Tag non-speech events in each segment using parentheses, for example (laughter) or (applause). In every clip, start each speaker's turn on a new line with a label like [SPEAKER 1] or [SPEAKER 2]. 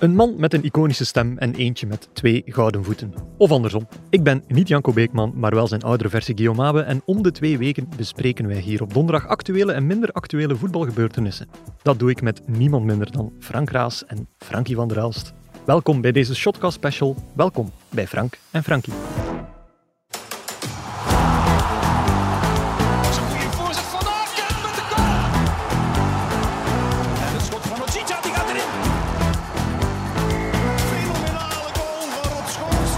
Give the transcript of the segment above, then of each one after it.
[SPEAKER 1] Een man met een iconische stem en eentje met twee gouden voeten. Of andersom. Ik ben niet Janko Beekman, maar wel zijn oudere versie Guillaume Abe en om de twee weken bespreken wij hier op donderdag actuele en minder actuele voetbalgebeurtenissen. Dat doe ik met niemand minder dan Frank Raas en Frankie van der Elst. Welkom bij deze Shotcast special. Welkom bij Frank en Frankie.
[SPEAKER 2] Is een goede voorzet van Aken met de goal. En het schot van Ochita, die gaat erin. Fenomenale goal van Rob Schoons.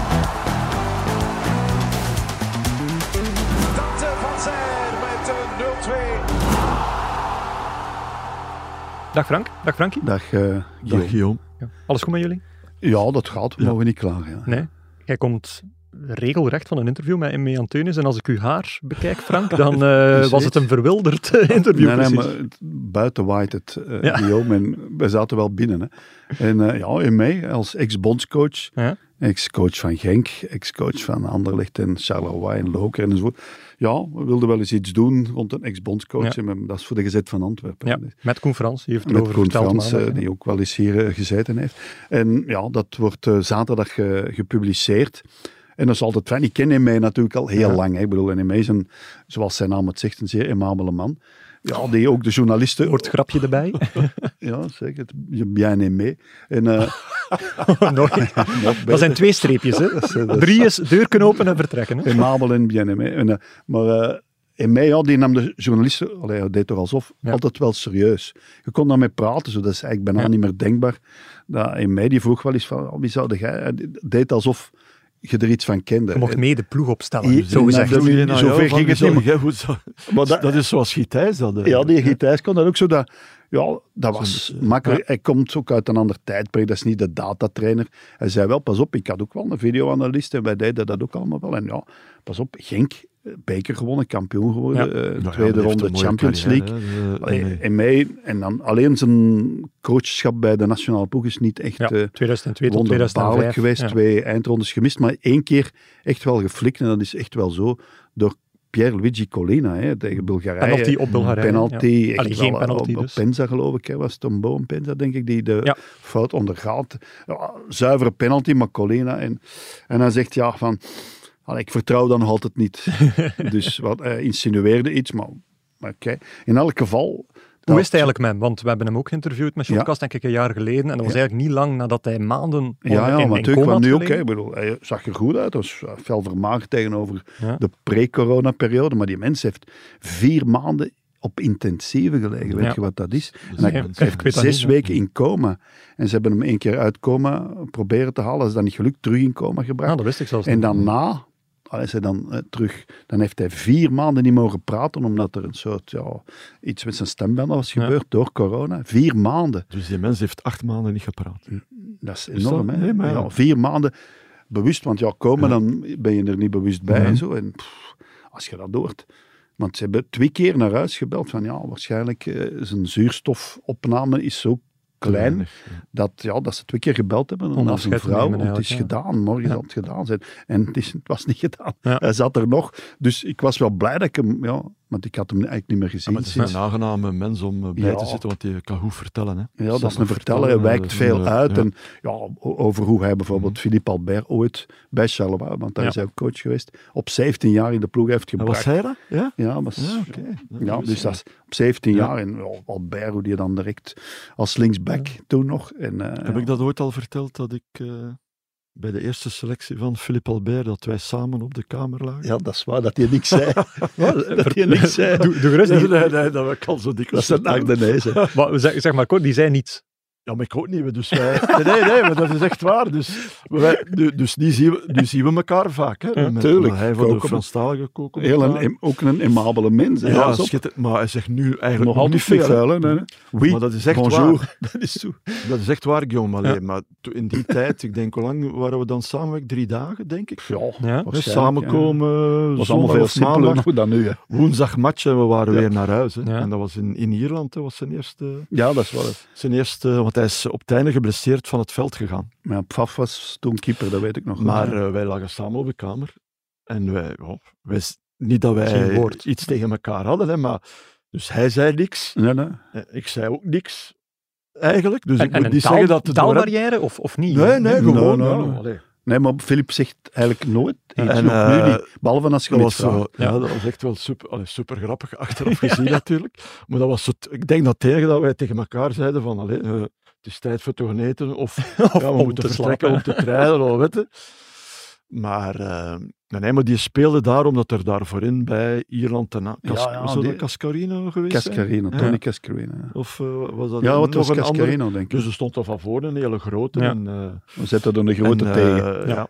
[SPEAKER 2] Dante eh, van Zijl met eh, een 0-2.
[SPEAKER 1] Dag Frank, dag Frankie.
[SPEAKER 3] Dag, eh
[SPEAKER 4] Dag
[SPEAKER 3] Guillaume.
[SPEAKER 4] Guillaume.
[SPEAKER 1] Ja. Alles goed met jullie?
[SPEAKER 3] Ja, dat gaat. We
[SPEAKER 4] Ja.
[SPEAKER 3] mogen niet klagen. Ja.
[SPEAKER 1] Nee. Jij komt regelrecht van een interview met Emmy Anteunis en als ik uw haar bekijk, Frank, (laughs) dan eh, was het een verwilderd eh, interview
[SPEAKER 3] Nee, nee,
[SPEAKER 1] precies.
[SPEAKER 3] maar het- buiten waait het, eh,
[SPEAKER 1] Ja.
[SPEAKER 3] Guillaume. En wij zaten wel binnen. Hè. En eh, ja, in mei als ex-bondscoach,
[SPEAKER 1] Ja.
[SPEAKER 3] ex-coach van Genk, ex-coach van Anderlecht en Charleroi en Loker enzovoort. Ja, we wilden wel eens iets doen rond een ex-bondscoach.
[SPEAKER 1] Ja.
[SPEAKER 3] en we- Dat is voor de gezet van Antwerpen. Dus
[SPEAKER 1] Ja,
[SPEAKER 3] hè.
[SPEAKER 1] met Koen Frans, die heeft het
[SPEAKER 3] Met
[SPEAKER 1] over
[SPEAKER 3] Koen
[SPEAKER 1] verteld.
[SPEAKER 3] Frans,
[SPEAKER 1] maandag,
[SPEAKER 3] eh,
[SPEAKER 1] ja.
[SPEAKER 3] die ook wel eens hier eh, gezeten heeft. En ja, dat wordt eh, zaterdag eh, gepubliceerd. En dat is altijd fijn. Ik ken hem mij natuurlijk al heel
[SPEAKER 1] Ja.
[SPEAKER 3] lang. Hè. Ik bedoel, en mij is een, zoals zijn naam het zegt, een zeer emabele man. Ja, die ook de journalisten...
[SPEAKER 1] Wordt grapje
[SPEAKER 3] (laughs)
[SPEAKER 1] erbij?
[SPEAKER 3] Ja, zeker. het- Je bien aimé. En, eh, (laughs)
[SPEAKER 1] Nog niet.
[SPEAKER 3] nog
[SPEAKER 1] (laughs) Dat
[SPEAKER 3] beter.
[SPEAKER 1] zijn twee streepjes,
[SPEAKER 3] (laughs)
[SPEAKER 1] hè?
[SPEAKER 3] eh,
[SPEAKER 1] Drie is deur kunnen openen en vertrekken. Hè?
[SPEAKER 3] Aimabel en bien aimé. En, eh, maar eh in mij, ja, die nam de journalisten, allee, hij deed toch alsof,
[SPEAKER 1] Ja.
[SPEAKER 3] altijd wel serieus. Je kon daarmee praten, zo, dat is eigenlijk bijna
[SPEAKER 1] Ja.
[SPEAKER 3] niet meer denkbaar. Dat, in mij, die vroeg wel eens van, oh, wie zou jij... Hij deed alsof je er iets van kende.
[SPEAKER 1] Je mocht mee de ploeg opstellen,
[SPEAKER 3] eh, Hier-
[SPEAKER 1] zo
[SPEAKER 3] in-
[SPEAKER 1] gezegd.
[SPEAKER 3] dat-
[SPEAKER 4] Doe je nou
[SPEAKER 3] Zover
[SPEAKER 4] jou van
[SPEAKER 3] ging het niet, maar-
[SPEAKER 4] jij moet zo-
[SPEAKER 3] (laughs) Maar dat-
[SPEAKER 4] dat is zoals Gitijs dat. eh? hè.
[SPEAKER 3] ja, die Gitijs kon dat ook zo. Dat, ja, dat was
[SPEAKER 4] Zo'n-
[SPEAKER 3] makkelijk. Hij komt ook uit een ander tijdperk. Dat is niet de datatrainer. Hij zei wel, pas op, ik had ook wel een videoanalist en wij deden dat ook allemaal wel. En ja, pas op, Genk, eh, beker gewonnen, kampioen geworden,
[SPEAKER 1] Ja.
[SPEAKER 3] eh,
[SPEAKER 4] Nou ja, maar
[SPEAKER 3] tweede
[SPEAKER 4] die heeft
[SPEAKER 3] ronde
[SPEAKER 4] een mooie
[SPEAKER 3] Champions
[SPEAKER 4] carrière,
[SPEAKER 3] League.
[SPEAKER 4] hè. Dat, eh,
[SPEAKER 3] Allee,
[SPEAKER 4] nee.
[SPEAKER 3] in mij, en dan alleen zijn coachschap bij de nationale ploeg is niet echt
[SPEAKER 1] Ja,
[SPEAKER 3] eh,
[SPEAKER 1] 2002 tot
[SPEAKER 3] wonderbaarlijk
[SPEAKER 1] 2005.
[SPEAKER 3] geweest.
[SPEAKER 1] Ja.
[SPEAKER 3] Twee eindrondes gemist, maar één keer echt wel geflikt. En dat is echt wel zo door Pierluigi Colina hè, tegen Bulgarije.
[SPEAKER 1] Penalty op Bulgarije.
[SPEAKER 3] mm, Penalty.
[SPEAKER 1] ja.
[SPEAKER 3] echt
[SPEAKER 1] Allee, geen
[SPEAKER 3] wel,
[SPEAKER 1] penalty
[SPEAKER 3] op- op
[SPEAKER 1] dus.
[SPEAKER 3] Penza geloof ik, hè, was Tom Boom Penza denk ik, die de
[SPEAKER 1] Ja.
[SPEAKER 3] fout ondergaat. Ja, zuivere penalty, maar Colina. En, en hij zegt ja van, "Allee, ik vertrouw dat nog altijd
[SPEAKER 1] (laughs)
[SPEAKER 3] niet. dus wat, hij insinueerde iets, maar, maar oké. In elk geval...
[SPEAKER 1] Hoe is het eigenlijk met hem? Want we hebben hem ook geïnterviewd met Shotcast, denk ik, een jaar geleden. En dat was
[SPEAKER 3] Ja.
[SPEAKER 1] eigenlijk niet lang nadat hij maanden
[SPEAKER 3] Ja, ja,
[SPEAKER 1] in, in
[SPEAKER 3] maar natuurlijk,
[SPEAKER 1] coma
[SPEAKER 3] want
[SPEAKER 1] had
[SPEAKER 3] nu ook, hè,
[SPEAKER 1] gelegen.
[SPEAKER 3] ik bedoel, hij zag er goed uit, was eh, fel vermaagd tegenover
[SPEAKER 1] Ja.
[SPEAKER 3] de pre-corona-periode, maar die mens heeft vier maanden op intensieve gelegen, weet
[SPEAKER 1] Ja.
[SPEAKER 3] je wat dat is? En
[SPEAKER 4] Dus
[SPEAKER 3] hij
[SPEAKER 4] ja,
[SPEAKER 1] (laughs) ik weet dat
[SPEAKER 3] zes
[SPEAKER 1] niet, hè.
[SPEAKER 3] weken in coma. En ze hebben hem één keer uit coma proberen te halen, als dat niet gelukt, terug in coma gebracht.
[SPEAKER 1] Ja, dat wist ik zelfs
[SPEAKER 3] En
[SPEAKER 1] niet. Hm.
[SPEAKER 3] daarna, als hij dan eh, terug, dan heeft hij vier maanden niet mogen praten, omdat er een soort, ja, iets met zijn stembanden was
[SPEAKER 1] Ja.
[SPEAKER 3] gebeurd door corona. Vier maanden.
[SPEAKER 4] Dus die mens heeft acht maanden niet gepraat.
[SPEAKER 3] Dat is
[SPEAKER 4] dat-
[SPEAKER 3] enorm, hè?
[SPEAKER 4] nee, maar ja.
[SPEAKER 3] ja, vier maanden bewust, want ja, komen, dan ben je er niet bewust bij en zo. En pff, als je dat hoort. Want ze hebben twee keer naar huis gebeld van ja, waarschijnlijk eh, zijn zuurstofopname is zo klein
[SPEAKER 4] Weinig. Ah,
[SPEAKER 3] dat, ja, dat ze twee keer gebeld hebben
[SPEAKER 1] Om
[SPEAKER 3] naar zijn
[SPEAKER 1] afscheid te
[SPEAKER 3] vrouw. "Oh,
[SPEAKER 1] nemen
[SPEAKER 3] Het is
[SPEAKER 1] eigenlijk,
[SPEAKER 3] gedaan, morgen
[SPEAKER 1] Ja.
[SPEAKER 3] zal het gedaan zijn. En het, is, het was niet gedaan.
[SPEAKER 1] Ja.
[SPEAKER 3] Hij zat er nog. Dus ik was wel blij dat ik hem, ja, want ik had hem eigenlijk niet meer
[SPEAKER 4] Ja,
[SPEAKER 3] gezien.
[SPEAKER 4] maar het is
[SPEAKER 3] sinds-
[SPEAKER 4] een aangename mens om eh, bij
[SPEAKER 3] Ja.
[SPEAKER 4] te zitten, want die kan goed vertellen. Hè.
[SPEAKER 3] Ja, dat is
[SPEAKER 4] Snel
[SPEAKER 3] een verteller. Hij
[SPEAKER 4] vertellen,
[SPEAKER 3] wijkt
[SPEAKER 4] eh, dat is
[SPEAKER 3] veel
[SPEAKER 4] een,
[SPEAKER 3] uit.
[SPEAKER 4] ja. Mhm.
[SPEAKER 3] En ja, o- over hoe hij bijvoorbeeld Philippe Albert ooit bij Charleroi, want daar
[SPEAKER 1] Ja.
[SPEAKER 3] is hij ook coach geweest, op 17 jaar in de ploeg heeft
[SPEAKER 4] En
[SPEAKER 3] gebracht.
[SPEAKER 4] was hij dat? Ja?
[SPEAKER 3] Ja, was,
[SPEAKER 4] Ja,
[SPEAKER 3] ja,
[SPEAKER 4] oké. Ja, dus,
[SPEAKER 3] dus
[SPEAKER 4] ja.
[SPEAKER 3] dat is op 17
[SPEAKER 4] Ja.
[SPEAKER 3] jaar. En ja, Albert, hoe die dan direct als linksback toen nog. En, eh,
[SPEAKER 4] Heb ik dat ooit al verteld, dat ik eh, bij de eerste selectie van Philippe Albert, dat wij samen op de kamer lagen?
[SPEAKER 3] Ja, dat is waar, dat hij
[SPEAKER 4] (laughs)
[SPEAKER 3] niks zei. dat hij niks zei.
[SPEAKER 1] Doe, doe
[SPEAKER 3] (laughs)
[SPEAKER 1] gerust.
[SPEAKER 4] Nee,
[SPEAKER 1] die-
[SPEAKER 4] nee, nee, dat kan zo
[SPEAKER 3] Dat
[SPEAKER 4] dikwijls.
[SPEAKER 3] is een
[SPEAKER 4] vertellen.
[SPEAKER 3] Ardennees. hè.
[SPEAKER 1] Maar, zeg, zeg maar kort, die zei niets.
[SPEAKER 4] Ja, maar ik ook niet. Dus wij... (laughs) nee, nee, nee, maar dat is echt waar. Dus, wij, nu- dus die zien we, nu zien we elkaar vaak. Hè, Met-
[SPEAKER 3] tuurlijk.
[SPEAKER 4] maar Hij van de
[SPEAKER 3] Koken.
[SPEAKER 4] Franstalige koken.
[SPEAKER 3] Heel een, ook een immabele mens. hè.
[SPEAKER 4] Ja,
[SPEAKER 3] Pas op.
[SPEAKER 4] schitterend. Maar hij zegt nu eigenlijk
[SPEAKER 3] Nog
[SPEAKER 4] nog, niet
[SPEAKER 3] altijd niet
[SPEAKER 4] veel. hè.
[SPEAKER 3] vuil, hè. Nee, nee. Oui,
[SPEAKER 4] Maar dat is echt
[SPEAKER 3] bonjour. (laughs)
[SPEAKER 4] waar.
[SPEAKER 3] Dat is zo.
[SPEAKER 4] Dat is echt waar, Guillaume. Allee, Maar to- in die tijd, ik denk, hoe lang waren we dan samen? Drie dagen, denk ik.
[SPEAKER 3] Ja,
[SPEAKER 1] Ja.
[SPEAKER 4] Hè,
[SPEAKER 3] waarschijnlijk, ja.
[SPEAKER 4] Samenkomen,
[SPEAKER 3] Dat was allemaal
[SPEAKER 4] zondag
[SPEAKER 3] veel
[SPEAKER 4] of maandag.
[SPEAKER 3] simpeler dan nu. Hè.
[SPEAKER 4] Woensdag match en we waren
[SPEAKER 3] Ja.
[SPEAKER 4] weer naar huis. Hè.
[SPEAKER 1] Ja.
[SPEAKER 4] En dat was in, in Ierland, dat was zijn eerste,
[SPEAKER 3] Ja, dat is wel het.
[SPEAKER 4] zijn eerste... Want hij is op het einde geblesseerd van het veld gegaan.
[SPEAKER 3] Mijn pfaf was toen keeper, dat weet ik nog.
[SPEAKER 4] Maar
[SPEAKER 3] goed.
[SPEAKER 4] eh, wij lagen samen op de kamer. En wij, ja, wij s- niet dat
[SPEAKER 1] Geen
[SPEAKER 4] wij
[SPEAKER 1] woord.
[SPEAKER 4] iets tegen elkaar hadden, hè, maar. Dus hij zei niks.
[SPEAKER 3] Nee, nee.
[SPEAKER 4] eh, Ik zei ook niks. eigenlijk. Dus
[SPEAKER 1] En,
[SPEAKER 4] ik
[SPEAKER 1] en
[SPEAKER 4] moet
[SPEAKER 1] een
[SPEAKER 4] niet
[SPEAKER 1] taal,
[SPEAKER 4] zeggen dat het door hem-
[SPEAKER 1] taalbarrière of, of niet?
[SPEAKER 4] Nee, nee, gewoon.
[SPEAKER 3] Nee,
[SPEAKER 4] ja,
[SPEAKER 3] nee, nee.
[SPEAKER 4] allee.
[SPEAKER 3] Nee, maar Filip zegt eigenlijk nooit iets.
[SPEAKER 4] En,
[SPEAKER 3] ook nu
[SPEAKER 4] eh,
[SPEAKER 3] niet. Behalve als je
[SPEAKER 4] Dat
[SPEAKER 3] hem
[SPEAKER 4] was,
[SPEAKER 3] iets
[SPEAKER 4] zo,
[SPEAKER 3] vraagt.
[SPEAKER 4] ja. dat was echt wel super, allee, super grappig achteraf gezien natuurlijk. Maar dat was zo, t- ik denk dat het enige dat wij tegen elkaar zeiden van allee, eh, het is tijd voor te gaan eten of
[SPEAKER 1] (laughs) Of
[SPEAKER 4] ja, we
[SPEAKER 1] om
[SPEAKER 4] moeten
[SPEAKER 1] te
[SPEAKER 4] vertrekken
[SPEAKER 1] slapen.
[SPEAKER 4] om te trainen of weet je. Maar, eh, nee, nee, maar die speelde daar omdat er daar voorin bij Ierland en Kas,
[SPEAKER 3] Ja, ja,
[SPEAKER 4] was dat
[SPEAKER 3] die-
[SPEAKER 4] een Cascarino nog geweest zijn?
[SPEAKER 3] Cascarino,
[SPEAKER 4] Ja.
[SPEAKER 3] Tony Cascarino. Ja,
[SPEAKER 4] Of eh, was dat
[SPEAKER 3] ja
[SPEAKER 4] nog
[SPEAKER 3] wat was
[SPEAKER 4] een andere?
[SPEAKER 3] Cascarino, denk ik.
[SPEAKER 4] Dus er stond er van voor een hele grote.
[SPEAKER 1] Ja.
[SPEAKER 4] En, eh,
[SPEAKER 3] We zetten er een grote
[SPEAKER 4] en,
[SPEAKER 3] tegen.
[SPEAKER 4] eh,
[SPEAKER 1] Ja.
[SPEAKER 4] ja.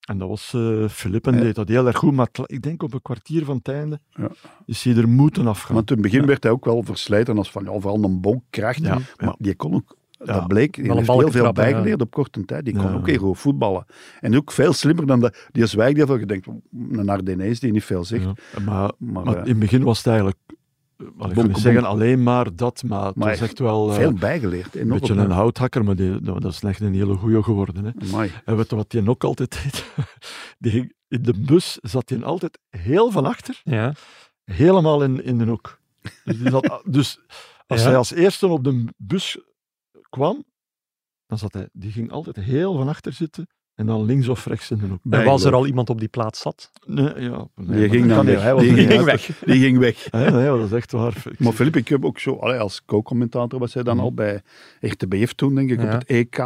[SPEAKER 4] En dat was eh Filip en
[SPEAKER 3] Ja.
[SPEAKER 4] deed dat heel erg goed. Maar het la- ik denk op een kwartier van het einde
[SPEAKER 3] Ja.
[SPEAKER 4] is hij er moeten afgaan.
[SPEAKER 3] Want in het begin werd hij ook wel versleten als van, ja, vooral een bonkkracht.
[SPEAKER 4] ja,
[SPEAKER 3] Maar
[SPEAKER 4] ja.
[SPEAKER 3] die kon ook, dat
[SPEAKER 4] Ja.
[SPEAKER 3] bleek, die
[SPEAKER 1] Wel een
[SPEAKER 3] heeft
[SPEAKER 1] balk
[SPEAKER 3] heel veel
[SPEAKER 1] trappen, ja.
[SPEAKER 3] bijgeleerd op korte tijd. Die kon
[SPEAKER 4] Ja.
[SPEAKER 3] ook heel goed voetballen. En ook veel slimmer dan de, die zwijgt daarvan. Je denkt, "Oh, een Ardenees die niet veel zegt.
[SPEAKER 4] Ja. Maar,
[SPEAKER 3] Maar,
[SPEAKER 4] maar
[SPEAKER 3] eh,
[SPEAKER 4] in het begin was het eigenlijk, eh, wel, ik wil niet
[SPEAKER 3] Bonke,
[SPEAKER 4] zeggen
[SPEAKER 3] bonke.
[SPEAKER 4] alleen maar dat, maar het
[SPEAKER 3] Maar
[SPEAKER 4] was echt wel eh,
[SPEAKER 3] veel bijgeleerd.
[SPEAKER 4] een
[SPEAKER 3] Enorm.
[SPEAKER 4] beetje een houthakker, maar die, nou, dat is echt een hele goeie geworden. Hè.
[SPEAKER 3] Amai.
[SPEAKER 4] En weet je wat hij ook altijd deed? (laughs) Die, ging- in de bus zat hij altijd heel van achter,
[SPEAKER 1] Ja.
[SPEAKER 4] helemaal in, in de hoek. Dus, die zat- (laughs) dus als
[SPEAKER 1] Ja.
[SPEAKER 4] hij als eerste op de bus kwam, dan zat hij, die ging altijd heel van achter zitten en dan links of rechts in de hoek.
[SPEAKER 1] En was er
[SPEAKER 3] Bijgeloof.
[SPEAKER 1] al iemand op die plaats zat?
[SPEAKER 4] Nee, ja, nee,
[SPEAKER 3] Die
[SPEAKER 4] maar
[SPEAKER 3] ging
[SPEAKER 4] dat
[SPEAKER 3] dan
[SPEAKER 4] kan niet,
[SPEAKER 3] weg.
[SPEAKER 4] hij was (laughs)
[SPEAKER 3] Die
[SPEAKER 4] er
[SPEAKER 1] Die
[SPEAKER 4] niet
[SPEAKER 1] ging
[SPEAKER 4] uit.
[SPEAKER 1] weg.
[SPEAKER 3] Die ging weg.
[SPEAKER 4] Ja, nee, maar dat is echt waar. Ik
[SPEAKER 3] Maar
[SPEAKER 4] zeg-
[SPEAKER 3] Filip, ik heb ook zo, allee, als co-commentator was hij dan
[SPEAKER 1] Mhm.
[SPEAKER 3] al bij RTBF toen, denk ik,
[SPEAKER 1] Ja.
[SPEAKER 3] op het EK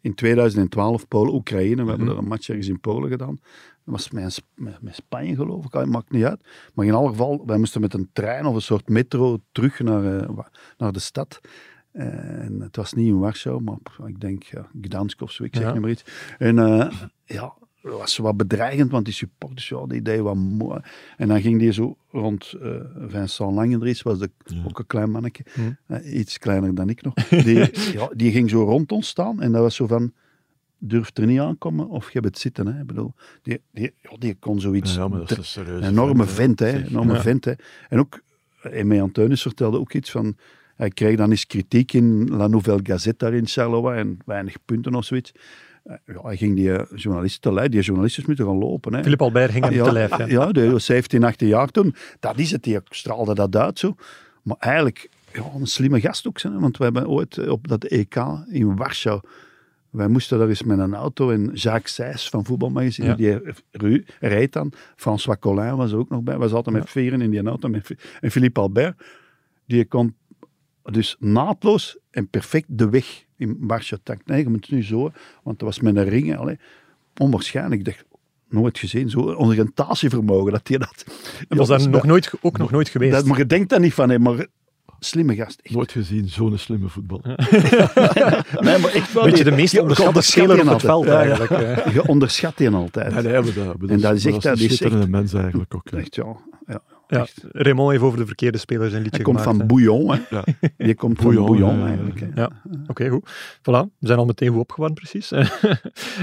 [SPEAKER 3] in 2012, Polen-Oekraïne. We hebben
[SPEAKER 1] Mhm.
[SPEAKER 3] daar een match ergens in Polen gedaan. Dat was met, met, met Spanje, geloof ik, allee, maakt niet uit. Maar in alle geval, wij moesten met een trein of een soort metro terug naar, eh, wa- naar de stad. Eh, En het was niet in Warschau, maar pff, ik denk ja, Gdansk of zo, ik zeg
[SPEAKER 1] Ja.
[SPEAKER 3] niet meer iets. En eh, ja, dat was wat bedreigend, want die supporters, ja, die deden wat mooi. En dan ging die zo rond eh Vincent Langendries, was de, ook een klein mannetje,
[SPEAKER 1] Hm.
[SPEAKER 3] eh, iets kleiner dan ik
[SPEAKER 1] (laughs)
[SPEAKER 3] nog. Die, ja, die ging zo rond ons staan en dat was zo van, durf er niet aankomen of je het zitten. Hè. Ik bedoel, die, die, ja, die kon zoiets
[SPEAKER 4] Ja, maar dat is een serieuze
[SPEAKER 3] een enorme
[SPEAKER 4] vent,
[SPEAKER 3] vent, hè.
[SPEAKER 4] Zeg.
[SPEAKER 3] Een enorme
[SPEAKER 1] Ja.
[SPEAKER 3] vent, hè. En ook, Emé Antunes vertelde ook iets van... Hij kreeg dan eens kritiek in La Nouvelle Gazette daar in Charleroi en weinig punten of zoiets. Eh, Ja, hij ging die eh, journalisten te lijf. Die journalisten moeten gaan lopen, hè.
[SPEAKER 1] Philip Albert ging hem
[SPEAKER 3] Ah, ja,
[SPEAKER 1] te lijf. Ja.
[SPEAKER 3] ja, die was 17, 18 jaar toen. Dat is het, die straalde dat uit zo. Maar eigenlijk, ja, een slimme gast ook, hè. Want we hebben ooit eh, op dat EK in Warschau... Wij moesten daar eens met een auto en Jacques Sijs van Voetbalmagazine,
[SPEAKER 1] Ja.
[SPEAKER 3] die ru- reed dan. François Collin was er ook nog bij. We zaten met vieren in die auto. Met, Fi- en Philippe Albert, die kon dus naadloos en perfect de weg in Warschau. Ik dacht, Nee, je moet het nu zo, want dat was met een ring. Allee, onwaarschijnlijk. Ik dacht, nooit gezien, zo'n oriëntatievermogen dat hij dat...
[SPEAKER 1] En was
[SPEAKER 3] Ja,
[SPEAKER 1] daar
[SPEAKER 3] dat-
[SPEAKER 1] nog nooit, ge- ook nog nooit geweest.
[SPEAKER 3] dat, maar je denkt daar niet van, hè, maar slimme gast. Echt.
[SPEAKER 4] Nooit gezien zo'n slimme voetbal.
[SPEAKER 3] Nee, maar echt wel,
[SPEAKER 1] Weet je,
[SPEAKER 3] die-
[SPEAKER 1] de meest
[SPEAKER 3] die
[SPEAKER 1] onderschatte
[SPEAKER 3] onderschat
[SPEAKER 1] speler op
[SPEAKER 3] die
[SPEAKER 1] het veld
[SPEAKER 3] altijd.
[SPEAKER 1] eigenlijk. eh.
[SPEAKER 3] Ja, Je onderschat die altijd.
[SPEAKER 4] Nee, nee, maar dat, maar dat
[SPEAKER 3] En dat is
[SPEAKER 4] maar
[SPEAKER 3] echt-
[SPEAKER 4] een
[SPEAKER 3] dat is echt-
[SPEAKER 4] schitterende mens eigenlijk ook. hè.
[SPEAKER 3] Echt, ja. ja.
[SPEAKER 1] Ja.
[SPEAKER 3] Echt.
[SPEAKER 1] Raymond heeft over de verkeerde spelers een liedje
[SPEAKER 3] Hij komt
[SPEAKER 1] gemaakt.
[SPEAKER 3] van
[SPEAKER 1] hè.
[SPEAKER 3] Bouillon, hè.
[SPEAKER 4] Ja.
[SPEAKER 3] Die komt
[SPEAKER 4] Bouillon,
[SPEAKER 3] van Bouillon,
[SPEAKER 4] ja, ja,
[SPEAKER 3] eigenlijk. hè.
[SPEAKER 1] Ja, oké, goed. Voilà, we zijn al meteen goed opgewarmd, precies. (laughs)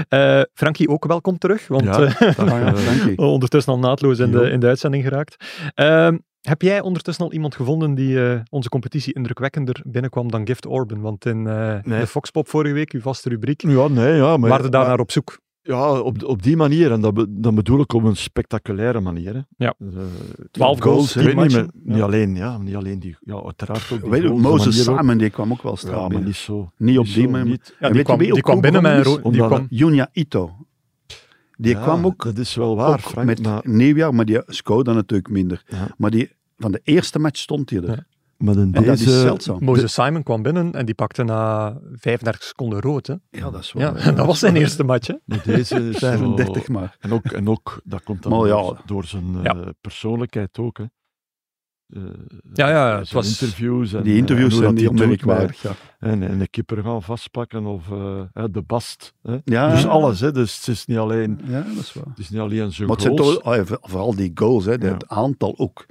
[SPEAKER 1] Eh Frankie, ook welkom terug, want
[SPEAKER 4] Ja,
[SPEAKER 1] eh, (laughs)
[SPEAKER 4] dat,
[SPEAKER 3] Ah, ja,
[SPEAKER 4] eh,
[SPEAKER 3] dank je.
[SPEAKER 1] ondertussen al naadloos in
[SPEAKER 4] Jo.
[SPEAKER 1] de, in de uitzending geraakt. Ehm, heb jij ondertussen al iemand gevonden die eh, onze competitie indrukwekkender binnenkwam dan Gift Orban? Want in eh,
[SPEAKER 4] Nee.
[SPEAKER 1] de Foxpop vorige week, uw vaste rubriek,
[SPEAKER 4] ja, nee, ja. Maar,
[SPEAKER 1] waren we daar
[SPEAKER 4] maar-
[SPEAKER 1] naar op zoek.
[SPEAKER 4] ja, op, de- op die manier. En dat, be- dan bedoel ik op een spectaculaire manier. Hè.
[SPEAKER 1] Ja.
[SPEAKER 4] Dus, eh,
[SPEAKER 1] 12 goals,
[SPEAKER 4] ik weet
[SPEAKER 1] 10
[SPEAKER 4] niet,
[SPEAKER 1] matchen.
[SPEAKER 4] meer- niet alleen, ja, niet alleen die. Ja, uiteraard ook die
[SPEAKER 3] Weet je,
[SPEAKER 4] goals,
[SPEAKER 3] Moses
[SPEAKER 4] maar hier ook-
[SPEAKER 3] Simon, die kwam ook wel
[SPEAKER 4] Ja,
[SPEAKER 3] straal
[SPEAKER 4] maar
[SPEAKER 3] binnen.
[SPEAKER 4] niet zo.
[SPEAKER 3] Niet op
[SPEAKER 4] Niet
[SPEAKER 3] die
[SPEAKER 4] zo,
[SPEAKER 3] manier.
[SPEAKER 4] niet-
[SPEAKER 1] Ja,
[SPEAKER 3] En
[SPEAKER 1] die
[SPEAKER 3] weet je
[SPEAKER 1] kwam,
[SPEAKER 3] wie
[SPEAKER 1] die
[SPEAKER 3] ook
[SPEAKER 1] kwam
[SPEAKER 3] goed
[SPEAKER 1] binnen met een
[SPEAKER 3] begonnen
[SPEAKER 1] ro- die
[SPEAKER 4] Omdat
[SPEAKER 1] kwam,
[SPEAKER 3] Junya Ito. Die
[SPEAKER 4] Ja,
[SPEAKER 3] kwam ook,
[SPEAKER 4] Dat is wel waar,
[SPEAKER 3] ook
[SPEAKER 4] Frank.
[SPEAKER 3] met
[SPEAKER 4] maar,
[SPEAKER 3] nieuwjaar, maar die scoorde natuurlijk minder.
[SPEAKER 4] Ja.
[SPEAKER 3] Maar die, van de eerste match stond hij er.
[SPEAKER 1] Ja.
[SPEAKER 4] maar in
[SPEAKER 3] En dat
[SPEAKER 4] deze,
[SPEAKER 3] is zeldzaam.
[SPEAKER 1] Moses Simon kwam binnen en die pakte na 35 seconden rood. Hè.
[SPEAKER 3] Ja, dat is
[SPEAKER 1] Ja,
[SPEAKER 3] waar.
[SPEAKER 1] (laughs) dat was zijn eerste match. Hè.
[SPEAKER 4] maar deze is zo-
[SPEAKER 3] 35 maar.
[SPEAKER 4] En ook, en ook dat komt dan
[SPEAKER 3] Maar ja.
[SPEAKER 4] door, door zijn eh, persoonlijkheid ook. Hè. Eh,
[SPEAKER 1] Ja, ja, het
[SPEAKER 4] zijn
[SPEAKER 1] was-
[SPEAKER 4] interviews. En,
[SPEAKER 3] Die interviews
[SPEAKER 4] en hoe
[SPEAKER 3] zijn
[SPEAKER 4] dat
[SPEAKER 3] niet
[SPEAKER 4] hij doet
[SPEAKER 3] onmerkwaardig. Ja.
[SPEAKER 4] met- En, en de kipper gaan vastpakken of eh, hè, de bast. Hè.
[SPEAKER 3] Ja,
[SPEAKER 4] Dus
[SPEAKER 3] ja.
[SPEAKER 4] alles, hè. Dus het is niet alleen,
[SPEAKER 3] Ja, dat is waar.
[SPEAKER 4] het is niet alleen zijn
[SPEAKER 3] Maar het zijn
[SPEAKER 4] goals.
[SPEAKER 3] toch, ah, ja, vooral die goals, hè,
[SPEAKER 4] Ja.
[SPEAKER 3] het aantal ook.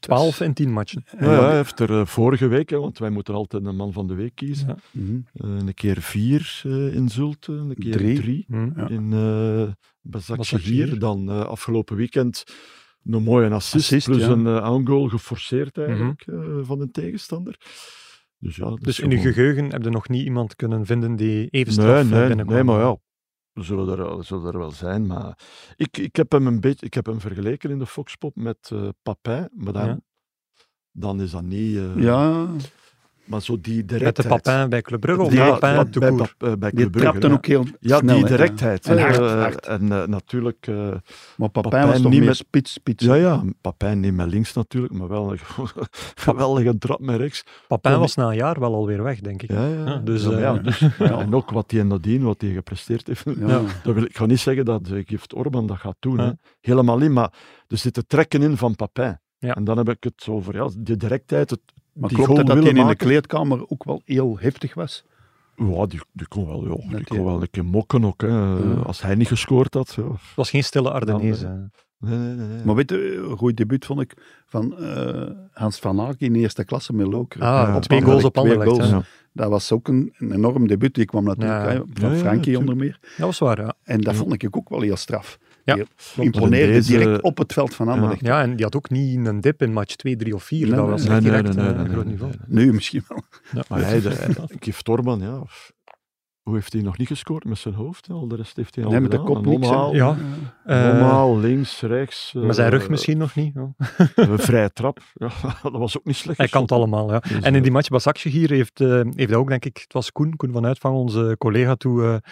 [SPEAKER 1] 12 in 10 matchen.
[SPEAKER 4] Ja, ja, hij heeft er eh, vorige week, hè, want wij moeten altijd een man van de week kiezen.
[SPEAKER 1] Ja.
[SPEAKER 3] Mhm.
[SPEAKER 4] Eh, een keer vier eh insulten, een keer
[SPEAKER 3] Drie.
[SPEAKER 4] drie,
[SPEAKER 1] Hm.
[SPEAKER 3] Ja.
[SPEAKER 4] in eh Bazakshir.
[SPEAKER 1] Başakşehir.
[SPEAKER 4] Dan eh, afgelopen weekend een mooie assist,
[SPEAKER 3] Assist,
[SPEAKER 4] plus
[SPEAKER 3] ja. Mhm.
[SPEAKER 4] een eh, own goal geforceerd eigenlijk eh, van een tegenstander. Dus ja, dat
[SPEAKER 1] Dus
[SPEAKER 4] is
[SPEAKER 1] in uw
[SPEAKER 4] gewoon-
[SPEAKER 1] geheugen heb je nog niet iemand kunnen vinden die even straf
[SPEAKER 4] Nee,
[SPEAKER 1] eh,
[SPEAKER 4] nee,
[SPEAKER 1] binnenkwam?
[SPEAKER 4] nee, maar ja. er Zullen er, wel- zullen er wel zijn, maar ik, ik, heb hem een beetje, ik heb hem vergeleken in de Foxpop met eh Papin, maar dan,
[SPEAKER 1] Ja.
[SPEAKER 4] dan is dat niet... eh,
[SPEAKER 3] Ja,
[SPEAKER 4] Maar zo die
[SPEAKER 1] Met de
[SPEAKER 4] directheid.
[SPEAKER 1] papin bij Club Brugge of
[SPEAKER 4] Ja,
[SPEAKER 1] de
[SPEAKER 4] bij,
[SPEAKER 1] papin te
[SPEAKER 4] bij,
[SPEAKER 1] koer?
[SPEAKER 4] Pap- eh, bij
[SPEAKER 3] Die
[SPEAKER 4] Club Brugge,
[SPEAKER 3] trapte
[SPEAKER 4] ja.
[SPEAKER 3] ook heel
[SPEAKER 4] Ja,
[SPEAKER 3] snel,
[SPEAKER 4] die
[SPEAKER 3] hè.
[SPEAKER 4] directheid.
[SPEAKER 3] En
[SPEAKER 4] hè.
[SPEAKER 3] hard,
[SPEAKER 4] Eh,
[SPEAKER 3] hard.
[SPEAKER 4] En eh, natuurlijk... eh,
[SPEAKER 3] Maar Papijn
[SPEAKER 4] Papijn
[SPEAKER 3] was toch
[SPEAKER 4] niet
[SPEAKER 3] meer
[SPEAKER 4] met-
[SPEAKER 3] spits, spits.
[SPEAKER 4] ja, ja, Papijn niet met links natuurlijk, maar wel (laughs) een geweldige trap met rechts.
[SPEAKER 1] Papin was na een jaar wel alweer weg, denk ik.
[SPEAKER 4] Ja, ja.
[SPEAKER 1] Ja, dus,
[SPEAKER 4] Ja, maar
[SPEAKER 1] eh,
[SPEAKER 4] ja,
[SPEAKER 1] ja. (laughs)
[SPEAKER 4] dus-
[SPEAKER 3] Ja.
[SPEAKER 4] En ook wat hij nadien, wat hij gepresteerd heeft.
[SPEAKER 3] Ja.
[SPEAKER 4] Dat wil, ik ga niet zeggen dat eh, Gift Orban dat gaat doen.
[SPEAKER 1] Ja.
[SPEAKER 4] Hè. Helemaal niet, maar dus er zitten trekken in van Papin.
[SPEAKER 1] Ja.
[SPEAKER 4] En dan heb ik het over ja, de directheid. Het,
[SPEAKER 3] Maar
[SPEAKER 4] die
[SPEAKER 3] klopt
[SPEAKER 4] goal
[SPEAKER 3] het dat hij
[SPEAKER 4] willen
[SPEAKER 3] in de
[SPEAKER 4] maken.
[SPEAKER 3] kleedkamer ook wel heel heftig was?
[SPEAKER 4] Ja, die, die kon wel, ja, die
[SPEAKER 3] Net
[SPEAKER 4] kon
[SPEAKER 3] die-
[SPEAKER 4] wel een keer mokken ook. Hè. eh,
[SPEAKER 3] Ja.
[SPEAKER 4] Als hij niet gescoord had. Ja.
[SPEAKER 1] Het was geen stille Ardenees.
[SPEAKER 4] Dan,
[SPEAKER 1] hè.
[SPEAKER 4] Nee, nee, nee, nee.
[SPEAKER 3] Maar weet je, een goed debuut vond ik van eh, Hans van Aak in eerste klasse met Lokeren.
[SPEAKER 1] Ah,
[SPEAKER 4] Ja,
[SPEAKER 1] twee
[SPEAKER 4] Anderlecht,
[SPEAKER 1] goals op
[SPEAKER 3] twee
[SPEAKER 1] Anderlecht. hè.
[SPEAKER 3] goals.
[SPEAKER 1] Ja.
[SPEAKER 4] ja.
[SPEAKER 3] Dat was ook een, een enorm debuut. Die kwam natuurlijk
[SPEAKER 1] Ja.
[SPEAKER 3] hè, van
[SPEAKER 4] Ja, ja,
[SPEAKER 3] Frankie
[SPEAKER 4] natuurlijk.
[SPEAKER 3] onder meer.
[SPEAKER 1] Dat was waar, ja.
[SPEAKER 3] En dat
[SPEAKER 4] Ja.
[SPEAKER 3] vond ik ook wel heel straf.
[SPEAKER 1] Ja,
[SPEAKER 3] Die
[SPEAKER 4] Dus in
[SPEAKER 3] imponeerde
[SPEAKER 4] deze-
[SPEAKER 3] direct op het veld van Anderlecht.
[SPEAKER 1] Ja, en die had ook niet een dip in match 2, 3 of 4.
[SPEAKER 3] Nee,
[SPEAKER 1] dat
[SPEAKER 3] nee,
[SPEAKER 1] was
[SPEAKER 4] Nee,
[SPEAKER 1] echt
[SPEAKER 4] nee,
[SPEAKER 1] direct
[SPEAKER 4] nee, nee,
[SPEAKER 1] eh,
[SPEAKER 4] nee,
[SPEAKER 1] een groot
[SPEAKER 4] nee,
[SPEAKER 1] niveau.
[SPEAKER 4] nee, nee.
[SPEAKER 3] Nu misschien wel.
[SPEAKER 1] Ja.
[SPEAKER 4] Maar hij, de, Gift Orban, ja. Hoe heeft hij nog niet gescoord met zijn hoofd? hè? Al de rest heeft hij al
[SPEAKER 3] Nee, met de
[SPEAKER 4] gedaan.
[SPEAKER 3] kop
[SPEAKER 4] Een
[SPEAKER 3] niks. hè.
[SPEAKER 4] omhaal,
[SPEAKER 1] Ja. Eh,
[SPEAKER 4] omhaal, links, rechts.
[SPEAKER 1] maar zijn
[SPEAKER 4] eh,
[SPEAKER 1] rug misschien nog niet. ja.
[SPEAKER 4] Een vrije trap. (laughs) Ja, dat was ook niet slecht.
[SPEAKER 1] Hij kan het allemaal, ja.
[SPEAKER 4] Dus,
[SPEAKER 1] En in
[SPEAKER 4] eh,
[SPEAKER 1] die match Basakje hier heeft, eh, heeft hij ook, denk ik, het was Koen, Koen van Uitvang, onze collega, toe, eh,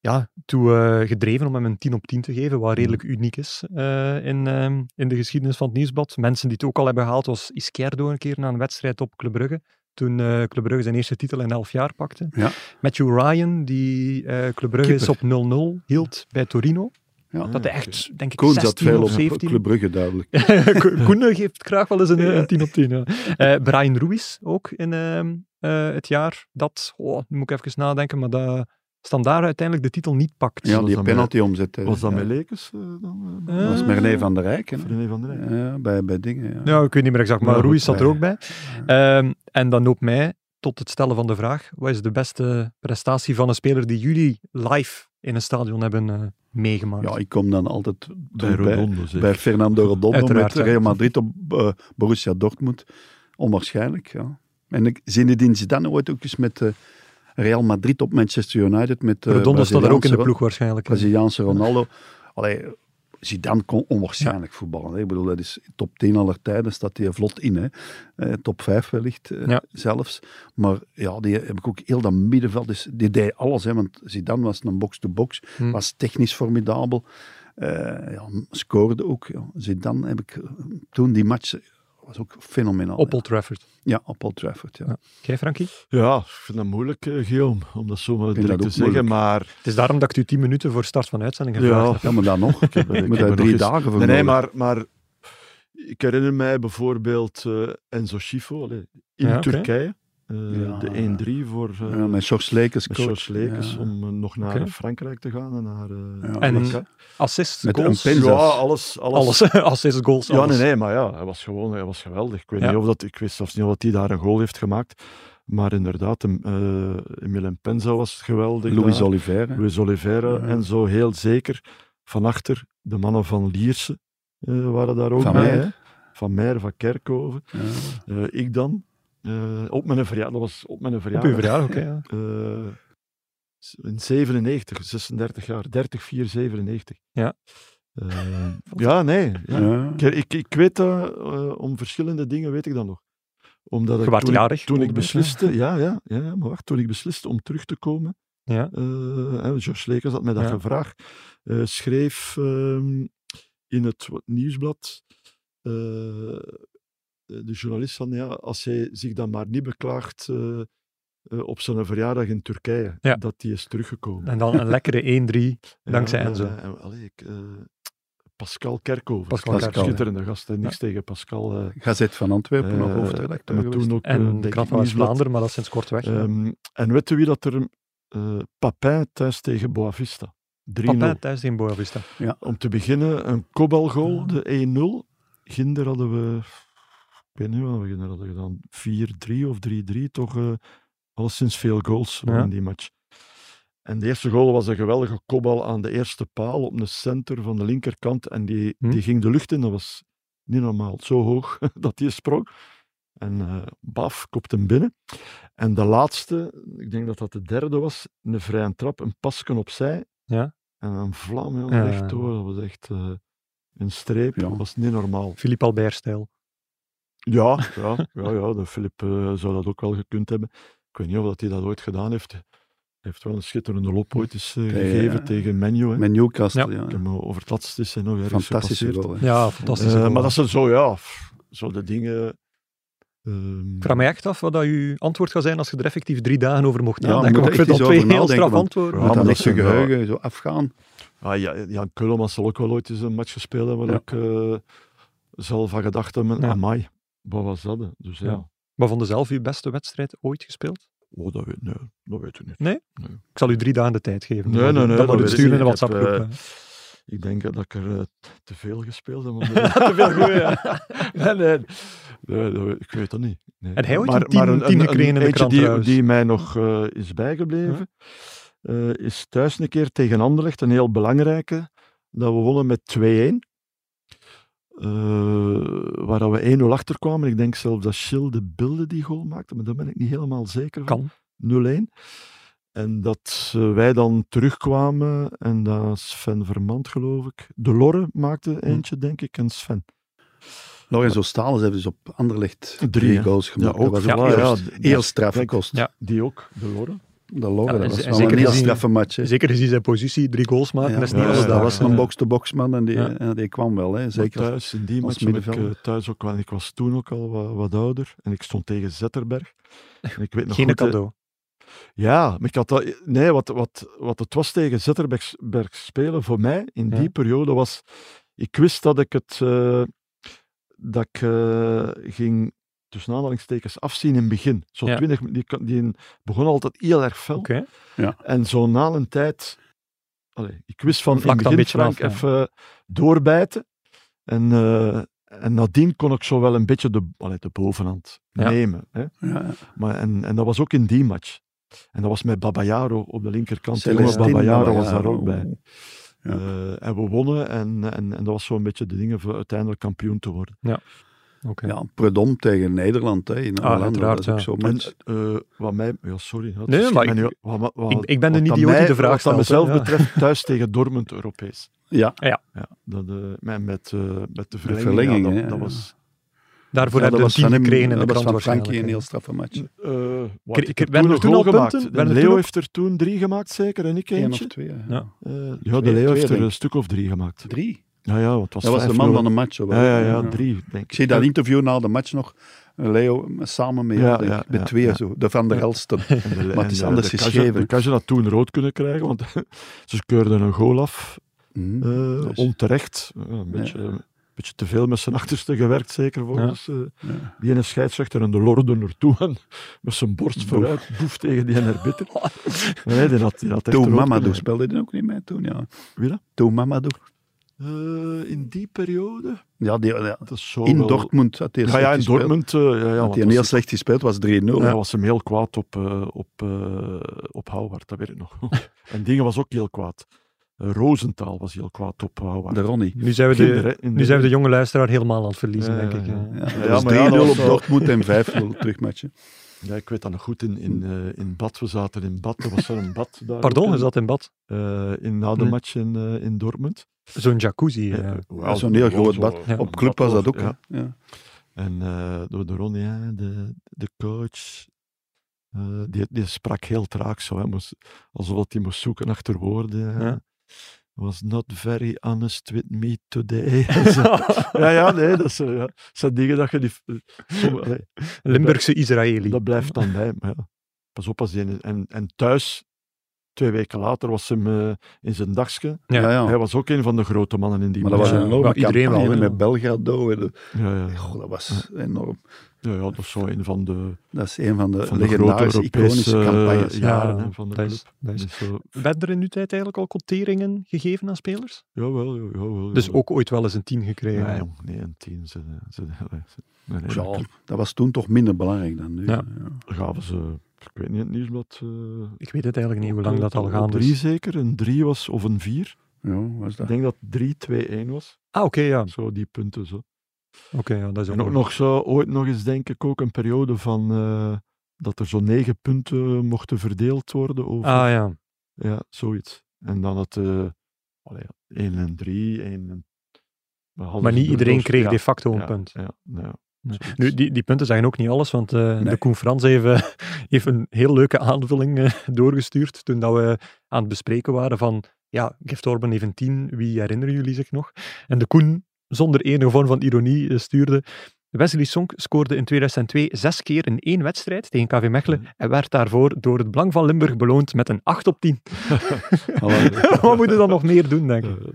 [SPEAKER 1] ja, toe eh, gedreven om hem een 10 op 10 te geven,
[SPEAKER 3] Mhm.
[SPEAKER 1] wat redelijk uniek is eh, in, ehm, in de geschiedenis van het Nieuwsblad. Mensen die het ook al hebben gehaald, was Izquierdo een keer na een wedstrijd op Club Brugge, toen eh Club Brugge zijn eerste titel in 11 jaar pakte.
[SPEAKER 3] Ja.
[SPEAKER 1] Matthew Ryan, die eh Club Brugge is op 0-0 hield bij Torino.
[SPEAKER 4] Ah,
[SPEAKER 3] Ja.
[SPEAKER 1] Dat hij echt, denk ik,
[SPEAKER 3] Koen zat
[SPEAKER 1] 16
[SPEAKER 3] veel
[SPEAKER 1] of
[SPEAKER 3] op
[SPEAKER 1] 17...
[SPEAKER 3] Club Brugge duidelijk.
[SPEAKER 1] (laughs) Ko- Koen geeft graag wel eens een, eh, een 10 op 10. Ja. Eh, Brian Ruiz ook in ehm, eh, het jaar dat, oh, nu moet ik even nadenken, maar dat Standaard uiteindelijk de titel niet pakt.
[SPEAKER 3] Ja,
[SPEAKER 4] Was
[SPEAKER 3] die
[SPEAKER 4] dat
[SPEAKER 3] penalty omzet. hè.
[SPEAKER 4] Was dat
[SPEAKER 3] Ja.
[SPEAKER 4] met Lekens? eh, dan, eh,
[SPEAKER 1] Eh,
[SPEAKER 3] Dat was met René van der Rijken. hè.
[SPEAKER 4] René van der Rijn.
[SPEAKER 3] Ja, bij, bij dingen. Ja.
[SPEAKER 1] Ja, ik weet niet meer exact, maar
[SPEAKER 4] Maar goed,
[SPEAKER 1] Ruiz zat er
[SPEAKER 4] nee.
[SPEAKER 1] ook bij. Ehm, en dan loopt mij tot het stellen van de vraag, wat is de beste prestatie van een speler die jullie live in een stadion hebben eh, meegemaakt?
[SPEAKER 3] Ja, ik kom dan altijd terug
[SPEAKER 4] Bij dus, Rodondo zeker.
[SPEAKER 3] bij Fernando Redondo
[SPEAKER 1] Uiteraard,
[SPEAKER 3] met
[SPEAKER 1] ja.
[SPEAKER 3] Real Madrid op eh, Borussia Dortmund. Onwaarschijnlijk, ja. En ik Zinedine Zidane ooit ook eens met eh, Real Madrid op Manchester United. Met, eh,
[SPEAKER 1] Redondo staat er ook in de
[SPEAKER 3] Braziliaanse-
[SPEAKER 1] ploeg waarschijnlijk. eh,
[SPEAKER 3] Braziliaanse
[SPEAKER 4] (laughs)
[SPEAKER 3] Ronaldo. Allee, Zidane kon onwaarschijnlijk voetballen. hè. Ik bedoel, dat is top 10 aller tijden, staat hij vlot in. Hè. Eh, top 5 wellicht eh,
[SPEAKER 1] Ja.
[SPEAKER 3] zelfs. Maar ja, die heb ik ook heel dat middenveld. Dus die deed alles, hè, want Zidane was een box-to-box,
[SPEAKER 1] Hm.
[SPEAKER 3] was technisch formidabel. Eh, ja, scoorde ook. Ja. Zidane heb ik eh, toen die match, eh, was ook fenomenaal.
[SPEAKER 1] Op
[SPEAKER 3] ja.
[SPEAKER 1] Old Trafford.
[SPEAKER 3] Ja, op Old Trafford. Ja.
[SPEAKER 1] Ja. Jij, Frankie?
[SPEAKER 4] Ja, ik vind dat moeilijk, eh, Guillaume, om dat zomaar
[SPEAKER 3] vind
[SPEAKER 4] direct
[SPEAKER 3] dat
[SPEAKER 4] te
[SPEAKER 3] ook
[SPEAKER 4] zeggen. Maar,
[SPEAKER 1] Het is daarom dat ik u 10 minuten voor start van uitzending heb gevraagd.
[SPEAKER 4] ja,
[SPEAKER 1] heb.
[SPEAKER 3] Ja, maar dan nog. Ik
[SPEAKER 4] heb er- (laughs) ik
[SPEAKER 3] moet
[SPEAKER 4] heb
[SPEAKER 3] daar
[SPEAKER 4] er nog
[SPEAKER 3] drie
[SPEAKER 4] eens-
[SPEAKER 3] dagen voor
[SPEAKER 4] nee, nee,
[SPEAKER 3] nodig.
[SPEAKER 4] maar, maar ik herinner mij bijvoorbeeld eh, Enzo Schifo allee, in
[SPEAKER 1] Ja, oké.
[SPEAKER 4] Turkije. eh,
[SPEAKER 3] Ja.
[SPEAKER 4] de 1-3 voor eh
[SPEAKER 3] Ja, met George Lekers.
[SPEAKER 4] met
[SPEAKER 3] coach.
[SPEAKER 4] George Lekers
[SPEAKER 3] Ja.
[SPEAKER 4] om eh, nog naar
[SPEAKER 1] Oké.
[SPEAKER 4] Frankrijk te gaan. En naar, eh,
[SPEAKER 3] Ja.
[SPEAKER 1] En
[SPEAKER 4] Marokko.
[SPEAKER 1] Assist,
[SPEAKER 3] Met
[SPEAKER 1] goals,
[SPEAKER 3] een pin.
[SPEAKER 4] ja,
[SPEAKER 3] zelfs.
[SPEAKER 4] alles. alles.
[SPEAKER 1] alles. (laughs) Assist, goals,
[SPEAKER 4] Ja,
[SPEAKER 1] alles.
[SPEAKER 4] nee, nee, maar ja, hij was gewoon hij was geweldig. Ik weet,
[SPEAKER 1] Ja.
[SPEAKER 4] niet of dat, ik weet zelfs niet of dat hij daar een goal heeft gemaakt. Maar inderdaad, em- eh Emilien Penza was geweldig.
[SPEAKER 3] Louis
[SPEAKER 4] daar.
[SPEAKER 3] Oliveira.
[SPEAKER 4] Luis Oliveira
[SPEAKER 3] Ja.
[SPEAKER 4] en zo heel zeker. Van achter de mannen van Lierse eh, waren daar ook
[SPEAKER 3] Van
[SPEAKER 4] bij.
[SPEAKER 3] Meer.
[SPEAKER 4] hè. Van Meer, van Kerkhoven. Eh, ik dan. eh, op mijn verjaardag, dat was op mijn
[SPEAKER 1] Op uw
[SPEAKER 4] verjaardag.
[SPEAKER 1] verjaardag, oké. ja.
[SPEAKER 4] eh, in 97, 36 jaar, 30, 4, 97.
[SPEAKER 1] Ja.
[SPEAKER 4] Eh, ja, nee. Ja.
[SPEAKER 3] Ja.
[SPEAKER 4] Ik, ik, ik weet dat, eh, om verschillende dingen weet ik dat nog. Omdat
[SPEAKER 1] Je
[SPEAKER 4] ik,
[SPEAKER 1] waart
[SPEAKER 4] toen, ik-
[SPEAKER 1] jarig,
[SPEAKER 4] toen ik
[SPEAKER 1] mogelijk, hè?
[SPEAKER 4] besliste,
[SPEAKER 1] (laughs)
[SPEAKER 4] ja, ja, ja, ja, maar wacht, toen ik besliste om terug te komen,
[SPEAKER 1] Ja.
[SPEAKER 4] eh, hè, George Lekers had mij dat
[SPEAKER 1] Ja.
[SPEAKER 4] gevraagd. eh, schreef ehm, in het wa- nieuwsblad. eh, de journalist van ja, als hij zich dan maar niet beklaagt eh, eh, op zijn verjaardag in Turkije,
[SPEAKER 1] Ja.
[SPEAKER 4] dat hij is teruggekomen.
[SPEAKER 1] En dan een
[SPEAKER 4] (laughs)
[SPEAKER 1] lekkere 1-3. dankzij
[SPEAKER 4] Ja,
[SPEAKER 1] Enzo.
[SPEAKER 4] eh, en- allee, ik, eh, Pascal Kerkhoven.
[SPEAKER 1] Pascal
[SPEAKER 3] Kerkhoven.
[SPEAKER 4] Schitterende gast, hè, niks tegen Pascal. eh,
[SPEAKER 3] Gazet van Antwerpen, nog
[SPEAKER 4] eh,
[SPEAKER 3] hoofdredacteur
[SPEAKER 4] maar
[SPEAKER 3] geweest.
[SPEAKER 4] toen ook, eh,
[SPEAKER 1] En de
[SPEAKER 4] denk
[SPEAKER 1] krant
[SPEAKER 4] ik,
[SPEAKER 1] van
[SPEAKER 4] Nieuwsblad.
[SPEAKER 1] West-Vlaanderen, maar dat is sinds kort weg. ja.
[SPEAKER 4] Ehm, en weet u wie dat er... eh Papin thuis tegen Boavista. 3-0.
[SPEAKER 1] Papin thuis in Boavista.
[SPEAKER 4] Om te beginnen, een kopbalgoal, de 1-0. Ginder hadden we, ik weet niet wat we ginder hadden gedaan, 4-3 of 3-3, toch eh alleszins veel goals
[SPEAKER 1] Ja.
[SPEAKER 4] in die match. En de eerste goal was een geweldige kopbal aan de eerste paal op de center van de linkerkant. En die,
[SPEAKER 1] Hm.
[SPEAKER 4] die ging de lucht in, dat was niet normaal. Zo hoog (laughs) dat die sprong. En eh baf, kopt hem binnen. En de laatste, ik denk dat dat de derde was, een vrije trap, een pasken opzij.
[SPEAKER 1] Ja.
[SPEAKER 4] En een vlam, heel
[SPEAKER 1] Ja.
[SPEAKER 4] recht hoor. Dat was echt eh, een streep.
[SPEAKER 3] Ja.
[SPEAKER 4] Dat was niet normaal.
[SPEAKER 1] Philippe Albert-stijl.
[SPEAKER 4] Ja, ja, ja, ja de Filip eh, zou dat ook wel gekund hebben. Ik weet niet of dat hij dat ooit gedaan heeft. Hij heeft wel een schitterende loop ooit eens eh,
[SPEAKER 3] Tegen-
[SPEAKER 4] gegeven tegen Menu. Hè.
[SPEAKER 3] Met Newcastle,
[SPEAKER 4] Ik
[SPEAKER 3] ja.
[SPEAKER 4] heb me over het laatste is hij nog ergens
[SPEAKER 3] Fantastische
[SPEAKER 4] gepasseerd.
[SPEAKER 3] goal. hè.
[SPEAKER 1] Ja, fantastisch.
[SPEAKER 4] Eh, maar dat zijn zo, ja, pff, zo de dingen... ehm,
[SPEAKER 1] Ik vraag mij echt af wat dat uw antwoord gaat zijn als je er effectief drie dagen over mocht
[SPEAKER 3] Ja,
[SPEAKER 1] nadenken.
[SPEAKER 3] moet
[SPEAKER 1] want ik vind
[SPEAKER 3] echt
[SPEAKER 1] dat
[SPEAKER 3] eens
[SPEAKER 1] twee
[SPEAKER 3] over
[SPEAKER 1] heel
[SPEAKER 3] nadenken,
[SPEAKER 1] straf
[SPEAKER 3] want-
[SPEAKER 1] antwoorden.
[SPEAKER 3] Moet
[SPEAKER 4] Ja, maar
[SPEAKER 3] dan
[SPEAKER 4] dat
[SPEAKER 3] echt zijn
[SPEAKER 4] zijn wel-
[SPEAKER 3] geheugen zo afgaan.
[SPEAKER 4] Ah, ja, Jan Kullemans zal ook wel ooit eens een match gespeeld hebben waar
[SPEAKER 3] Ja.
[SPEAKER 4] ik eh, zelf van gedacht hebben,
[SPEAKER 1] Ja.
[SPEAKER 4] amai, wat was dat? hè? Dus ja,
[SPEAKER 1] Ja. Maar vonden zelf uw beste wedstrijd ooit gespeeld?
[SPEAKER 4] Oh, dat, weet, nee, dat weet ik niet.
[SPEAKER 1] Ik zal u drie dagen de tijd geven.
[SPEAKER 4] Nee, nee, nee.
[SPEAKER 1] Dan moet u
[SPEAKER 4] weet
[SPEAKER 1] het
[SPEAKER 4] ik
[SPEAKER 1] sturen in de
[SPEAKER 4] niet. Ik heb,
[SPEAKER 1] WhatsApp-groep.
[SPEAKER 4] eh,
[SPEAKER 1] hè.
[SPEAKER 4] Ik denk dat ik er eh, te veel gespeeld heb. om- te veel goeie, (laughs) ja. nee, nee. Nee, dat weet- ik weet dat niet. Nee.
[SPEAKER 1] En hij ooit een tien- tien gekregen in de
[SPEAKER 4] eentje
[SPEAKER 1] krant
[SPEAKER 4] die,
[SPEAKER 1] trouwens.
[SPEAKER 4] die mij nog eh, is bijgebleven, eh, is thuis een keer tegen Anderlecht, een heel belangrijke, dat we wonnen met 2-1. Eh, waar dat we 1-0 achter kwamen. Ik denk zelfs dat Schill de beelden die goal maakte, maar daar ben ik niet helemaal zeker van.
[SPEAKER 1] (laughs) Kan.
[SPEAKER 4] 0-1. En dat eh, wij dan terugkwamen en dat Sven Vermand, geloof ik. De Lorre maakte
[SPEAKER 1] Hm.
[SPEAKER 4] eentje, denk ik, en Sven.
[SPEAKER 3] Lorenzo Stalens heeft dus op Anderlecht
[SPEAKER 4] Drie,
[SPEAKER 3] drie,
[SPEAKER 4] hè?
[SPEAKER 3] goals gemaakt. dat was
[SPEAKER 4] ja,
[SPEAKER 3] ook eerst-
[SPEAKER 4] ja,
[SPEAKER 3] heel
[SPEAKER 4] dat-
[SPEAKER 3] straf
[SPEAKER 4] dat-
[SPEAKER 3] gekost.
[SPEAKER 1] Ja.
[SPEAKER 4] Die ook, de Lorre.
[SPEAKER 3] De Lorre,
[SPEAKER 1] Ja, en
[SPEAKER 3] dat was
[SPEAKER 1] ze-
[SPEAKER 3] wel
[SPEAKER 1] zeker
[SPEAKER 3] een heel
[SPEAKER 1] gezien-
[SPEAKER 3] straffe match. hè.
[SPEAKER 1] Zeker gezien zijn positie, drie goals maken,
[SPEAKER 3] Ja,
[SPEAKER 1] dat is
[SPEAKER 4] ja,
[SPEAKER 1] niet alles
[SPEAKER 4] ja,
[SPEAKER 1] daar.
[SPEAKER 3] dat was een
[SPEAKER 1] Eh,
[SPEAKER 3] box-to-boxman en die,
[SPEAKER 1] Ja.
[SPEAKER 3] en die kwam wel. Hè.
[SPEAKER 4] Maar
[SPEAKER 3] Zeker.
[SPEAKER 4] thuis, in
[SPEAKER 3] als
[SPEAKER 4] die match ben ik eh,
[SPEAKER 3] middenvelder.
[SPEAKER 4] thuis ook wel. en Ik was toen ook al wat, wat ouder en ik stond tegen Zetterberg. En ik weet nog
[SPEAKER 1] Geen
[SPEAKER 4] goed, eh,
[SPEAKER 1] cadeau.
[SPEAKER 4] Ja, maar ik had dat, nee, wat, wat, wat het was tegen Zetterberg Berg spelen voor mij in die
[SPEAKER 1] Ja.
[SPEAKER 4] periode was. Ik wist dat ik het. eh, dat ik eh, ging tussen aanhalingstekens afzien in het begin. Zo
[SPEAKER 1] Ja.
[SPEAKER 4] 20 minuten. Die, kan- die begon altijd heel erg fel.
[SPEAKER 1] Oké.
[SPEAKER 4] En zo na een tijd. Allee, ik wist van in
[SPEAKER 1] Vlakt
[SPEAKER 4] het
[SPEAKER 1] dat
[SPEAKER 4] begin
[SPEAKER 1] een beetje
[SPEAKER 4] Frank
[SPEAKER 1] af,
[SPEAKER 4] even eh, doorbijten. En, eh, en nadien kon ik zo wel een beetje de, allee, de bovenhand
[SPEAKER 1] Ja.
[SPEAKER 4] nemen. Hè?
[SPEAKER 3] Ja,
[SPEAKER 4] Maar, en, en dat was ook in die match. En dat was met Babayaro op de linkerkant. De jonge
[SPEAKER 3] Celestine
[SPEAKER 4] Babayaro was
[SPEAKER 3] Babayaro.
[SPEAKER 4] daar ook bij.
[SPEAKER 3] Ja.
[SPEAKER 4] Eh, en we wonnen en, en, en dat was zo'n beetje de dingen voor uiteindelijk kampioen te worden.
[SPEAKER 1] oké.
[SPEAKER 3] Ja, Predom tegen Nederland hè, in
[SPEAKER 1] Ah,
[SPEAKER 3] Holland. Dat
[SPEAKER 1] uiteraard,
[SPEAKER 3] is ook
[SPEAKER 1] ja.
[SPEAKER 3] zo'n
[SPEAKER 4] En
[SPEAKER 3] match.
[SPEAKER 4] eh, wat mij... Ja, sorry. ja, het
[SPEAKER 1] Nee,
[SPEAKER 4] schiet
[SPEAKER 1] maar
[SPEAKER 4] mij
[SPEAKER 1] ik-
[SPEAKER 4] nu- wat- wat- wat-
[SPEAKER 1] ik- ik ben de
[SPEAKER 4] wat aan
[SPEAKER 1] idioot die
[SPEAKER 4] mij-
[SPEAKER 1] de vraag
[SPEAKER 4] Wat dat
[SPEAKER 1] stelt,
[SPEAKER 4] mezelf
[SPEAKER 1] hè, ja.
[SPEAKER 4] betreft, thuis (laughs) tegen Dortmund Europees.
[SPEAKER 3] Ja,
[SPEAKER 4] Ja, dat, eh, maar met, eh, met de verlenging.
[SPEAKER 3] verlenging,
[SPEAKER 4] ja, dat,
[SPEAKER 3] hè,
[SPEAKER 4] dat
[SPEAKER 3] ja.
[SPEAKER 4] was...
[SPEAKER 1] Daarvoor
[SPEAKER 3] ja, dat
[SPEAKER 1] hebben we een
[SPEAKER 3] was
[SPEAKER 1] tien
[SPEAKER 3] van, hem,
[SPEAKER 1] gekregen in de
[SPEAKER 3] dat was
[SPEAKER 1] krant
[SPEAKER 3] van
[SPEAKER 1] waarschijnlijk.
[SPEAKER 3] Frankie een heel
[SPEAKER 1] hè.
[SPEAKER 3] straffe match.
[SPEAKER 4] eh, wat,
[SPEAKER 1] Kreeg-
[SPEAKER 4] ik
[SPEAKER 1] kreeg-
[SPEAKER 4] heb
[SPEAKER 1] werden er
[SPEAKER 4] een
[SPEAKER 1] toen al
[SPEAKER 4] goal gemaakt.
[SPEAKER 1] punten? Werden er toen
[SPEAKER 4] Leo
[SPEAKER 1] ook-
[SPEAKER 4] heeft er toen drie gemaakt, zeker, en ik
[SPEAKER 3] Eén
[SPEAKER 4] eentje.
[SPEAKER 3] of twee. hè.
[SPEAKER 1] Ja.
[SPEAKER 4] Eh, ja,
[SPEAKER 3] Twee-
[SPEAKER 4] de Leo
[SPEAKER 3] twee,
[SPEAKER 4] heeft er
[SPEAKER 3] denk
[SPEAKER 4] een stuk of drie gemaakt.
[SPEAKER 3] Drie.
[SPEAKER 4] Ja, ja, want het was
[SPEAKER 3] Dat was de man
[SPEAKER 4] 5-0.
[SPEAKER 3] van de match. hoor.
[SPEAKER 4] Ja, ja, ja, drie, denk ik.
[SPEAKER 3] Ik zie dat interview na de match nog. eh, Leo samen met
[SPEAKER 4] Ja,
[SPEAKER 3] jou, denk ik.
[SPEAKER 4] ja,
[SPEAKER 3] met
[SPEAKER 4] ja,
[SPEAKER 3] twee
[SPEAKER 4] ja. Eh,
[SPEAKER 3] zo. De Van der
[SPEAKER 4] (laughs)
[SPEAKER 3] Helsten. Hm.
[SPEAKER 4] En de-
[SPEAKER 3] Maar het
[SPEAKER 4] en
[SPEAKER 3] is
[SPEAKER 4] de-
[SPEAKER 3] anders
[SPEAKER 4] de
[SPEAKER 3] geschreven.
[SPEAKER 4] Kan je dat toen rood kunnen krijgen, want (laughs) ze keurden een goal af,
[SPEAKER 3] Mhm.
[SPEAKER 4] eh,
[SPEAKER 3] Dus-
[SPEAKER 4] onterecht. Ja, een, beetje, een beetje te veel met zijn achterste gewerkt, zeker volgens. eh
[SPEAKER 3] Ja.
[SPEAKER 4] Die ene scheidsrechter en de lorde ertoe en met zijn borst vooruit, boef tegen die
[SPEAKER 3] (laughs)
[SPEAKER 4] arbiter. Maar nee, die had, die had echt
[SPEAKER 3] Oh. Toe
[SPEAKER 4] rood
[SPEAKER 3] Mamadou
[SPEAKER 4] kunnen
[SPEAKER 3] speelde die ook niet mee toen, ja.
[SPEAKER 4] Wie dat?
[SPEAKER 3] Toe Mamadou.
[SPEAKER 4] hebben. Eh, in die periode?
[SPEAKER 3] Ja, die, ja,
[SPEAKER 4] Dat is zo
[SPEAKER 3] in
[SPEAKER 4] wel-
[SPEAKER 3] Dortmund had hij
[SPEAKER 4] Ja, ja, in Dortmund. eh, ja, ja,
[SPEAKER 3] Had
[SPEAKER 4] want
[SPEAKER 3] hij
[SPEAKER 4] dat
[SPEAKER 3] een heel
[SPEAKER 4] is-
[SPEAKER 3] slecht gespeeld, was 3-0.
[SPEAKER 4] Ja,
[SPEAKER 3] Ja.
[SPEAKER 4] was hem heel kwaad op, eh op, eh op Howard, dat weet ik
[SPEAKER 3] (laughs)
[SPEAKER 4] nog. en Dingen was ook heel kwaad. Eh, Roosentaal was heel kwaad op Howard.
[SPEAKER 3] De Ronnie.
[SPEAKER 1] Nu zijn we
[SPEAKER 4] In de
[SPEAKER 1] de...
[SPEAKER 4] re- in
[SPEAKER 1] Nu zijn we de jonge luisteraar helemaal aan het verliezen,
[SPEAKER 4] Ja,
[SPEAKER 1] denk ik.
[SPEAKER 4] ja,
[SPEAKER 1] hè.
[SPEAKER 3] Ja,
[SPEAKER 4] Ja,
[SPEAKER 3] dat was 3-0
[SPEAKER 4] maar ja, dat was
[SPEAKER 3] op
[SPEAKER 4] wel-
[SPEAKER 3] Dortmund en 5-0 terugmatchen.
[SPEAKER 4] Ja, ik weet dat nog goed. In, in, eh, in bad, we zaten in bad. Er was er een bad daar. ook
[SPEAKER 1] Pardon,
[SPEAKER 4] in,
[SPEAKER 1] je zat in bad.
[SPEAKER 4] eh, in na de
[SPEAKER 1] Hmm.
[SPEAKER 4] match in, eh, in Dortmund.
[SPEAKER 1] Zo'n jacuzzi.
[SPEAKER 4] Ja,
[SPEAKER 1] eh,
[SPEAKER 4] (laughs) wauw,
[SPEAKER 3] zo'n heel
[SPEAKER 4] gewoon
[SPEAKER 3] groot
[SPEAKER 4] zo-
[SPEAKER 3] bad.
[SPEAKER 4] een
[SPEAKER 3] Op club was dat ook.
[SPEAKER 4] Ja.
[SPEAKER 3] Ja. Ja.
[SPEAKER 4] En eh, door de Ronnie, ja, de, de coach, eh, die, die sprak heel traag zo. Hè, moest, alsof dat hij moest zoeken achter woorden. hè.
[SPEAKER 1] Ja.
[SPEAKER 4] Was not very honest with me today. (laughs) Zo. ja, ja, nee, dat is, eh, ja. dat zijn dingen dat je eh, niet... Somm- allee,
[SPEAKER 1] (laughs) Limburgse Israëli.
[SPEAKER 4] dat blijft dan bij. Maar ja, pas op als die... En, en thuis, twee weken later, was hem eh, in zijn dagske.
[SPEAKER 1] Ja.
[SPEAKER 3] Ja, ja.
[SPEAKER 4] Hij was ook een van de grote mannen in die
[SPEAKER 3] Maar dat was
[SPEAKER 1] Ja.
[SPEAKER 3] een
[SPEAKER 4] match.
[SPEAKER 3] enorme
[SPEAKER 1] Maar iedereen
[SPEAKER 3] campagne
[SPEAKER 1] wel, ja.
[SPEAKER 3] met Belgrado. en de-
[SPEAKER 4] Ja, ja, ja.
[SPEAKER 3] Goh, dat was enorm.
[SPEAKER 4] ja, ja, dat is zo een van de...
[SPEAKER 3] Dat is een van de,
[SPEAKER 4] van de grote
[SPEAKER 3] legendarische,
[SPEAKER 4] Europese
[SPEAKER 3] iconische campagnes.
[SPEAKER 4] eh,
[SPEAKER 1] ja.
[SPEAKER 4] jaren hè, van de
[SPEAKER 1] dat is-
[SPEAKER 4] club.
[SPEAKER 1] dat is-
[SPEAKER 4] Dus, eh,
[SPEAKER 1] Werden er in uw tijd eigenlijk al quoteringen gegeven aan spelers?
[SPEAKER 4] jawel, jawel, jawel.
[SPEAKER 1] Dus
[SPEAKER 4] jawel.
[SPEAKER 1] ook ooit wel eens een tien
[SPEAKER 4] Nee,
[SPEAKER 1] gekregen.
[SPEAKER 4] Hmm. jong, nee, een team. Ze, ze, ze- nee, nee,
[SPEAKER 3] Ja, dat was toen toch minder belangrijk dan nu.
[SPEAKER 1] Ja.
[SPEAKER 3] Ja.
[SPEAKER 4] dan gaven ze, ik weet niet, het nieuwsblad... eh,
[SPEAKER 1] Ik weet het eigenlijk niet hoe lang
[SPEAKER 4] eh,
[SPEAKER 1] dat al
[SPEAKER 4] een
[SPEAKER 1] gaande
[SPEAKER 4] Drie
[SPEAKER 1] is.
[SPEAKER 4] zeker, een drie was, of een vier.
[SPEAKER 3] Ja, was dat.
[SPEAKER 4] Ik denk dat 3-2-1 was.
[SPEAKER 1] Ah, oké, ja. Oké,
[SPEAKER 4] Zo, die punten zo.
[SPEAKER 1] ja, dat is ook
[SPEAKER 4] En
[SPEAKER 1] nog.
[SPEAKER 4] ook nog zo, ooit nog eens denk ik ook een periode van... eh, dat er zo'n negen punten mochten verdeeld worden over...
[SPEAKER 1] Ah, ja.
[SPEAKER 4] Ja, zoiets. En dan het... eh allee, 1 en 3, 1 en...
[SPEAKER 1] Maar niet iedereen kreeg de
[SPEAKER 4] dit
[SPEAKER 1] facto een
[SPEAKER 4] ja,
[SPEAKER 1] punt.
[SPEAKER 4] Ja, ja.
[SPEAKER 1] Nee.
[SPEAKER 4] Zoiets.
[SPEAKER 1] Dus Nu, die, die punten zeggen ook niet alles, want eh, de Koen Frans heeft, eh, heeft een heel leuke aanvulling eh, doorgestuurd toen dat we aan het bespreken waren van ja, Gift Orban heeft een 10, wie herinneren jullie zich nog? En de Koen, zonder enige vorm van ironie, eh, stuurde Wesley Sonk scoorde in 2002 zes keer in één wedstrijd tegen KV Mechelen
[SPEAKER 4] Mhm.
[SPEAKER 1] en werd daarvoor door het Belang van Limburg beloond met een 8 op 10.
[SPEAKER 3] (laughs)
[SPEAKER 1] (laughs) Wat moet je dan nog meer doen, denk ik?
[SPEAKER 4] Eh,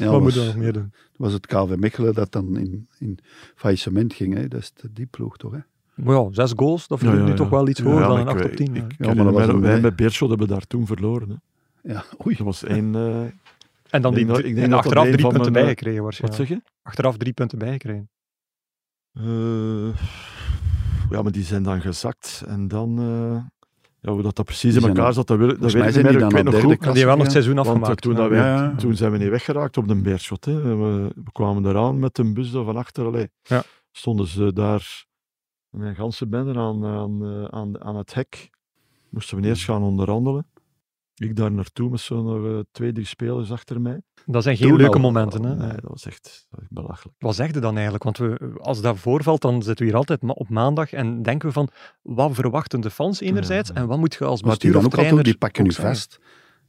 [SPEAKER 3] Ja,
[SPEAKER 1] (laughs) Wat moet
[SPEAKER 3] was,
[SPEAKER 1] je dan nog meer doen?
[SPEAKER 3] was het KV Mechelen dat dan in, in faillissement ging. Hè? Dat is de- die ploeg toch? Hè?
[SPEAKER 1] Maar ja, zes goals, dat vind ik
[SPEAKER 4] ja,
[SPEAKER 1] nu
[SPEAKER 4] ja.
[SPEAKER 1] toch wel iets hoger
[SPEAKER 4] Ja,
[SPEAKER 1] dan
[SPEAKER 4] maar
[SPEAKER 1] een
[SPEAKER 4] ik
[SPEAKER 1] 8 op
[SPEAKER 4] weet-
[SPEAKER 1] 10.
[SPEAKER 4] Ik,
[SPEAKER 1] hè.
[SPEAKER 4] ik
[SPEAKER 3] maar
[SPEAKER 4] herinner
[SPEAKER 3] dat was
[SPEAKER 4] mij
[SPEAKER 3] een
[SPEAKER 4] dat wij
[SPEAKER 3] wijn.
[SPEAKER 4] bij Beerschot hebben daar toen verloren. Hè.
[SPEAKER 3] Ja, (laughs) oei.
[SPEAKER 4] Dat was één... eh,
[SPEAKER 1] En dan
[SPEAKER 4] Ik
[SPEAKER 1] die,
[SPEAKER 4] denk dat-
[SPEAKER 1] drie-
[SPEAKER 4] ik denk
[SPEAKER 1] en
[SPEAKER 4] dat dat
[SPEAKER 1] achteraf
[SPEAKER 4] een
[SPEAKER 1] drie
[SPEAKER 4] van
[SPEAKER 1] punten
[SPEAKER 4] mijn, eh,
[SPEAKER 1] bijgekregen
[SPEAKER 4] wat
[SPEAKER 1] waarschijnlijk.
[SPEAKER 4] zeg je?
[SPEAKER 1] Achteraf drie punten bijgekregen.
[SPEAKER 4] Eh, ja, maar die zijn dan gezakt. En dan... eh, ja, hoe dat, dat precies
[SPEAKER 3] Die
[SPEAKER 4] in
[SPEAKER 3] zijn
[SPEAKER 4] elkaar zat, dat wil, dat
[SPEAKER 3] Volgens
[SPEAKER 4] weet
[SPEAKER 3] mij
[SPEAKER 4] ik niet
[SPEAKER 3] zijn die
[SPEAKER 4] meer. Ik
[SPEAKER 3] dan
[SPEAKER 4] weet
[SPEAKER 3] aan
[SPEAKER 4] nog
[SPEAKER 3] derde
[SPEAKER 4] goed.
[SPEAKER 1] Ja, die hebben wel nog het seizoen afgemaakt.
[SPEAKER 4] Want eh,
[SPEAKER 1] ja.
[SPEAKER 4] toen, dat wij,
[SPEAKER 3] Ja.
[SPEAKER 4] toen zijn we niet weggeraakt op de Beerschot. Hè. We, we kwamen eraan met een bus daar van achter. Allee,
[SPEAKER 1] Ja.
[SPEAKER 4] Stonden ze daar met een ganse bende aan, aan, eh, aan, aan het hek. Moesten we eerst gaan onderhandelen. Ik daar naartoe met zo'n nog eh, twee, drie spelers achter mij.
[SPEAKER 1] Dat zijn geen
[SPEAKER 4] Toen
[SPEAKER 1] leuke
[SPEAKER 4] al-
[SPEAKER 1] momenten. Hè?
[SPEAKER 4] Nee, dat was echt dat was belachelijk.
[SPEAKER 1] Wat zeg je dan eigenlijk? Want we, als dat voorvalt, dan zitten we hier altijd ma- op maandag en denken we van, wat verwachten de fans enerzijds
[SPEAKER 4] ja.
[SPEAKER 1] en wat moet je als
[SPEAKER 3] Wat die
[SPEAKER 1] bestuur
[SPEAKER 3] dan
[SPEAKER 1] of
[SPEAKER 3] ook altijd,
[SPEAKER 1] trainer...
[SPEAKER 3] die pakken nu
[SPEAKER 1] ook zeggen?
[SPEAKER 3] vast.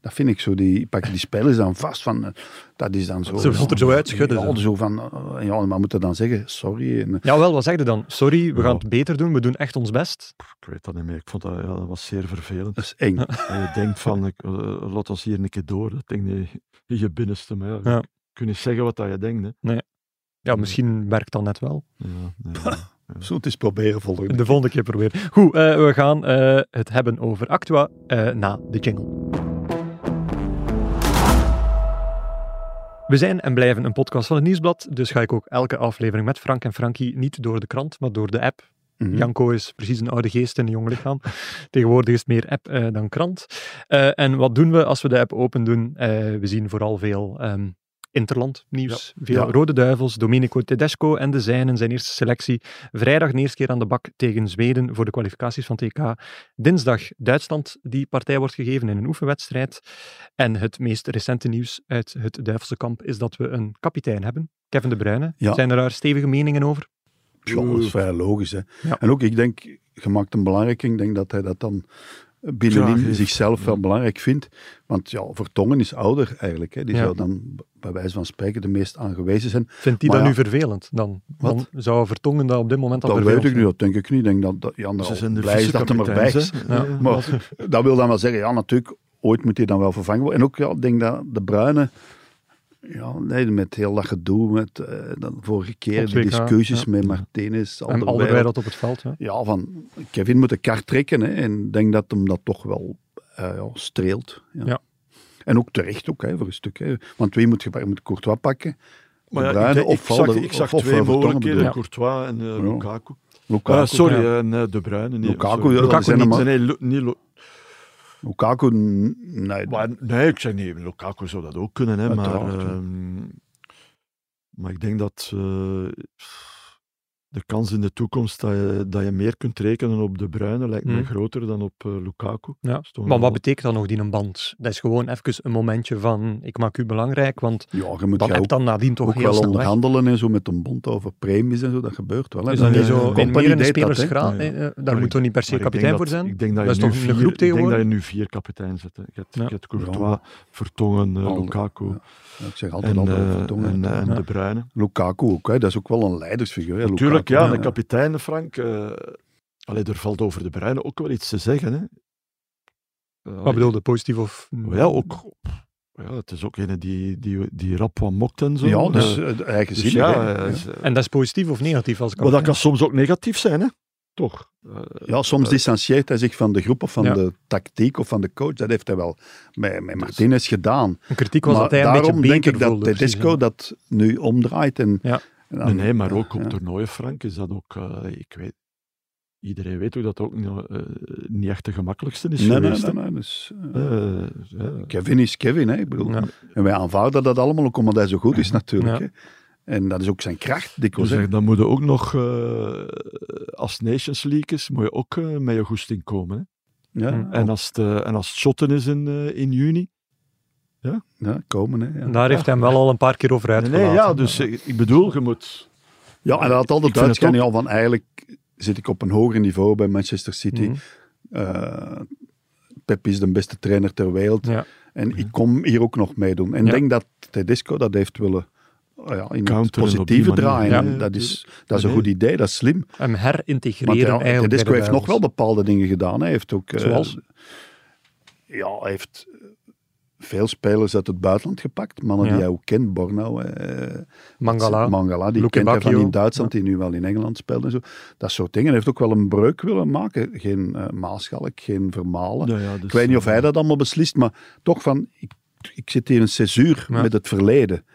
[SPEAKER 3] Dat vind ik zo, die pakken die spelers dan vast. Van, eh, dat is dan zo.
[SPEAKER 1] Ze zullen er zo uitschudden,
[SPEAKER 3] Ja,
[SPEAKER 1] zo.
[SPEAKER 3] zo van, eh, ja, maar moeten dan zeggen, sorry. En, eh,
[SPEAKER 1] Jawel, wat zeg je dan? Sorry, we
[SPEAKER 4] Ja.
[SPEAKER 1] gaan het beter doen, we doen echt ons best.
[SPEAKER 4] Ik weet dat niet meer. Ik vond dat, ja, dat was zeer
[SPEAKER 3] (laughs)
[SPEAKER 4] vervelend.
[SPEAKER 3] dat is eng.
[SPEAKER 4] En je denkt van, ik, eh, laat ons hier een keer door. Dat denk je in je binnenste. Maar ja,
[SPEAKER 1] Ja.
[SPEAKER 4] je kunt niet zeggen wat dat je denkt. Hè.
[SPEAKER 1] Ja, misschien werkt dat net wel.
[SPEAKER 3] (laughs)
[SPEAKER 4] Ja, nee, nee.
[SPEAKER 3] Zo, het is proberen volgen.
[SPEAKER 1] De volgende keer proberen. Goed, eh, we gaan eh, het hebben over Actua eh, na de jingle. We zijn en blijven een podcast van het Nieuwsblad, dus ga ik ook elke aflevering met Frank en Frankie niet door de krant, maar door de app.
[SPEAKER 3] Mhm.
[SPEAKER 1] Janko is precies een oude geest in een jong lichaam. (laughs) Tegenwoordig is het meer app eh, dan krant. Eh, en wat doen we als we de app open doen? Eh, we zien vooral veel ehm, Interland nieuws. Veel
[SPEAKER 3] Ja.
[SPEAKER 1] Rode Duivels, Domenico Tedesco en de zijnen zijn eerste selectie. Vrijdag de eerste keer aan de bak tegen Zweden voor de kwalificaties van TK. Dinsdag Duitsland die partij wordt gegeven in een oefenwedstrijd. En het meest recente nieuws uit het Duivelse kamp is dat we een kapitein hebben. Kevin De Bruyne.
[SPEAKER 3] Ja.
[SPEAKER 1] Zijn er daar stevige meningen over?
[SPEAKER 3] Ja, dat is vrij logisch. Hè.
[SPEAKER 1] Ja.
[SPEAKER 3] En ook, ik denk, je maakt hem belangrijk. Ik denk dat hij dat dan binnenin
[SPEAKER 4] Graag heeft.
[SPEAKER 3] zichzelf wel
[SPEAKER 4] Ja.
[SPEAKER 3] belangrijk vindt. Want ja, Vertongen is ouder eigenlijk. Hè. Die
[SPEAKER 1] Ja.
[SPEAKER 3] zou dan, b- bij wijze van spreken, de meest aangewezen zijn.
[SPEAKER 1] Vindt die
[SPEAKER 3] Maar
[SPEAKER 1] dat nu
[SPEAKER 3] ja.
[SPEAKER 1] vervelend dan?
[SPEAKER 3] Wat?
[SPEAKER 1] Dan zou Vertongen dat op dit moment al
[SPEAKER 3] Dat weet
[SPEAKER 1] vervelend
[SPEAKER 3] ik nu,
[SPEAKER 1] zijn.
[SPEAKER 3] dat denk ik niet. Ik denk dat, dat Jan er
[SPEAKER 4] Ze
[SPEAKER 3] al
[SPEAKER 4] zijn de
[SPEAKER 3] Nou, blij is dat hij erbij
[SPEAKER 4] vice-kapiteins,
[SPEAKER 3] is.
[SPEAKER 4] hè.
[SPEAKER 1] Ja.
[SPEAKER 4] Eh,
[SPEAKER 3] Maar- (laughs)
[SPEAKER 4] was het-
[SPEAKER 3] Dat wil dan wel zeggen, ja, natuurlijk, ooit moet hij dan wel vervangen worden. En ook, ja, ik denk dat de Bruine, ja, nee, met heel dat gedoe, met eh, dat vorige keer,
[SPEAKER 1] Op
[SPEAKER 3] die
[SPEAKER 1] WK,
[SPEAKER 3] discussies
[SPEAKER 1] ja.
[SPEAKER 3] met Martinez,
[SPEAKER 1] En
[SPEAKER 3] Alderweireld.
[SPEAKER 1] Alderweireld op het veld, ja.
[SPEAKER 3] Ja, van Kevin moet de kaart trekken hè, en ik denk dat hem dat toch wel eh, ja, streelt. Ja.
[SPEAKER 1] Ja.
[SPEAKER 3] En ook terecht ook, hè, voor een stuk. Hè. Want wie moet je pak- moet Courtois pakken?
[SPEAKER 4] Maar ja,
[SPEAKER 3] De Bruyne
[SPEAKER 4] ik, ik
[SPEAKER 3] of
[SPEAKER 4] zag,
[SPEAKER 3] Valde-
[SPEAKER 4] ik zag
[SPEAKER 3] of- of
[SPEAKER 4] twee
[SPEAKER 3] Vertongen
[SPEAKER 4] mogelijkheden,
[SPEAKER 3] bedoel ik.
[SPEAKER 4] Courtois en eh, Lukaku.
[SPEAKER 3] Lukaku,
[SPEAKER 4] Ah, sorry,
[SPEAKER 1] ja.
[SPEAKER 4] en eh, De Bruyne. Nee,
[SPEAKER 3] Lukaku,
[SPEAKER 4] sorry.
[SPEAKER 3] ja, dat
[SPEAKER 4] Lukaku
[SPEAKER 3] zijn
[SPEAKER 4] niet.
[SPEAKER 3] hem-
[SPEAKER 4] Nee, Lu- niet Lu-
[SPEAKER 3] Lukaku, n- nee.
[SPEAKER 4] maar, nee, ik zeg niet, Lukaku zou dat ook kunnen, hè, maar,
[SPEAKER 3] Uiteraard, ja.
[SPEAKER 4] ehm, maar ik denk dat eh, de kans in de toekomst dat je, dat je meer kunt rekenen op De Bruyne lijkt me
[SPEAKER 1] Hmm.
[SPEAKER 4] groter dan op eh, Lukaku.
[SPEAKER 1] Ja.
[SPEAKER 4] Dat is toch
[SPEAKER 1] Maar
[SPEAKER 4] wel-
[SPEAKER 1] wat betekent dan nog die een band? Dat is gewoon even een momentje van, ik maak u belangrijk, want
[SPEAKER 3] ja, je moet
[SPEAKER 1] dat
[SPEAKER 3] jij
[SPEAKER 1] heb
[SPEAKER 3] ook,
[SPEAKER 1] dan nadien toch
[SPEAKER 3] ook
[SPEAKER 1] heel
[SPEAKER 3] wel
[SPEAKER 1] snel weg.
[SPEAKER 3] onderhandelen en zo met een bond over premies en zo, dat gebeurt wel. Hè.
[SPEAKER 1] Is dat
[SPEAKER 4] Ja,
[SPEAKER 1] niet
[SPEAKER 4] ja,
[SPEAKER 1] zo
[SPEAKER 4] ja.
[SPEAKER 1] in
[SPEAKER 3] Company
[SPEAKER 1] meer een
[SPEAKER 3] deed dat, hè.
[SPEAKER 1] spelersgraad?
[SPEAKER 4] Ja,
[SPEAKER 1] Eh,
[SPEAKER 4] ja.
[SPEAKER 1] eh, Daar
[SPEAKER 4] ik-
[SPEAKER 1] moet toch niet per
[SPEAKER 4] maar
[SPEAKER 1] se
[SPEAKER 4] ik denk
[SPEAKER 1] kapitein
[SPEAKER 4] dat-
[SPEAKER 1] voor zijn?
[SPEAKER 4] Ik denk dat,
[SPEAKER 1] Dat
[SPEAKER 4] je
[SPEAKER 1] is
[SPEAKER 4] nu
[SPEAKER 1] toch een
[SPEAKER 4] vier,
[SPEAKER 1] groep
[SPEAKER 4] ik denk dat
[SPEAKER 1] tegenwoordig?
[SPEAKER 4] je nu vier kapiteins hebt. hè. Je hebt,
[SPEAKER 1] Ja.
[SPEAKER 4] je hebt Courtois, Vertongen, eh,
[SPEAKER 3] Alder.
[SPEAKER 4] Lukaku
[SPEAKER 3] Ja. Ja, ik zeg altijd
[SPEAKER 4] en,
[SPEAKER 3] al
[SPEAKER 4] eh,
[SPEAKER 3] Vertongen.
[SPEAKER 4] en, eh, en
[SPEAKER 1] Ja.
[SPEAKER 4] De Bruyne.
[SPEAKER 3] Lukaku ook, hè. dat is ook wel een leidersfiguur. Hè.
[SPEAKER 4] Natuurlijk, ja,
[SPEAKER 3] Lukaku,
[SPEAKER 4] de kapitein, Frank. eh allee, er valt over De Bruyne ook wel iets te zeggen. Hè. Allee,
[SPEAKER 1] Wat bedoel je, positief of...
[SPEAKER 4] Ja, ook, ja, het is ook een die, die, die rap wat mokt en zo.
[SPEAKER 3] Ja, dus
[SPEAKER 4] Eh,
[SPEAKER 3] uh,
[SPEAKER 4] dus
[SPEAKER 3] eigenzinnig.
[SPEAKER 4] ja,
[SPEAKER 3] hè.
[SPEAKER 4] eh,
[SPEAKER 3] ja.
[SPEAKER 4] is, eh,
[SPEAKER 1] En dat is positief of negatief als
[SPEAKER 4] maar dat
[SPEAKER 1] kapitein?
[SPEAKER 4] kan soms ook negatief zijn, hè? Toch? Eh,
[SPEAKER 3] Ja, soms
[SPEAKER 4] Eh,
[SPEAKER 3] distancieert hij zich van de groep of van
[SPEAKER 1] Ja.
[SPEAKER 3] de tactiek of van de coach. Dat heeft hij wel met, met Martinez gedaan.
[SPEAKER 1] Een kritiek was
[SPEAKER 3] maar
[SPEAKER 1] dat hij een
[SPEAKER 3] daarom
[SPEAKER 1] beetje
[SPEAKER 3] denk
[SPEAKER 1] beter
[SPEAKER 3] ik dat
[SPEAKER 1] voelde, precies,
[SPEAKER 3] Tedesco
[SPEAKER 1] ja.
[SPEAKER 3] dat nu omdraait. En,
[SPEAKER 1] Ja.
[SPEAKER 3] en
[SPEAKER 4] nee,
[SPEAKER 3] dan-
[SPEAKER 4] nee, maar ook op
[SPEAKER 3] ja.
[SPEAKER 4] toernooien, Frank, is dat ook. eh, ik weet, iedereen weet ook dat dat ook niet, eh, niet echt de gemakkelijkste is.
[SPEAKER 3] Nee, nee,
[SPEAKER 4] geweest,
[SPEAKER 3] nee.
[SPEAKER 4] hè.
[SPEAKER 3] nee, dus, eh,
[SPEAKER 4] Eh, ja.
[SPEAKER 3] Kevin is Kevin, hè, ik bedoel.
[SPEAKER 1] Ja.
[SPEAKER 3] En wij aanvaarden dat allemaal ook omdat hij zo goed is natuurlijk.
[SPEAKER 1] Ja.
[SPEAKER 3] Hè. En dat is ook zijn kracht,
[SPEAKER 4] Dus
[SPEAKER 3] dikwijls. hè.
[SPEAKER 4] zeg, dan moet je ook nog, eh, als Nations League is, moet je ook eh, met je goesting komen. Hè?
[SPEAKER 3] Ja,
[SPEAKER 4] En, als het, eh, en als het shotten is in, eh, in juni.
[SPEAKER 3] ja, komen. Hè, ja.
[SPEAKER 1] Daar heeft hij hem wel al een paar keer over
[SPEAKER 4] Nee, dus, nee,
[SPEAKER 1] uitgelaten.
[SPEAKER 4] ja, dus eh, ik bedoel, je moet,
[SPEAKER 3] Ja, en dat had altijd
[SPEAKER 4] Ik vind het
[SPEAKER 3] uitgaan ja, van eigenlijk zit ik op een hoger niveau bij Manchester City.
[SPEAKER 1] Mhm.
[SPEAKER 3] Eh, Pep is de beste trainer ter wereld.
[SPEAKER 1] Ja.
[SPEAKER 3] En ik kom hier ook nog meedoen. En ik
[SPEAKER 1] Ja.
[SPEAKER 3] denk dat Tedesco dat heeft willen ah ja, in het
[SPEAKER 4] Counteren op die
[SPEAKER 3] positieve
[SPEAKER 4] manier.
[SPEAKER 3] draaien.
[SPEAKER 4] Ja,
[SPEAKER 3] hè.
[SPEAKER 4] ja,
[SPEAKER 3] dat is, dat is een
[SPEAKER 4] Nee.
[SPEAKER 3] goed idee, dat is slim.
[SPEAKER 1] Hem herintegreren
[SPEAKER 3] Want ja,
[SPEAKER 1] eigenlijk.
[SPEAKER 3] Tedesco
[SPEAKER 1] bij de
[SPEAKER 3] heeft nog wel
[SPEAKER 1] Duivels.
[SPEAKER 3] bepaalde dingen gedaan. Hij heeft ook... eh,
[SPEAKER 1] Zoals?
[SPEAKER 3] ja, hij heeft eh, veel spelers uit het buitenland gepakt. Mannen
[SPEAKER 1] Ja.
[SPEAKER 3] die hij ook kent, Borno. eh,
[SPEAKER 1] Mangala.
[SPEAKER 3] Mangala, die
[SPEAKER 1] Luke
[SPEAKER 3] kent hij van
[SPEAKER 1] Bacchio.
[SPEAKER 3] in Duitsland, die nu wel in Engeland speelt en zo. Dat soort dingen. Hij heeft ook wel een breuk willen maken. Geen eh, Maaschalk, geen Vermalen.
[SPEAKER 4] Ja, ja, dus,
[SPEAKER 3] ik weet niet of hij dat allemaal beslist, maar toch van, ik, ik zit hier een cesuur
[SPEAKER 1] Ja.
[SPEAKER 3] met het verleden.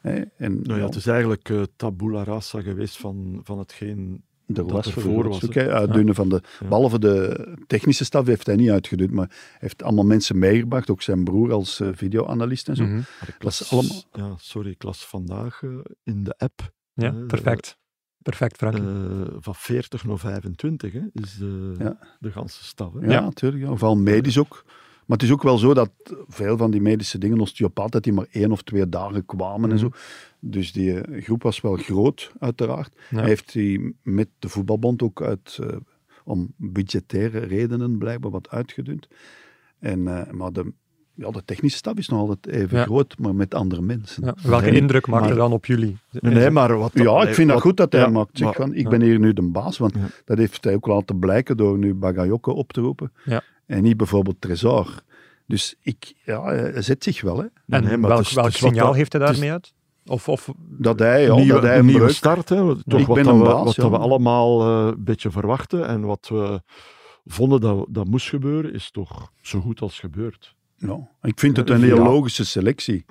[SPEAKER 3] Hè, en
[SPEAKER 4] Nou ja,
[SPEAKER 3] ja,
[SPEAKER 4] het is eigenlijk eh, tabula rasa geweest van, van hetgeen...
[SPEAKER 3] er
[SPEAKER 4] dat
[SPEAKER 3] was
[SPEAKER 4] ervoor
[SPEAKER 3] voor
[SPEAKER 4] was,
[SPEAKER 3] was. Ook,
[SPEAKER 4] hè.
[SPEAKER 3] hè, uitdunnen van de,
[SPEAKER 4] Ja.
[SPEAKER 3] Behalve de technische staf heeft hij niet uitgedund, maar hij heeft allemaal mensen meegebracht, ook zijn broer als eh, videoanalist en zo.
[SPEAKER 1] Mhm.
[SPEAKER 4] Maar ik
[SPEAKER 3] Dat is
[SPEAKER 4] las-
[SPEAKER 3] allemaal-
[SPEAKER 4] Ja, sorry, ik las vandaag eh, in de app
[SPEAKER 1] Ja,
[SPEAKER 4] Eh,
[SPEAKER 1] perfect. Perfect, Frank.
[SPEAKER 4] eh, van 40 naar 25, hè, is de,
[SPEAKER 3] Ja.
[SPEAKER 4] de ganse stap. Hè.
[SPEAKER 3] Ja, natuurlijk. Ja. Vooral medisch ook. Maar het is ook wel zo dat veel van die medische dingen, osteopaat, dat die maar één of twee dagen kwamen en zo.
[SPEAKER 1] Mhm.
[SPEAKER 3] Dus die eh, groep was wel groot, uiteraard.
[SPEAKER 1] Ja.
[SPEAKER 3] Hij heeft die met de voetbalbond ook uit, eh, om budgettaire redenen blijkbaar wat uitgedund. En, eh, maar de, ja, de technische stap is nog altijd even
[SPEAKER 1] Ja.
[SPEAKER 3] groot, maar met andere mensen.
[SPEAKER 1] Ja. Welke
[SPEAKER 4] Nee,
[SPEAKER 1] indruk maakt
[SPEAKER 4] maar-
[SPEAKER 1] er dan op jullie?
[SPEAKER 4] Nee, nee, maar wat...
[SPEAKER 3] Ja, ik vind dat
[SPEAKER 4] wat-
[SPEAKER 3] goed dat hij
[SPEAKER 4] ja,
[SPEAKER 3] maakt. Zeg
[SPEAKER 4] maar-
[SPEAKER 3] van, ik
[SPEAKER 1] ja.
[SPEAKER 3] ben hier nu de baas, want
[SPEAKER 4] Ja.
[SPEAKER 3] dat heeft hij ook laten blijken door nu Bagayoko op te roepen.
[SPEAKER 1] Ja.
[SPEAKER 3] En niet bijvoorbeeld Trezor. Dus ik, ja, hij zet zich wel. Hè.
[SPEAKER 1] En
[SPEAKER 4] Nee, maar
[SPEAKER 1] welk,
[SPEAKER 4] het is-
[SPEAKER 1] welk
[SPEAKER 4] het is wat
[SPEAKER 1] signaal
[SPEAKER 4] dat-
[SPEAKER 1] heeft hij
[SPEAKER 4] het is-
[SPEAKER 1] daarmee uit? Of, of
[SPEAKER 3] Dat hij, ja,
[SPEAKER 4] nieuwe,
[SPEAKER 3] dat hij een
[SPEAKER 4] nieuwe
[SPEAKER 3] breuk-
[SPEAKER 4] start, hè, wat- toch
[SPEAKER 3] Ik
[SPEAKER 4] wat,
[SPEAKER 3] ben
[SPEAKER 4] dat
[SPEAKER 3] een
[SPEAKER 4] we,
[SPEAKER 3] baas,
[SPEAKER 4] wat
[SPEAKER 3] ja.
[SPEAKER 4] dat we allemaal eh, een beetje verwachten en wat we vonden dat, dat moest gebeuren, is toch zo goed als gebeurd.
[SPEAKER 3] Ja. Ik vind het
[SPEAKER 4] Ja,
[SPEAKER 3] een heel
[SPEAKER 4] ja.
[SPEAKER 3] logische selectie.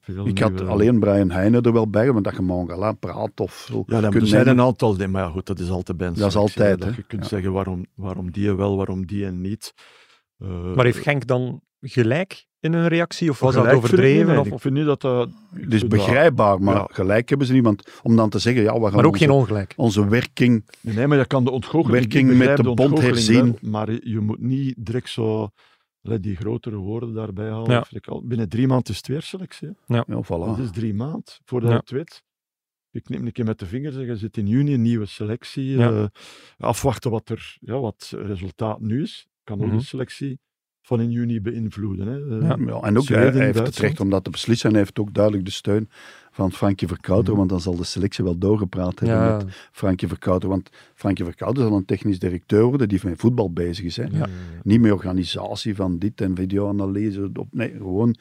[SPEAKER 4] Veel
[SPEAKER 3] Ik had
[SPEAKER 4] nieuwe-
[SPEAKER 3] alleen Brian Heijnen er wel bij, want dat je Mangala praat of zo.
[SPEAKER 4] Ja, dan
[SPEAKER 3] kunt
[SPEAKER 4] zijn
[SPEAKER 3] nemen.
[SPEAKER 4] een aantal dingen, maar ja, goed, dat is altijd bij een
[SPEAKER 3] Dat is
[SPEAKER 4] selectie, hè,
[SPEAKER 3] altijd,
[SPEAKER 4] Dat
[SPEAKER 3] hè.
[SPEAKER 4] je kunt
[SPEAKER 3] Ja.
[SPEAKER 4] zeggen waarom, waarom die wel, waarom die en niet. Eh,
[SPEAKER 1] Maar heeft Genk dan gelijk in hun reactie? Of was
[SPEAKER 4] gelijk
[SPEAKER 1] dat
[SPEAKER 4] vind ik niet,
[SPEAKER 1] overdreven?
[SPEAKER 4] nee,
[SPEAKER 1] Of,
[SPEAKER 4] ik
[SPEAKER 1] of-
[SPEAKER 4] vind niet dat dat...
[SPEAKER 3] Het is begrijpbaar, maar
[SPEAKER 4] Ja.
[SPEAKER 3] gelijk hebben ze niemand. Om dan te zeggen, ja, we gaan
[SPEAKER 1] maar ook
[SPEAKER 3] onze,
[SPEAKER 1] geen ongelijk.
[SPEAKER 3] onze werking...
[SPEAKER 4] Nee, nee, maar je kan de ontgoocheling... ik
[SPEAKER 3] Werking met
[SPEAKER 4] begrijp
[SPEAKER 3] de bond
[SPEAKER 4] ontgoocheling
[SPEAKER 3] herzien.
[SPEAKER 4] wel, maar je moet niet direct zo let die grotere woorden daarbij halen.
[SPEAKER 1] Ja.
[SPEAKER 4] Vind ik al- Binnen drie maanden is het weer selectie. hè.
[SPEAKER 3] Ja,
[SPEAKER 4] Dat
[SPEAKER 3] voilà.
[SPEAKER 4] is drie maanden voordat
[SPEAKER 1] Ja.
[SPEAKER 4] je het weet. Je knipt een keer met de vingers en je zit in juni, een nieuwe selectie.
[SPEAKER 1] Ja.
[SPEAKER 4] eh, afwachten wat er ja, wat resultaat nu is. Kan ook
[SPEAKER 1] Mhm.
[SPEAKER 4] de selectie van in juni beïnvloeden. Hè. Eh,
[SPEAKER 1] Ja.
[SPEAKER 3] Ja, en ook,
[SPEAKER 4] Zweden,
[SPEAKER 3] hij, hij heeft het
[SPEAKER 4] Duitsland.
[SPEAKER 3] recht om dat te beslissen. Hij heeft ook duidelijk de steun van Frankie Verkouter, want dan zal de selectie wel doorgepraat hebben
[SPEAKER 1] Mm. Ja,
[SPEAKER 3] met Frankie Verkouter. Want Frankie Verkouter zal een technisch directeur worden die met voetbal bezig is. Hè.
[SPEAKER 1] Ja.
[SPEAKER 3] Niet meer organisatie van dit en videoanalyse. Op, nee, gewoon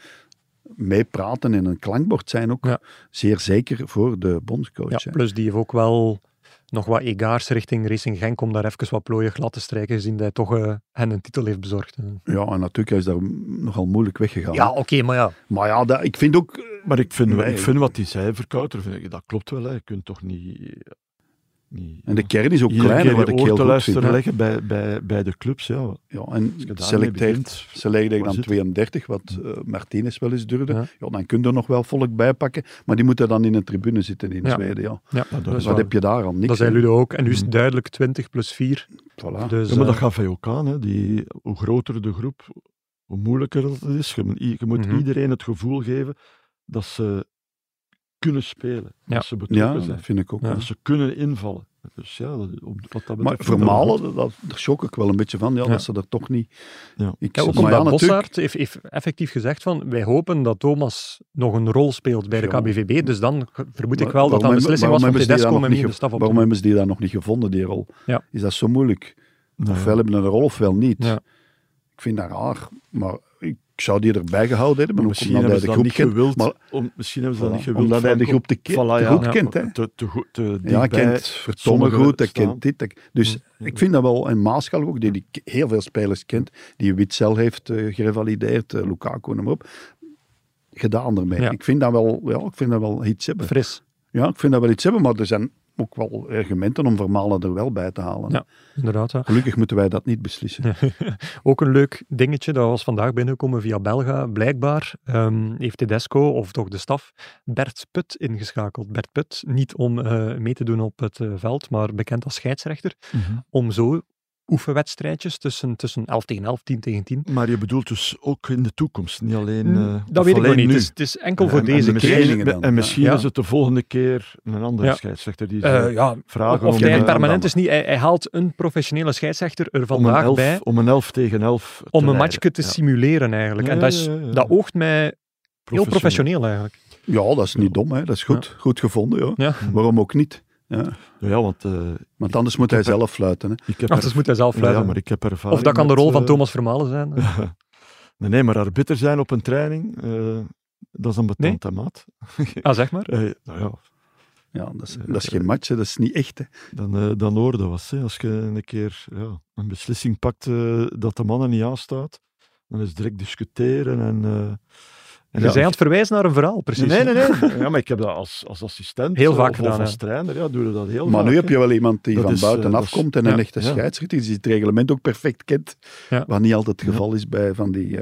[SPEAKER 3] meepraten en een klankbord zijn ook.
[SPEAKER 1] Ja.
[SPEAKER 3] Zeer zeker voor de bondscoach.
[SPEAKER 1] ja,
[SPEAKER 3] hè.
[SPEAKER 1] plus die heeft ook wel nog wat egaars richting Racing Genk om daar even wat plooien glad te strijken, gezien dat hij toch eh, hen een titel heeft bezorgd. eh.
[SPEAKER 3] Ja, en natuurlijk hij is daar nogal moeilijk weggegaan.
[SPEAKER 1] Ja, oké, maar ja.
[SPEAKER 3] Maar ja, dat, ik vind ook... eh,
[SPEAKER 4] Maar ik vind,
[SPEAKER 3] Nee.
[SPEAKER 4] ik vind wat die zei, Verkouter, vind ik, dat klopt wel. Hè. Je kunt toch niet... eh, niet
[SPEAKER 3] En de kern is ook
[SPEAKER 4] Iedere
[SPEAKER 3] kleiner,
[SPEAKER 4] keer
[SPEAKER 3] wat
[SPEAKER 4] je
[SPEAKER 3] ik
[SPEAKER 4] oor
[SPEAKER 3] heel
[SPEAKER 4] te
[SPEAKER 3] goed
[SPEAKER 4] luisteren
[SPEAKER 3] vind. hè.
[SPEAKER 4] leggen bij, bij, bij de clubs. Ja.
[SPEAKER 3] Ja, en
[SPEAKER 4] je daarmee
[SPEAKER 3] selecteert,
[SPEAKER 4] begint,
[SPEAKER 3] selecteert dan
[SPEAKER 4] waar zit
[SPEAKER 3] 32, wat eh, Martinez wel eens durfde.
[SPEAKER 1] Ja.
[SPEAKER 3] Ja. dan kun je er nog wel volk bij pakken, maar die moeten dan in een tribune zitten in
[SPEAKER 1] Ja.
[SPEAKER 3] Zweden. Ja.
[SPEAKER 1] ja
[SPEAKER 4] dat
[SPEAKER 1] dat is
[SPEAKER 4] is
[SPEAKER 3] Wat
[SPEAKER 1] waar.
[SPEAKER 3] heb je daar al? Niks.
[SPEAKER 1] Dat zei
[SPEAKER 3] hè.
[SPEAKER 1] Ludo ook. En nu is het
[SPEAKER 4] Mhm.
[SPEAKER 1] duidelijk 20 plus 4.
[SPEAKER 3] Voilà.
[SPEAKER 1] Dus,
[SPEAKER 4] Ja, maar dat
[SPEAKER 1] eh,
[SPEAKER 4] gaf hij ook aan. Hè. Die, hoe groter de groep, hoe moeilijker dat het is. Je, moet i- je moet
[SPEAKER 1] Mhm.
[SPEAKER 4] iedereen het gevoel geven dat ze kunnen spelen.
[SPEAKER 1] Ja.
[SPEAKER 4] Dat ze betrokken
[SPEAKER 3] ja, dat
[SPEAKER 4] zijn.
[SPEAKER 3] vind ik ook.
[SPEAKER 1] Ja.
[SPEAKER 3] wel.
[SPEAKER 4] Dat ze kunnen invallen. Dus ja, dat- op, wat dat betreft...
[SPEAKER 3] Maar Vermalen, dat, dat, daar schok ik wel een beetje van. Ja,
[SPEAKER 1] Ja.
[SPEAKER 3] dat ze dat toch niet...
[SPEAKER 4] Ja.
[SPEAKER 3] Ik,
[SPEAKER 1] Ja, ook
[SPEAKER 3] maar
[SPEAKER 1] omdat
[SPEAKER 3] natuurlijk-
[SPEAKER 1] Bossaert heeft, heeft effectief gezegd van wij hopen dat Thomas nog een rol speelt bij de
[SPEAKER 3] Ja.
[SPEAKER 1] KBVB. Dus dan ge- vermoed ik
[SPEAKER 3] Maar
[SPEAKER 1] wel dat dat een
[SPEAKER 3] waarom hebben-
[SPEAKER 1] beslissing was
[SPEAKER 3] waarom
[SPEAKER 1] van
[SPEAKER 3] hebben ze die
[SPEAKER 1] Tedesco
[SPEAKER 3] daar
[SPEAKER 1] om
[SPEAKER 3] nog
[SPEAKER 1] hem niet in
[SPEAKER 3] niet
[SPEAKER 1] de
[SPEAKER 3] ge-
[SPEAKER 1] staf op te
[SPEAKER 3] Waarom
[SPEAKER 1] nemen.
[SPEAKER 3] hebben ze die dan nog niet gevonden, die rol?
[SPEAKER 1] Ja.
[SPEAKER 3] Is dat zo moeilijk?
[SPEAKER 4] Nou ja.
[SPEAKER 3] Ofwel hebben ze een rol, ofwel niet.
[SPEAKER 1] Ja.
[SPEAKER 3] Ik vind dat raar, maar ik zou die erbij gehouden hebben. ook
[SPEAKER 4] Misschien
[SPEAKER 3] omdat
[SPEAKER 4] hebben
[SPEAKER 3] hij
[SPEAKER 4] ze
[SPEAKER 3] de
[SPEAKER 4] dat
[SPEAKER 3] groep
[SPEAKER 4] niet
[SPEAKER 3] kent,
[SPEAKER 4] gewild.
[SPEAKER 3] maar-
[SPEAKER 4] om, misschien hebben ze
[SPEAKER 3] Voilà,
[SPEAKER 4] dat niet gewild.
[SPEAKER 3] Omdat hij
[SPEAKER 4] van-
[SPEAKER 3] de groep te, ke-
[SPEAKER 4] Voilà,
[SPEAKER 3] te
[SPEAKER 4] ja.
[SPEAKER 3] goed kent. Hè?
[SPEAKER 4] Te, te goed, te
[SPEAKER 3] Ja, hij
[SPEAKER 4] dichtbij
[SPEAKER 3] kent Vertongen
[SPEAKER 4] sommigen
[SPEAKER 3] goed, hij
[SPEAKER 4] staan.
[SPEAKER 3] kent dit. hij- Dus
[SPEAKER 4] Ja.
[SPEAKER 3] ik vind dat wel, en Maaschalk ook, die, die heel veel spelers kent, die Witzel heeft eh, gerevalideerd, eh, Lukaku, noem maar op, gedaan ermee.
[SPEAKER 1] Ja.
[SPEAKER 3] Ik, vind dat wel, ja, ik vind dat wel iets hebben.
[SPEAKER 1] Fris,
[SPEAKER 3] Ja, ik vind dat wel iets hebben, maar er zijn ook wel argumenten om Vermalen er wel bij te halen.
[SPEAKER 1] Ja. inderdaad. ja.
[SPEAKER 3] Gelukkig moeten wij dat niet beslissen.
[SPEAKER 1] Ook een leuk dingetje, dat was vandaag binnengekomen via Belga. Blijkbaar ehm, heeft Tedesco, of toch de staf, Bert Put ingeschakeld. Bert Put, niet om eh, mee te doen op het eh, veld, maar bekend als scheidsrechter.
[SPEAKER 4] Mhm.
[SPEAKER 1] Om zo oefenwedstrijdjes tussen, tussen 11 tegen 11, 10 tegen 10.
[SPEAKER 4] Maar je bedoelt dus ook in de toekomst, niet alleen. eh,
[SPEAKER 1] Mm, Hm, dat
[SPEAKER 4] of
[SPEAKER 1] weet ik nog
[SPEAKER 4] alleen
[SPEAKER 1] niet.
[SPEAKER 4] nu.
[SPEAKER 1] Het is, het is enkel voor
[SPEAKER 3] En- en
[SPEAKER 1] deze
[SPEAKER 4] en misschien,
[SPEAKER 1] keer.
[SPEAKER 3] trainingen dan,
[SPEAKER 4] En
[SPEAKER 3] ja.
[SPEAKER 4] misschien
[SPEAKER 1] Ja.
[SPEAKER 4] is het de volgende keer een andere
[SPEAKER 1] Ja.
[SPEAKER 4] scheidsrechter die
[SPEAKER 1] Eh,
[SPEAKER 4] ze
[SPEAKER 1] ja,
[SPEAKER 4] vragen
[SPEAKER 1] of
[SPEAKER 4] om,
[SPEAKER 1] hij
[SPEAKER 4] eh,
[SPEAKER 1] permanent is niet. Hij, hij haalt een professionele scheidsrechter er
[SPEAKER 4] om, een
[SPEAKER 1] vandaag
[SPEAKER 4] elf,
[SPEAKER 1] bij
[SPEAKER 4] om een elf tegen elf te
[SPEAKER 1] om een
[SPEAKER 4] leiden.
[SPEAKER 1] matchje te
[SPEAKER 4] Ja.
[SPEAKER 1] simuleren eigenlijk. en
[SPEAKER 4] Ja,
[SPEAKER 1] dat, is,
[SPEAKER 4] ja, ja, ja.
[SPEAKER 1] dat oogt mij heel professioneel eigenlijk.
[SPEAKER 3] Ja, dat is niet dom, hè. dat is goed, goed gevonden. Ja.
[SPEAKER 1] Ja.
[SPEAKER 3] Waarom ook niet? Ja.
[SPEAKER 4] Ja, want eh,
[SPEAKER 3] Want anders moet hij zelf fluiten. Hè.
[SPEAKER 4] ik heb
[SPEAKER 1] Anders moet hij zelf
[SPEAKER 4] Ja,
[SPEAKER 1] fluiten.
[SPEAKER 4] ja, maar ik heb ervaring.
[SPEAKER 1] of dat kan de
[SPEAKER 4] met,
[SPEAKER 1] rol van
[SPEAKER 4] eh,
[SPEAKER 1] Thomas Vermalen
[SPEAKER 4] (laughs)
[SPEAKER 1] zijn.
[SPEAKER 4] Nee, nee, maar arbiter zijn op een training, eh, dat is een betante maat.
[SPEAKER 1] Ah, zeg maar.
[SPEAKER 4] Eh, nou ja,
[SPEAKER 3] Ja, dat, is, dat is geen match, hè. dat is niet echt. Hè.
[SPEAKER 4] dan, eh, dan hoorde was. Hè. Als je een keer ja, een beslissing pakt eh, dat de mannen niet aanstaat, dan is het direct discussiëren. En, eh, en
[SPEAKER 1] Je
[SPEAKER 4] ja,
[SPEAKER 1] zei Dus aan het verwijzen naar een verhaal, precies.
[SPEAKER 4] Nee, nee,
[SPEAKER 1] (laughs)
[SPEAKER 4] nee. ja, maar ik heb dat als, als assistent
[SPEAKER 1] Heel
[SPEAKER 4] eh,
[SPEAKER 1] vaak
[SPEAKER 4] of,
[SPEAKER 1] gedaan,
[SPEAKER 4] Of als
[SPEAKER 1] ja.
[SPEAKER 4] trainer, ja, doe je dat heel
[SPEAKER 3] Maar
[SPEAKER 4] vaak.
[SPEAKER 3] nu heb
[SPEAKER 4] hè.
[SPEAKER 3] je wel iemand die
[SPEAKER 4] Oh, Dat
[SPEAKER 3] van
[SPEAKER 4] is, eh, dat
[SPEAKER 3] buitenaf
[SPEAKER 4] is-
[SPEAKER 3] komt en
[SPEAKER 4] ja,
[SPEAKER 3] een echte
[SPEAKER 4] ja.
[SPEAKER 3] scheidsrechter die het reglement ook perfect kent.
[SPEAKER 1] Ja.
[SPEAKER 3] Wat niet altijd het geval is bij van die... eh,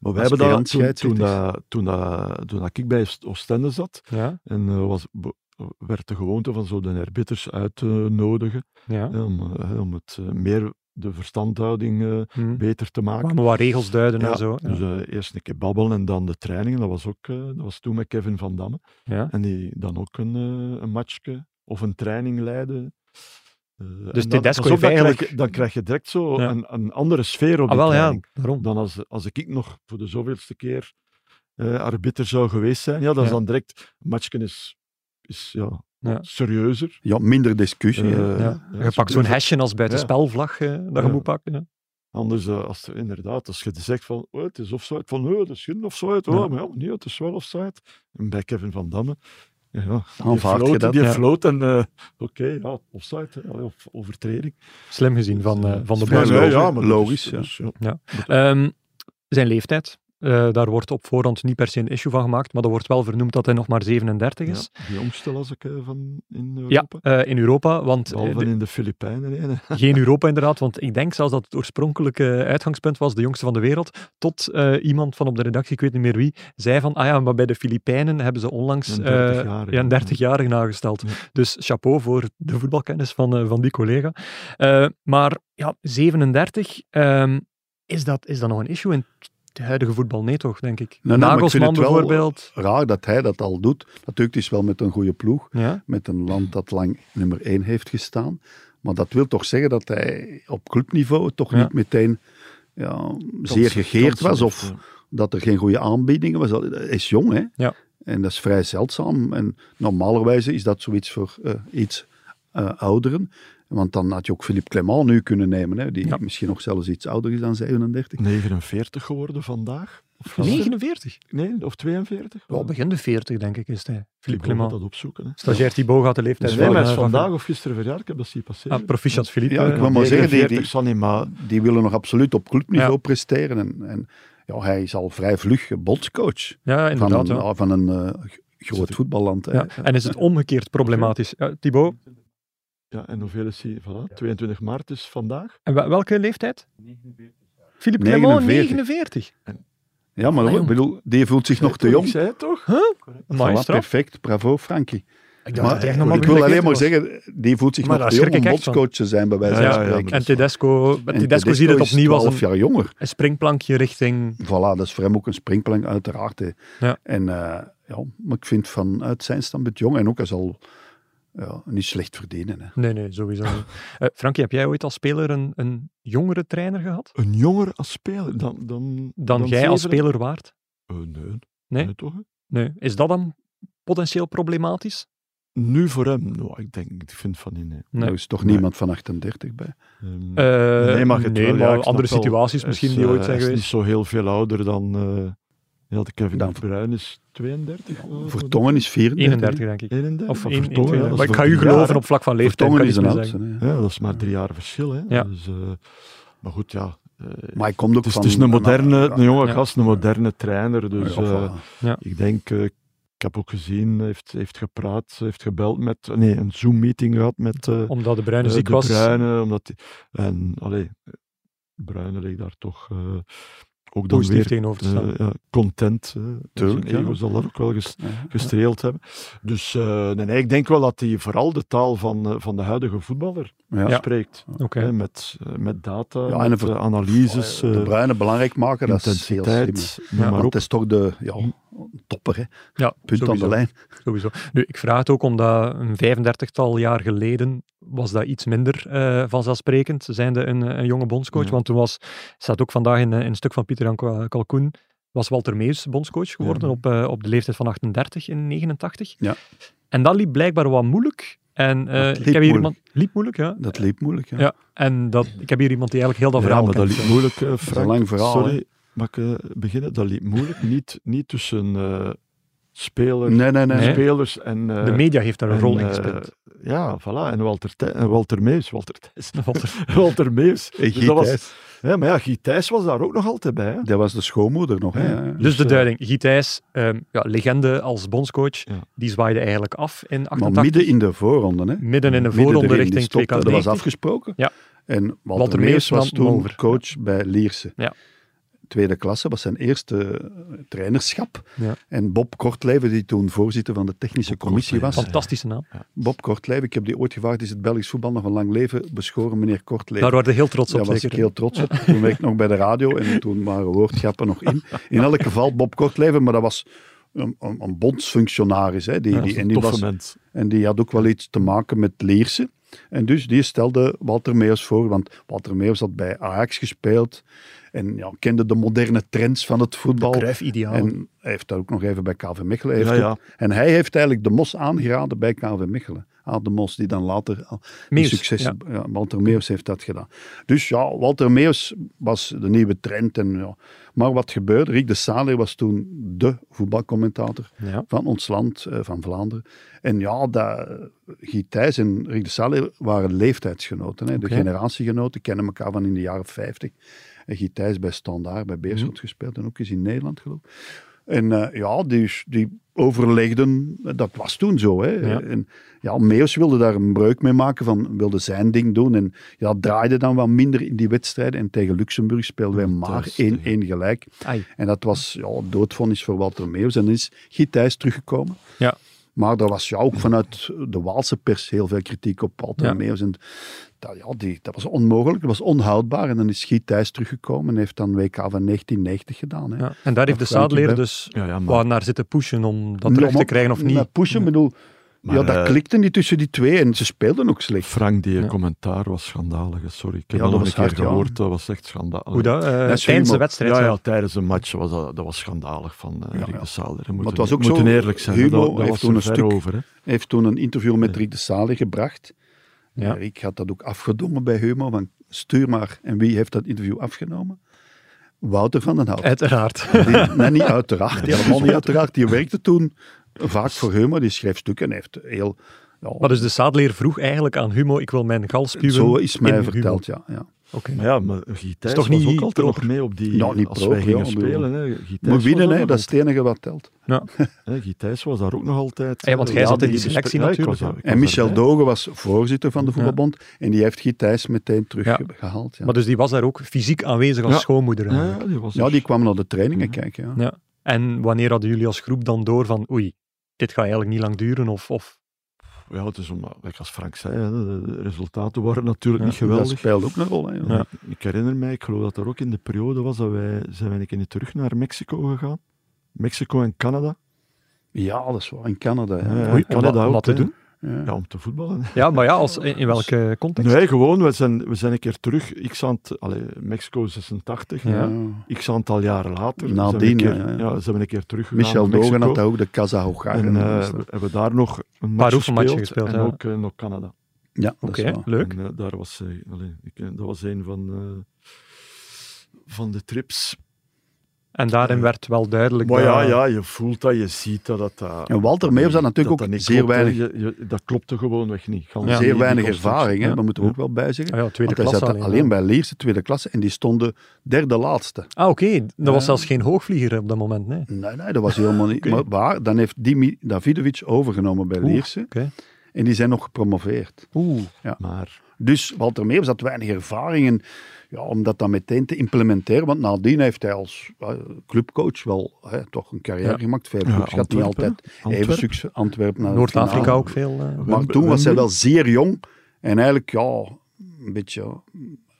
[SPEAKER 4] Maar we
[SPEAKER 3] als
[SPEAKER 4] hebben dat toen,
[SPEAKER 3] klantscheidsrechter.
[SPEAKER 4] toen, dat, toen, dat, toen dat ik bij Oostende zat,
[SPEAKER 1] Ja,
[SPEAKER 4] en eh, was, be- werd de gewoonte van zo de arbiters uit te nodigen,
[SPEAKER 1] ja.
[SPEAKER 4] hè, om, eh, om het eh, meer de verstandhouding eh,
[SPEAKER 1] Hm.
[SPEAKER 4] beter te maken.
[SPEAKER 1] Kwamen wat regels duiden en zo. Ja.
[SPEAKER 4] Dus eh, eerst een keer babbelen en dan de trainingen. Dat was, ook, eh, dat was toen met Kevin Van Damme.
[SPEAKER 1] Ja. Ah,
[SPEAKER 4] En die dan ook een, eh een matchje of een training leidde. Eh, en
[SPEAKER 1] dit
[SPEAKER 4] dan-
[SPEAKER 1] Desco
[SPEAKER 4] pas
[SPEAKER 1] heeft
[SPEAKER 4] op, dan, krijg je,
[SPEAKER 1] eigenlijk-
[SPEAKER 4] dan krijg je direct zo
[SPEAKER 1] Ja.
[SPEAKER 4] een, een andere sfeer op
[SPEAKER 1] Ah,
[SPEAKER 4] de
[SPEAKER 1] wel, ja,
[SPEAKER 4] training.
[SPEAKER 1] daarom.
[SPEAKER 4] Dan als, als ik nog voor de zoveelste keer eh, arbiter zou geweest zijn. Ja, dat is
[SPEAKER 1] Ja.
[SPEAKER 4] dan direct... Matchje is, is ja,
[SPEAKER 1] Ja.
[SPEAKER 4] serieuzer.
[SPEAKER 3] ja, minder discussie. hè.
[SPEAKER 4] Eh,
[SPEAKER 1] Ja.
[SPEAKER 4] ja,
[SPEAKER 1] je pakt zo'n
[SPEAKER 4] serieuzer.
[SPEAKER 1] hesje als buitenspelvlag eh, dat je
[SPEAKER 4] Ja.
[SPEAKER 1] moet pakken. ja.
[SPEAKER 4] Anders, eh, als er, inderdaad, als je zegt van oh, het is offside, van oh, het is geen offside,
[SPEAKER 1] Ja.
[SPEAKER 4] oh, maar ja, maar nee, het is wel offside. En bij Kevin Van Damme, ja, ja, die
[SPEAKER 3] Aanvaard je
[SPEAKER 4] floot,
[SPEAKER 3] dat,
[SPEAKER 4] die
[SPEAKER 1] ja.
[SPEAKER 4] floot en eh, oké, ja, offside, hè, allee, of overtreding. Dus,
[SPEAKER 1] Slim gezien van, eh, van de
[SPEAKER 3] Ja,
[SPEAKER 1] boys.
[SPEAKER 3] ja, ja,
[SPEAKER 4] maar dat is-
[SPEAKER 3] logisch, ja.
[SPEAKER 4] dat is, ja.
[SPEAKER 1] Ehm, zijn leeftijd. eh, daar wordt op voorhand niet per se een issue van gemaakt, maar er wordt wel vernoemd dat hij nog maar 37
[SPEAKER 4] Ja,
[SPEAKER 1] is.
[SPEAKER 4] de jongste las ik eh, van in
[SPEAKER 1] Ja,
[SPEAKER 4] Europa.
[SPEAKER 1] eh, in Europa, want eh,
[SPEAKER 4] Behalve
[SPEAKER 1] de-
[SPEAKER 4] in de Filipijnen. hè, (laughs) hè.
[SPEAKER 1] geen Europa inderdaad, want ik denk zelfs dat het oorspronkelijke uitgangspunt was de jongste van de wereld, tot eh, iemand van op de redactie, ik weet niet meer wie, zei van, ah ja, maar bij de Filipijnen hebben ze onlangs
[SPEAKER 4] Een
[SPEAKER 1] eh,
[SPEAKER 4] 30-jarige.
[SPEAKER 1] ja, een 30-jarige nagesteld.
[SPEAKER 4] Ja.
[SPEAKER 1] Dus chapeau voor de voetbalkennis van, eh, van die collega. Eh, maar ja, 37, ehm, is, dat, is dat nog een issue in het huidige voetbal? Nee toch, denk
[SPEAKER 4] Nou,
[SPEAKER 1] ik.
[SPEAKER 3] nee, maar ik vind
[SPEAKER 1] Nagelsman
[SPEAKER 3] het wel-
[SPEAKER 1] bijvoorbeeld.
[SPEAKER 3] Raar dat hij dat al doet. Natuurlijk, het is wel met een goede ploeg.
[SPEAKER 1] Ja,
[SPEAKER 3] Met een land dat lang nummer 1 heeft gestaan. Maar dat wil toch zeggen dat hij op clubniveau toch
[SPEAKER 1] Ja.
[SPEAKER 3] niet meteen ja, zeer gegeerd was. Of,
[SPEAKER 4] eh,
[SPEAKER 3] dat er geen goede aanbiedingen was. Dat is jong, hè?
[SPEAKER 1] Ja.
[SPEAKER 3] En dat is vrij zeldzaam. En normalerwijze is dat zoiets voor eh, iets eh, ouderen. Want dan had je ook Philippe Clement nu kunnen nemen, hè, die
[SPEAKER 1] Ja.
[SPEAKER 3] misschien nog zelfs iets ouder is dan 37.
[SPEAKER 4] 49 geworden vandaag. Of gisteren?
[SPEAKER 1] 49?
[SPEAKER 4] Nee, of 42.
[SPEAKER 1] Wel, begin de 40 denk ik is hij. Philippe
[SPEAKER 4] Ik wil
[SPEAKER 1] Clement.
[SPEAKER 4] dat opzoeken. hè.
[SPEAKER 1] Stagiair Thibaut gaat de leeftijd
[SPEAKER 4] Dus nee, maar
[SPEAKER 1] van,
[SPEAKER 4] het is
[SPEAKER 1] eh, van-
[SPEAKER 4] vandaag of gisteren verjaardag, ik heb dat zien passeren.
[SPEAKER 1] Ah, proficiat Philippe.
[SPEAKER 3] Ja, ik
[SPEAKER 1] eh,
[SPEAKER 3] wou maar zeggen, die-
[SPEAKER 4] 49 zal niet, maar
[SPEAKER 3] Die willen nog absoluut op clubniveau
[SPEAKER 1] Ja.
[SPEAKER 3] presteren. En, en ja, hij is al vrij vlug bondscoach
[SPEAKER 1] ja,
[SPEAKER 3] van een,
[SPEAKER 1] inderdaad. ja.
[SPEAKER 3] van een eh, g- groot voetballand. hè.
[SPEAKER 1] Ja. En is het omgekeerd problematisch? Ja, Thibaut,
[SPEAKER 4] Ja, en hoeveel is hij? Voilà, 22 maart is vandaag.
[SPEAKER 1] en wel- welke leeftijd? 49. Philippe Clement, 49.
[SPEAKER 3] Ja, maar ik bedoel, die voelt zich nog te jong.
[SPEAKER 4] Ik zei het toch?
[SPEAKER 3] Voilà,
[SPEAKER 1] Maestro.
[SPEAKER 3] perfect, bravo Frankie.
[SPEAKER 1] Ik
[SPEAKER 3] Maar
[SPEAKER 1] dat hij echt nog
[SPEAKER 3] ik
[SPEAKER 1] maar
[SPEAKER 3] wil alleen
[SPEAKER 1] begin
[SPEAKER 3] maar
[SPEAKER 1] was.
[SPEAKER 3] zeggen, die voelt zich
[SPEAKER 1] Maar
[SPEAKER 3] nog
[SPEAKER 1] daar
[SPEAKER 3] te jong
[SPEAKER 1] schrik
[SPEAKER 3] om
[SPEAKER 1] ik echt van.
[SPEAKER 3] bondscoach te zijn, bij wijze
[SPEAKER 1] Ja,
[SPEAKER 3] van
[SPEAKER 1] ja,
[SPEAKER 3] spreken.
[SPEAKER 1] En Tedesco, Tedesco, ziet het
[SPEAKER 3] is
[SPEAKER 1] opnieuw als
[SPEAKER 3] 12
[SPEAKER 1] een,
[SPEAKER 3] jaar jonger.
[SPEAKER 1] een springplankje richting...
[SPEAKER 3] Voilà, dat is voor hem ook een springplank, uiteraard. hè.
[SPEAKER 1] Ja.
[SPEAKER 3] En eh, ja, maar ik vind vanuit zijn standpunt jong en ook hij zal ja, niet slecht verdienen. Hè.
[SPEAKER 1] Nee, nee, sowieso niet. Eh, Frankie, heb jij ooit als speler een, een jongere trainer gehad?
[SPEAKER 4] Een jonger als speler dan... Dan,
[SPEAKER 1] Dan, jij als
[SPEAKER 4] zeven-
[SPEAKER 1] speler waard?
[SPEAKER 4] Eh, nee.
[SPEAKER 1] Nee?
[SPEAKER 4] toch? hè?
[SPEAKER 1] Nee. Is dat dan potentieel problematisch?
[SPEAKER 4] Nu voor hem? Nou, ik denk, ik vind van niet, nee.
[SPEAKER 1] Nee.
[SPEAKER 3] Er is toch
[SPEAKER 4] Nee.
[SPEAKER 3] niemand van 38 bij.
[SPEAKER 4] Ehm,
[SPEAKER 1] Eh,
[SPEAKER 4] nee, maar, het wel, ja, ik snap
[SPEAKER 1] andere
[SPEAKER 4] wel.
[SPEAKER 1] situaties
[SPEAKER 4] Hij
[SPEAKER 1] misschien
[SPEAKER 4] is,
[SPEAKER 1] die
[SPEAKER 4] eh,
[SPEAKER 1] ooit zijn
[SPEAKER 4] hij is
[SPEAKER 1] geweest.
[SPEAKER 4] niet zo heel veel ouder dan... eh ja, de Kevin
[SPEAKER 3] Dan-
[SPEAKER 4] de Bruin is 32. eh,
[SPEAKER 3] Vertongen is 34.
[SPEAKER 1] 31, denk ik.
[SPEAKER 4] 31.
[SPEAKER 1] Of
[SPEAKER 4] van
[SPEAKER 1] één- één,
[SPEAKER 4] Vertongen,
[SPEAKER 1] twee,
[SPEAKER 4] ja, dat
[SPEAKER 1] hè. Maar
[SPEAKER 4] is
[SPEAKER 1] ik
[SPEAKER 4] nog
[SPEAKER 1] ga u
[SPEAKER 4] drie jaar,
[SPEAKER 1] geloven
[SPEAKER 4] hè.
[SPEAKER 1] op vlak van leeftijd.
[SPEAKER 3] Vertongen
[SPEAKER 1] Kan
[SPEAKER 3] is
[SPEAKER 1] ik
[SPEAKER 3] een
[SPEAKER 1] niet meer zeggen.
[SPEAKER 3] oudste. hè.
[SPEAKER 4] Ja, dat is maar drie jaar verschil. Hè.
[SPEAKER 1] Ja.
[SPEAKER 4] Dus, eh, maar goed, ja. eh,
[SPEAKER 3] Maar hij komt ook
[SPEAKER 4] het, is,
[SPEAKER 3] van...
[SPEAKER 4] het is een moderne, een jonge
[SPEAKER 1] ja.
[SPEAKER 4] gast, een moderne trainer.
[SPEAKER 3] Ja,
[SPEAKER 4] Dus eh,
[SPEAKER 3] voilà.
[SPEAKER 4] ik denk, eh, ik heb ook gezien, heeft, heeft gepraat, heeft gebeld met, nee, een Zoom-meeting gehad met eh,
[SPEAKER 1] Omdat de Bruine
[SPEAKER 4] eh,
[SPEAKER 1] ziek
[SPEAKER 4] de
[SPEAKER 1] was.
[SPEAKER 4] Bruine. Omdat die- en, allee, eh, Bruine ligt daar toch eh, ook dan
[SPEAKER 1] positief
[SPEAKER 4] weer
[SPEAKER 1] tegenover te staan.
[SPEAKER 4] eh, ja, content. eh,
[SPEAKER 3] Tuurlijk,
[SPEAKER 4] zijn ego
[SPEAKER 3] ja.
[SPEAKER 4] zal dat ook wel ges-
[SPEAKER 3] Ja.
[SPEAKER 4] gestreeld hebben. Dus eh, nee, nee, ik denk wel dat hij vooral de taal van, eh, van de huidige voetballer
[SPEAKER 3] Ja.
[SPEAKER 4] spreekt.
[SPEAKER 1] Oké.
[SPEAKER 4] Hè, met, eh, met data,
[SPEAKER 3] Ja, en
[SPEAKER 4] met,
[SPEAKER 3] voor- Oh,
[SPEAKER 4] eh, analyses,
[SPEAKER 3] de
[SPEAKER 4] eh,
[SPEAKER 3] bruine belangrijk maken, dat is heel slim. hè.
[SPEAKER 4] intensiteit,
[SPEAKER 1] Ja,
[SPEAKER 4] noem maar
[SPEAKER 3] Want
[SPEAKER 4] op.
[SPEAKER 3] het is toch de ja, topper, hè.
[SPEAKER 1] Ja,
[SPEAKER 3] punt aan de
[SPEAKER 1] sowieso.
[SPEAKER 3] lijn.
[SPEAKER 1] Sowieso. Nu, ik vraag het ook omdat een 35-tal jaar geleden was dat iets minder eh vanzelfsprekend, zijnde een, eh, een jonge bondscoach.
[SPEAKER 4] Ja.
[SPEAKER 1] Want toen was, staat ook vandaag in, eh, in een stuk van Pieter Jan Kwa- Kalkoen, was Walter Meus bondscoach geworden
[SPEAKER 4] Ja.
[SPEAKER 1] op, eh, op de leeftijd van 38 in 89.
[SPEAKER 3] Ja.
[SPEAKER 1] En dat liep blijkbaar wat moeilijk. En eh,
[SPEAKER 3] Dat
[SPEAKER 1] ik heb
[SPEAKER 3] liep
[SPEAKER 1] hier
[SPEAKER 3] moeilijk.
[SPEAKER 1] iemand... Liep moeilijk, ja.
[SPEAKER 3] Dat liep moeilijk, ja.
[SPEAKER 1] Ja. En dat, ik heb hier iemand die eigenlijk heel dat
[SPEAKER 4] Ja,
[SPEAKER 1] verhaal
[SPEAKER 4] maar dat
[SPEAKER 1] kent.
[SPEAKER 4] liep moeilijk, eh, Frank.
[SPEAKER 3] lang verhaal,
[SPEAKER 4] Sorry, mag ik eh, beginnen? Dat liep moeilijk. (laughs) Niet, niet tussen eh, speler,
[SPEAKER 3] Nee, nee, nee.
[SPEAKER 1] Nee.
[SPEAKER 4] spelers en... eh,
[SPEAKER 1] De media heeft daar een
[SPEAKER 4] en,
[SPEAKER 1] rol in
[SPEAKER 4] eh, (laughs)
[SPEAKER 1] gespeeld.
[SPEAKER 4] ja, voilà. En Walter, Thij- en Walter Meus. Walter,
[SPEAKER 1] (laughs)
[SPEAKER 4] Thijs.
[SPEAKER 1] Walter.
[SPEAKER 4] (laughs) Walter Meus.
[SPEAKER 3] Eh,
[SPEAKER 4] Dus
[SPEAKER 3] Guy
[SPEAKER 4] dat was,
[SPEAKER 3] Thijs,
[SPEAKER 4] ja, maar ja, Guy Thijs was daar ook nog altijd bij. Hè?
[SPEAKER 3] dat was de schoonmoeder nog, hè.
[SPEAKER 4] Ja.
[SPEAKER 1] Dus de
[SPEAKER 4] eh,
[SPEAKER 1] duiding. Guy Thijs, ehm, ja, legende als bondscoach,
[SPEAKER 4] Ja.
[SPEAKER 1] die zwaaide eigenlijk af in
[SPEAKER 3] Maar
[SPEAKER 1] 88.
[SPEAKER 3] midden in de voorronde, hè.
[SPEAKER 1] midden in de
[SPEAKER 3] Midden
[SPEAKER 1] voorronde
[SPEAKER 3] erin, die
[SPEAKER 1] richting
[SPEAKER 3] stopte.
[SPEAKER 1] 2K.
[SPEAKER 3] Dat was afgesproken.
[SPEAKER 1] Ja.
[SPEAKER 3] En Walter,
[SPEAKER 1] Walter
[SPEAKER 3] Meers,
[SPEAKER 1] Meers
[SPEAKER 3] was
[SPEAKER 1] nam
[SPEAKER 3] toen
[SPEAKER 1] over.
[SPEAKER 3] coach bij Lierse.
[SPEAKER 1] Ja.
[SPEAKER 3] Tweede klasse was zijn eerste eh, trainerschap.
[SPEAKER 1] Ja.
[SPEAKER 3] En Bob Kortlijven, die toen voorzitter van de technische
[SPEAKER 4] Bob
[SPEAKER 3] commissie was.
[SPEAKER 4] Kortlijven.
[SPEAKER 1] Fantastische naam.
[SPEAKER 3] Bob Kortlijven, ik heb die ooit gevraagd, is het Belgisch voetbal nog een lang leven beschoren, meneer Kortlijven?
[SPEAKER 1] Daar waren we heel trots op,
[SPEAKER 3] Daar was ik
[SPEAKER 1] zeker.
[SPEAKER 3] heel trots op. Toen werkte ik nog bij de radio en toen waren woordgrappen nog in. In elk geval Bob Kortlijven, maar dat was een, een, een bondsfunctionaris. Hè, die,
[SPEAKER 4] Ja,
[SPEAKER 3] die,
[SPEAKER 4] een
[SPEAKER 3] en, die
[SPEAKER 4] toffe
[SPEAKER 3] was,
[SPEAKER 4] mens.
[SPEAKER 3] en die had ook wel iets te maken met Leerse. En dus die stelde Walter Meers voor, want Walter Meers had bij Ajax gespeeld en ja, kende de moderne trends van het voetbal.
[SPEAKER 1] ideaal.
[SPEAKER 3] En hij heeft daar ook nog even bij KV Mechelen. Hij
[SPEAKER 4] Ja,
[SPEAKER 3] heeft
[SPEAKER 4] ja.
[SPEAKER 3] ook- en hij heeft eigenlijk de Mos aangeraden bij KV Mechelen. Aan de Mos, die dan later al die
[SPEAKER 1] Meus,
[SPEAKER 3] succes...
[SPEAKER 1] ja.
[SPEAKER 3] ja, Walter Meus heeft dat gedaan. Dus ja, Walter Meus was de nieuwe trend. En, ja. Maar wat gebeurde? Rick de Saler was toen de voetbalcommentator
[SPEAKER 1] Ja.
[SPEAKER 3] van ons land, eh, van Vlaanderen. En ja, dat, Guy Thijs en Rick de Saler waren leeftijdsgenoten. Hè.
[SPEAKER 1] Oké.
[SPEAKER 3] De generatiegenoten kennen elkaar van in de jaren 50. En Guy Thijs bij Standaard, bij Beerschot
[SPEAKER 1] Mhm.
[SPEAKER 3] gespeeld en ook eens in Nederland geloof ik. En eh, ja, die, die overlegden, eh, dat was toen zo. Hè.
[SPEAKER 1] Ja.
[SPEAKER 3] En, ja, Meus wilde daar een breuk mee maken, van, wilde zijn ding doen. En ja, draaide dan wat minder in die wedstrijden. En tegen Luxemburg speelden wij maar 1-1
[SPEAKER 4] Fantastisch.
[SPEAKER 3] gelijk.
[SPEAKER 1] Ai.
[SPEAKER 3] En dat was ja, doodvonnis voor Walter Meeuws. En dan is Guy Thijs teruggekomen.
[SPEAKER 1] Ja.
[SPEAKER 3] Maar er was ja ook vanuit de Waalse pers heel veel kritiek op Walter
[SPEAKER 1] Ja.
[SPEAKER 3] Meeuws. En dat, ja, die, dat was onmogelijk, dat was onhoudbaar. En dan is Guy Thijs teruggekomen en heeft dan WK van 1990 gedaan. Hè.
[SPEAKER 1] Ja. En daar heeft de
[SPEAKER 3] Dat Frankie
[SPEAKER 1] zaadleer
[SPEAKER 3] Ben-
[SPEAKER 1] dus
[SPEAKER 4] Ja, ja, maar-
[SPEAKER 1] waar naar zitten pushen om dat
[SPEAKER 3] Ja,
[SPEAKER 1] terug te
[SPEAKER 3] maar-
[SPEAKER 1] krijgen of
[SPEAKER 3] maar
[SPEAKER 1] niet.
[SPEAKER 3] pushen, bedoel...
[SPEAKER 4] Maar,
[SPEAKER 3] ja, dat
[SPEAKER 4] eh,
[SPEAKER 3] klikte niet tussen die twee en ze speelden ook slecht.
[SPEAKER 4] Frank, die
[SPEAKER 1] Ja.
[SPEAKER 4] commentaar was schandalig. hè. Sorry, ik heb
[SPEAKER 3] Ja,
[SPEAKER 4] dat
[SPEAKER 3] dat
[SPEAKER 4] nog een
[SPEAKER 3] was
[SPEAKER 4] keer
[SPEAKER 3] hard, ja.
[SPEAKER 4] gehoord. Dat was echt schandalig.
[SPEAKER 1] Hoe dat? eh, tijdens
[SPEAKER 3] is
[SPEAKER 1] de
[SPEAKER 3] humor.
[SPEAKER 1] wedstrijd.
[SPEAKER 4] Ja,
[SPEAKER 1] zo.
[SPEAKER 4] ja, tijdens een match was dat, dat was schandalig van eh
[SPEAKER 3] Ja,
[SPEAKER 4] Rick
[SPEAKER 3] ja.
[SPEAKER 4] de Saler. We
[SPEAKER 3] het was ook
[SPEAKER 4] moeten
[SPEAKER 3] zo,
[SPEAKER 4] eerlijk zijn. hè.
[SPEAKER 3] Hugo
[SPEAKER 4] dat, dat
[SPEAKER 3] heeft
[SPEAKER 4] was
[SPEAKER 3] toen
[SPEAKER 4] er
[SPEAKER 3] een
[SPEAKER 4] ver
[SPEAKER 3] stuk-
[SPEAKER 4] over. Hè.
[SPEAKER 3] Hij heeft toen een interview met Rick de Saler gebracht.
[SPEAKER 1] Ja.
[SPEAKER 3] Ja. Rick had dat ook afgedongen bij Heumo. Van stuur maar. En wie heeft dat interview afgenomen? Wouter van den Hout.
[SPEAKER 1] Uiteraard. (laughs)
[SPEAKER 4] (laughs)
[SPEAKER 3] Die- nee, niet uiteraard. Die helemaal niet uiteraard. Die werkte toen vaak voor Heumo. Die schreef stukken en heeft heel... ja,
[SPEAKER 1] Maar dus de zaadleer vroeg eigenlijk aan Humo, ik wil mijn gal spuwen
[SPEAKER 3] zo is
[SPEAKER 1] in
[SPEAKER 3] mij
[SPEAKER 1] Humo.
[SPEAKER 3] verteld, ja. ja.
[SPEAKER 1] Oké.
[SPEAKER 4] Maar ja, maar Guy Thijs
[SPEAKER 1] toch
[SPEAKER 4] was
[SPEAKER 1] niet
[SPEAKER 4] ook altijd nog
[SPEAKER 1] proper?
[SPEAKER 4] mee op die...
[SPEAKER 1] Nou,
[SPEAKER 3] Ja, Nou, niet
[SPEAKER 4] als wij
[SPEAKER 3] proper,
[SPEAKER 4] gingen
[SPEAKER 3] ja, bedoel-
[SPEAKER 4] spelen. Hè. Guy Thijs
[SPEAKER 3] Moet
[SPEAKER 4] was
[SPEAKER 3] winnen,
[SPEAKER 4] daar
[SPEAKER 3] hè,
[SPEAKER 4] nog
[SPEAKER 3] dat is het enige wat telt.
[SPEAKER 4] Hè, Guy Thijs was daar ook nog altijd.
[SPEAKER 1] Ja, want jij zat in die
[SPEAKER 4] bespe-
[SPEAKER 1] selectie
[SPEAKER 4] Ja, ik
[SPEAKER 1] natuurlijk,
[SPEAKER 4] was-
[SPEAKER 1] hè.
[SPEAKER 4] ik
[SPEAKER 3] En
[SPEAKER 4] was
[SPEAKER 3] Michel
[SPEAKER 4] erbij.
[SPEAKER 3] Dogen was voorzitter van de voetbalbond. En die heeft Guy Thijs meteen
[SPEAKER 1] Ja.
[SPEAKER 3] teruggehaald. Ja.
[SPEAKER 1] Maar dus die was daar ook fysiek aanwezig als
[SPEAKER 4] Ja.
[SPEAKER 1] schoonmoeder eigenlijk.
[SPEAKER 4] Ja, die was dus-
[SPEAKER 3] ja,
[SPEAKER 4] er.
[SPEAKER 3] die kwam naar de trainingen kijken. Ja.
[SPEAKER 1] Ja. En wanneer hadden jullie als groep dan door van oei, dit gaat eigenlijk niet lang duren of... of
[SPEAKER 4] Ja, het is om, like als Frank zei, hè, de- de resultaten waren natuurlijk
[SPEAKER 1] Ja,
[SPEAKER 4] niet
[SPEAKER 3] Dat
[SPEAKER 4] geweldig.
[SPEAKER 3] speelde ook een rol. Hè, ja.
[SPEAKER 1] Ja.
[SPEAKER 4] Ik herinner mij, ik geloof dat er ook in de periode was dat wij, zijn wij een keer terug naar Mexico gegaan. Mexico en Canada.
[SPEAKER 3] Ja, dat is waar. In Canada. ja.
[SPEAKER 4] Ja,
[SPEAKER 1] Oei, om
[SPEAKER 4] Canada
[SPEAKER 1] wat- om
[SPEAKER 4] ook,
[SPEAKER 1] wat te
[SPEAKER 4] hè.
[SPEAKER 1] doen?
[SPEAKER 3] Ja.
[SPEAKER 4] Ja, om te voetballen.
[SPEAKER 1] Ja, maar ja, als, in, in welke context?
[SPEAKER 4] Nee, gewoon, we zijn, we zijn een keer terug. X aantal, allee, Mexico 86,
[SPEAKER 1] Ja.
[SPEAKER 4] x aantal jaren later. zijn we
[SPEAKER 3] Nadien,
[SPEAKER 4] een keer,
[SPEAKER 3] ja, ja.
[SPEAKER 4] zijn we een keer terug
[SPEAKER 3] Michel
[SPEAKER 4] naar
[SPEAKER 3] Dogen
[SPEAKER 4] Mexico.
[SPEAKER 3] had daar ook de Casa Hogar.
[SPEAKER 4] En
[SPEAKER 3] in
[SPEAKER 4] eh,
[SPEAKER 3] de stad.
[SPEAKER 4] we hebben daar nog een
[SPEAKER 1] paar
[SPEAKER 4] match
[SPEAKER 1] oefenmatchen
[SPEAKER 4] gespeeld,
[SPEAKER 1] gespeeld,
[SPEAKER 4] en
[SPEAKER 1] ja.
[SPEAKER 4] ook eh, nog Canada.
[SPEAKER 3] ja, dat
[SPEAKER 1] Oké,
[SPEAKER 3] is waar.
[SPEAKER 1] leuk.
[SPEAKER 4] En, eh, daar was, eh, allee, ik, eh, dat was een van, eh, van de trips.
[SPEAKER 1] En daarin werd wel duidelijk
[SPEAKER 4] Maar
[SPEAKER 1] dat...
[SPEAKER 4] ja, ja, je voelt dat, je ziet dat dat... dat
[SPEAKER 3] En Walter Meeuws had natuurlijk
[SPEAKER 4] dat
[SPEAKER 3] ook
[SPEAKER 4] niet
[SPEAKER 3] zeer
[SPEAKER 4] klopt, hè.
[SPEAKER 3] weinig,
[SPEAKER 4] Je- je- dat klopte gewoonweg niet. Gaan we
[SPEAKER 1] Ja.
[SPEAKER 4] die-
[SPEAKER 3] zeer
[SPEAKER 4] die
[SPEAKER 3] weinig
[SPEAKER 4] constructie.
[SPEAKER 3] ervaring, hè,
[SPEAKER 4] Ja.
[SPEAKER 3] dat moeten we
[SPEAKER 4] Ja.
[SPEAKER 3] ook wel bij zeggen.
[SPEAKER 1] Ah ja, tweede
[SPEAKER 3] Want hij
[SPEAKER 1] klasse
[SPEAKER 3] zat
[SPEAKER 1] alleen.
[SPEAKER 3] alleen,
[SPEAKER 1] ja.
[SPEAKER 3] bij Leerse, tweede klasse, en die stonden derde laatste.
[SPEAKER 1] Ah, oké. Dat was
[SPEAKER 3] Ja.
[SPEAKER 1] zelfs geen hoogvlieger op dat moment, nee.
[SPEAKER 3] Nee, nee, dat was helemaal niet. Maar waar, dan heeft Dimi Davidovic overgenomen bij
[SPEAKER 1] Oeh,
[SPEAKER 3] Leerse,
[SPEAKER 1] oké.
[SPEAKER 3] en die zijn nog gepromoveerd.
[SPEAKER 1] Oeh.
[SPEAKER 4] Maar
[SPEAKER 3] Dus Walter Meeuwis had weinig ervaring en, ja, om dat dan meteen te implementeren. Want nadien heeft hij als eh, clubcoach wel hè, toch een carrière
[SPEAKER 4] Ja.
[SPEAKER 3] gemaakt. Vijf
[SPEAKER 5] Ja,
[SPEAKER 3] clubs gaat niet
[SPEAKER 5] Antwerpen,
[SPEAKER 3] altijd even
[SPEAKER 5] Antwerpen.
[SPEAKER 3] succes. Antwerpen naar de
[SPEAKER 1] Noord-Afrika
[SPEAKER 3] finale.
[SPEAKER 1] ook veel. eh,
[SPEAKER 3] Maar
[SPEAKER 4] Wembley-
[SPEAKER 3] toen was hij
[SPEAKER 4] Wembley.
[SPEAKER 3] wel zeer jong en eigenlijk ja, een beetje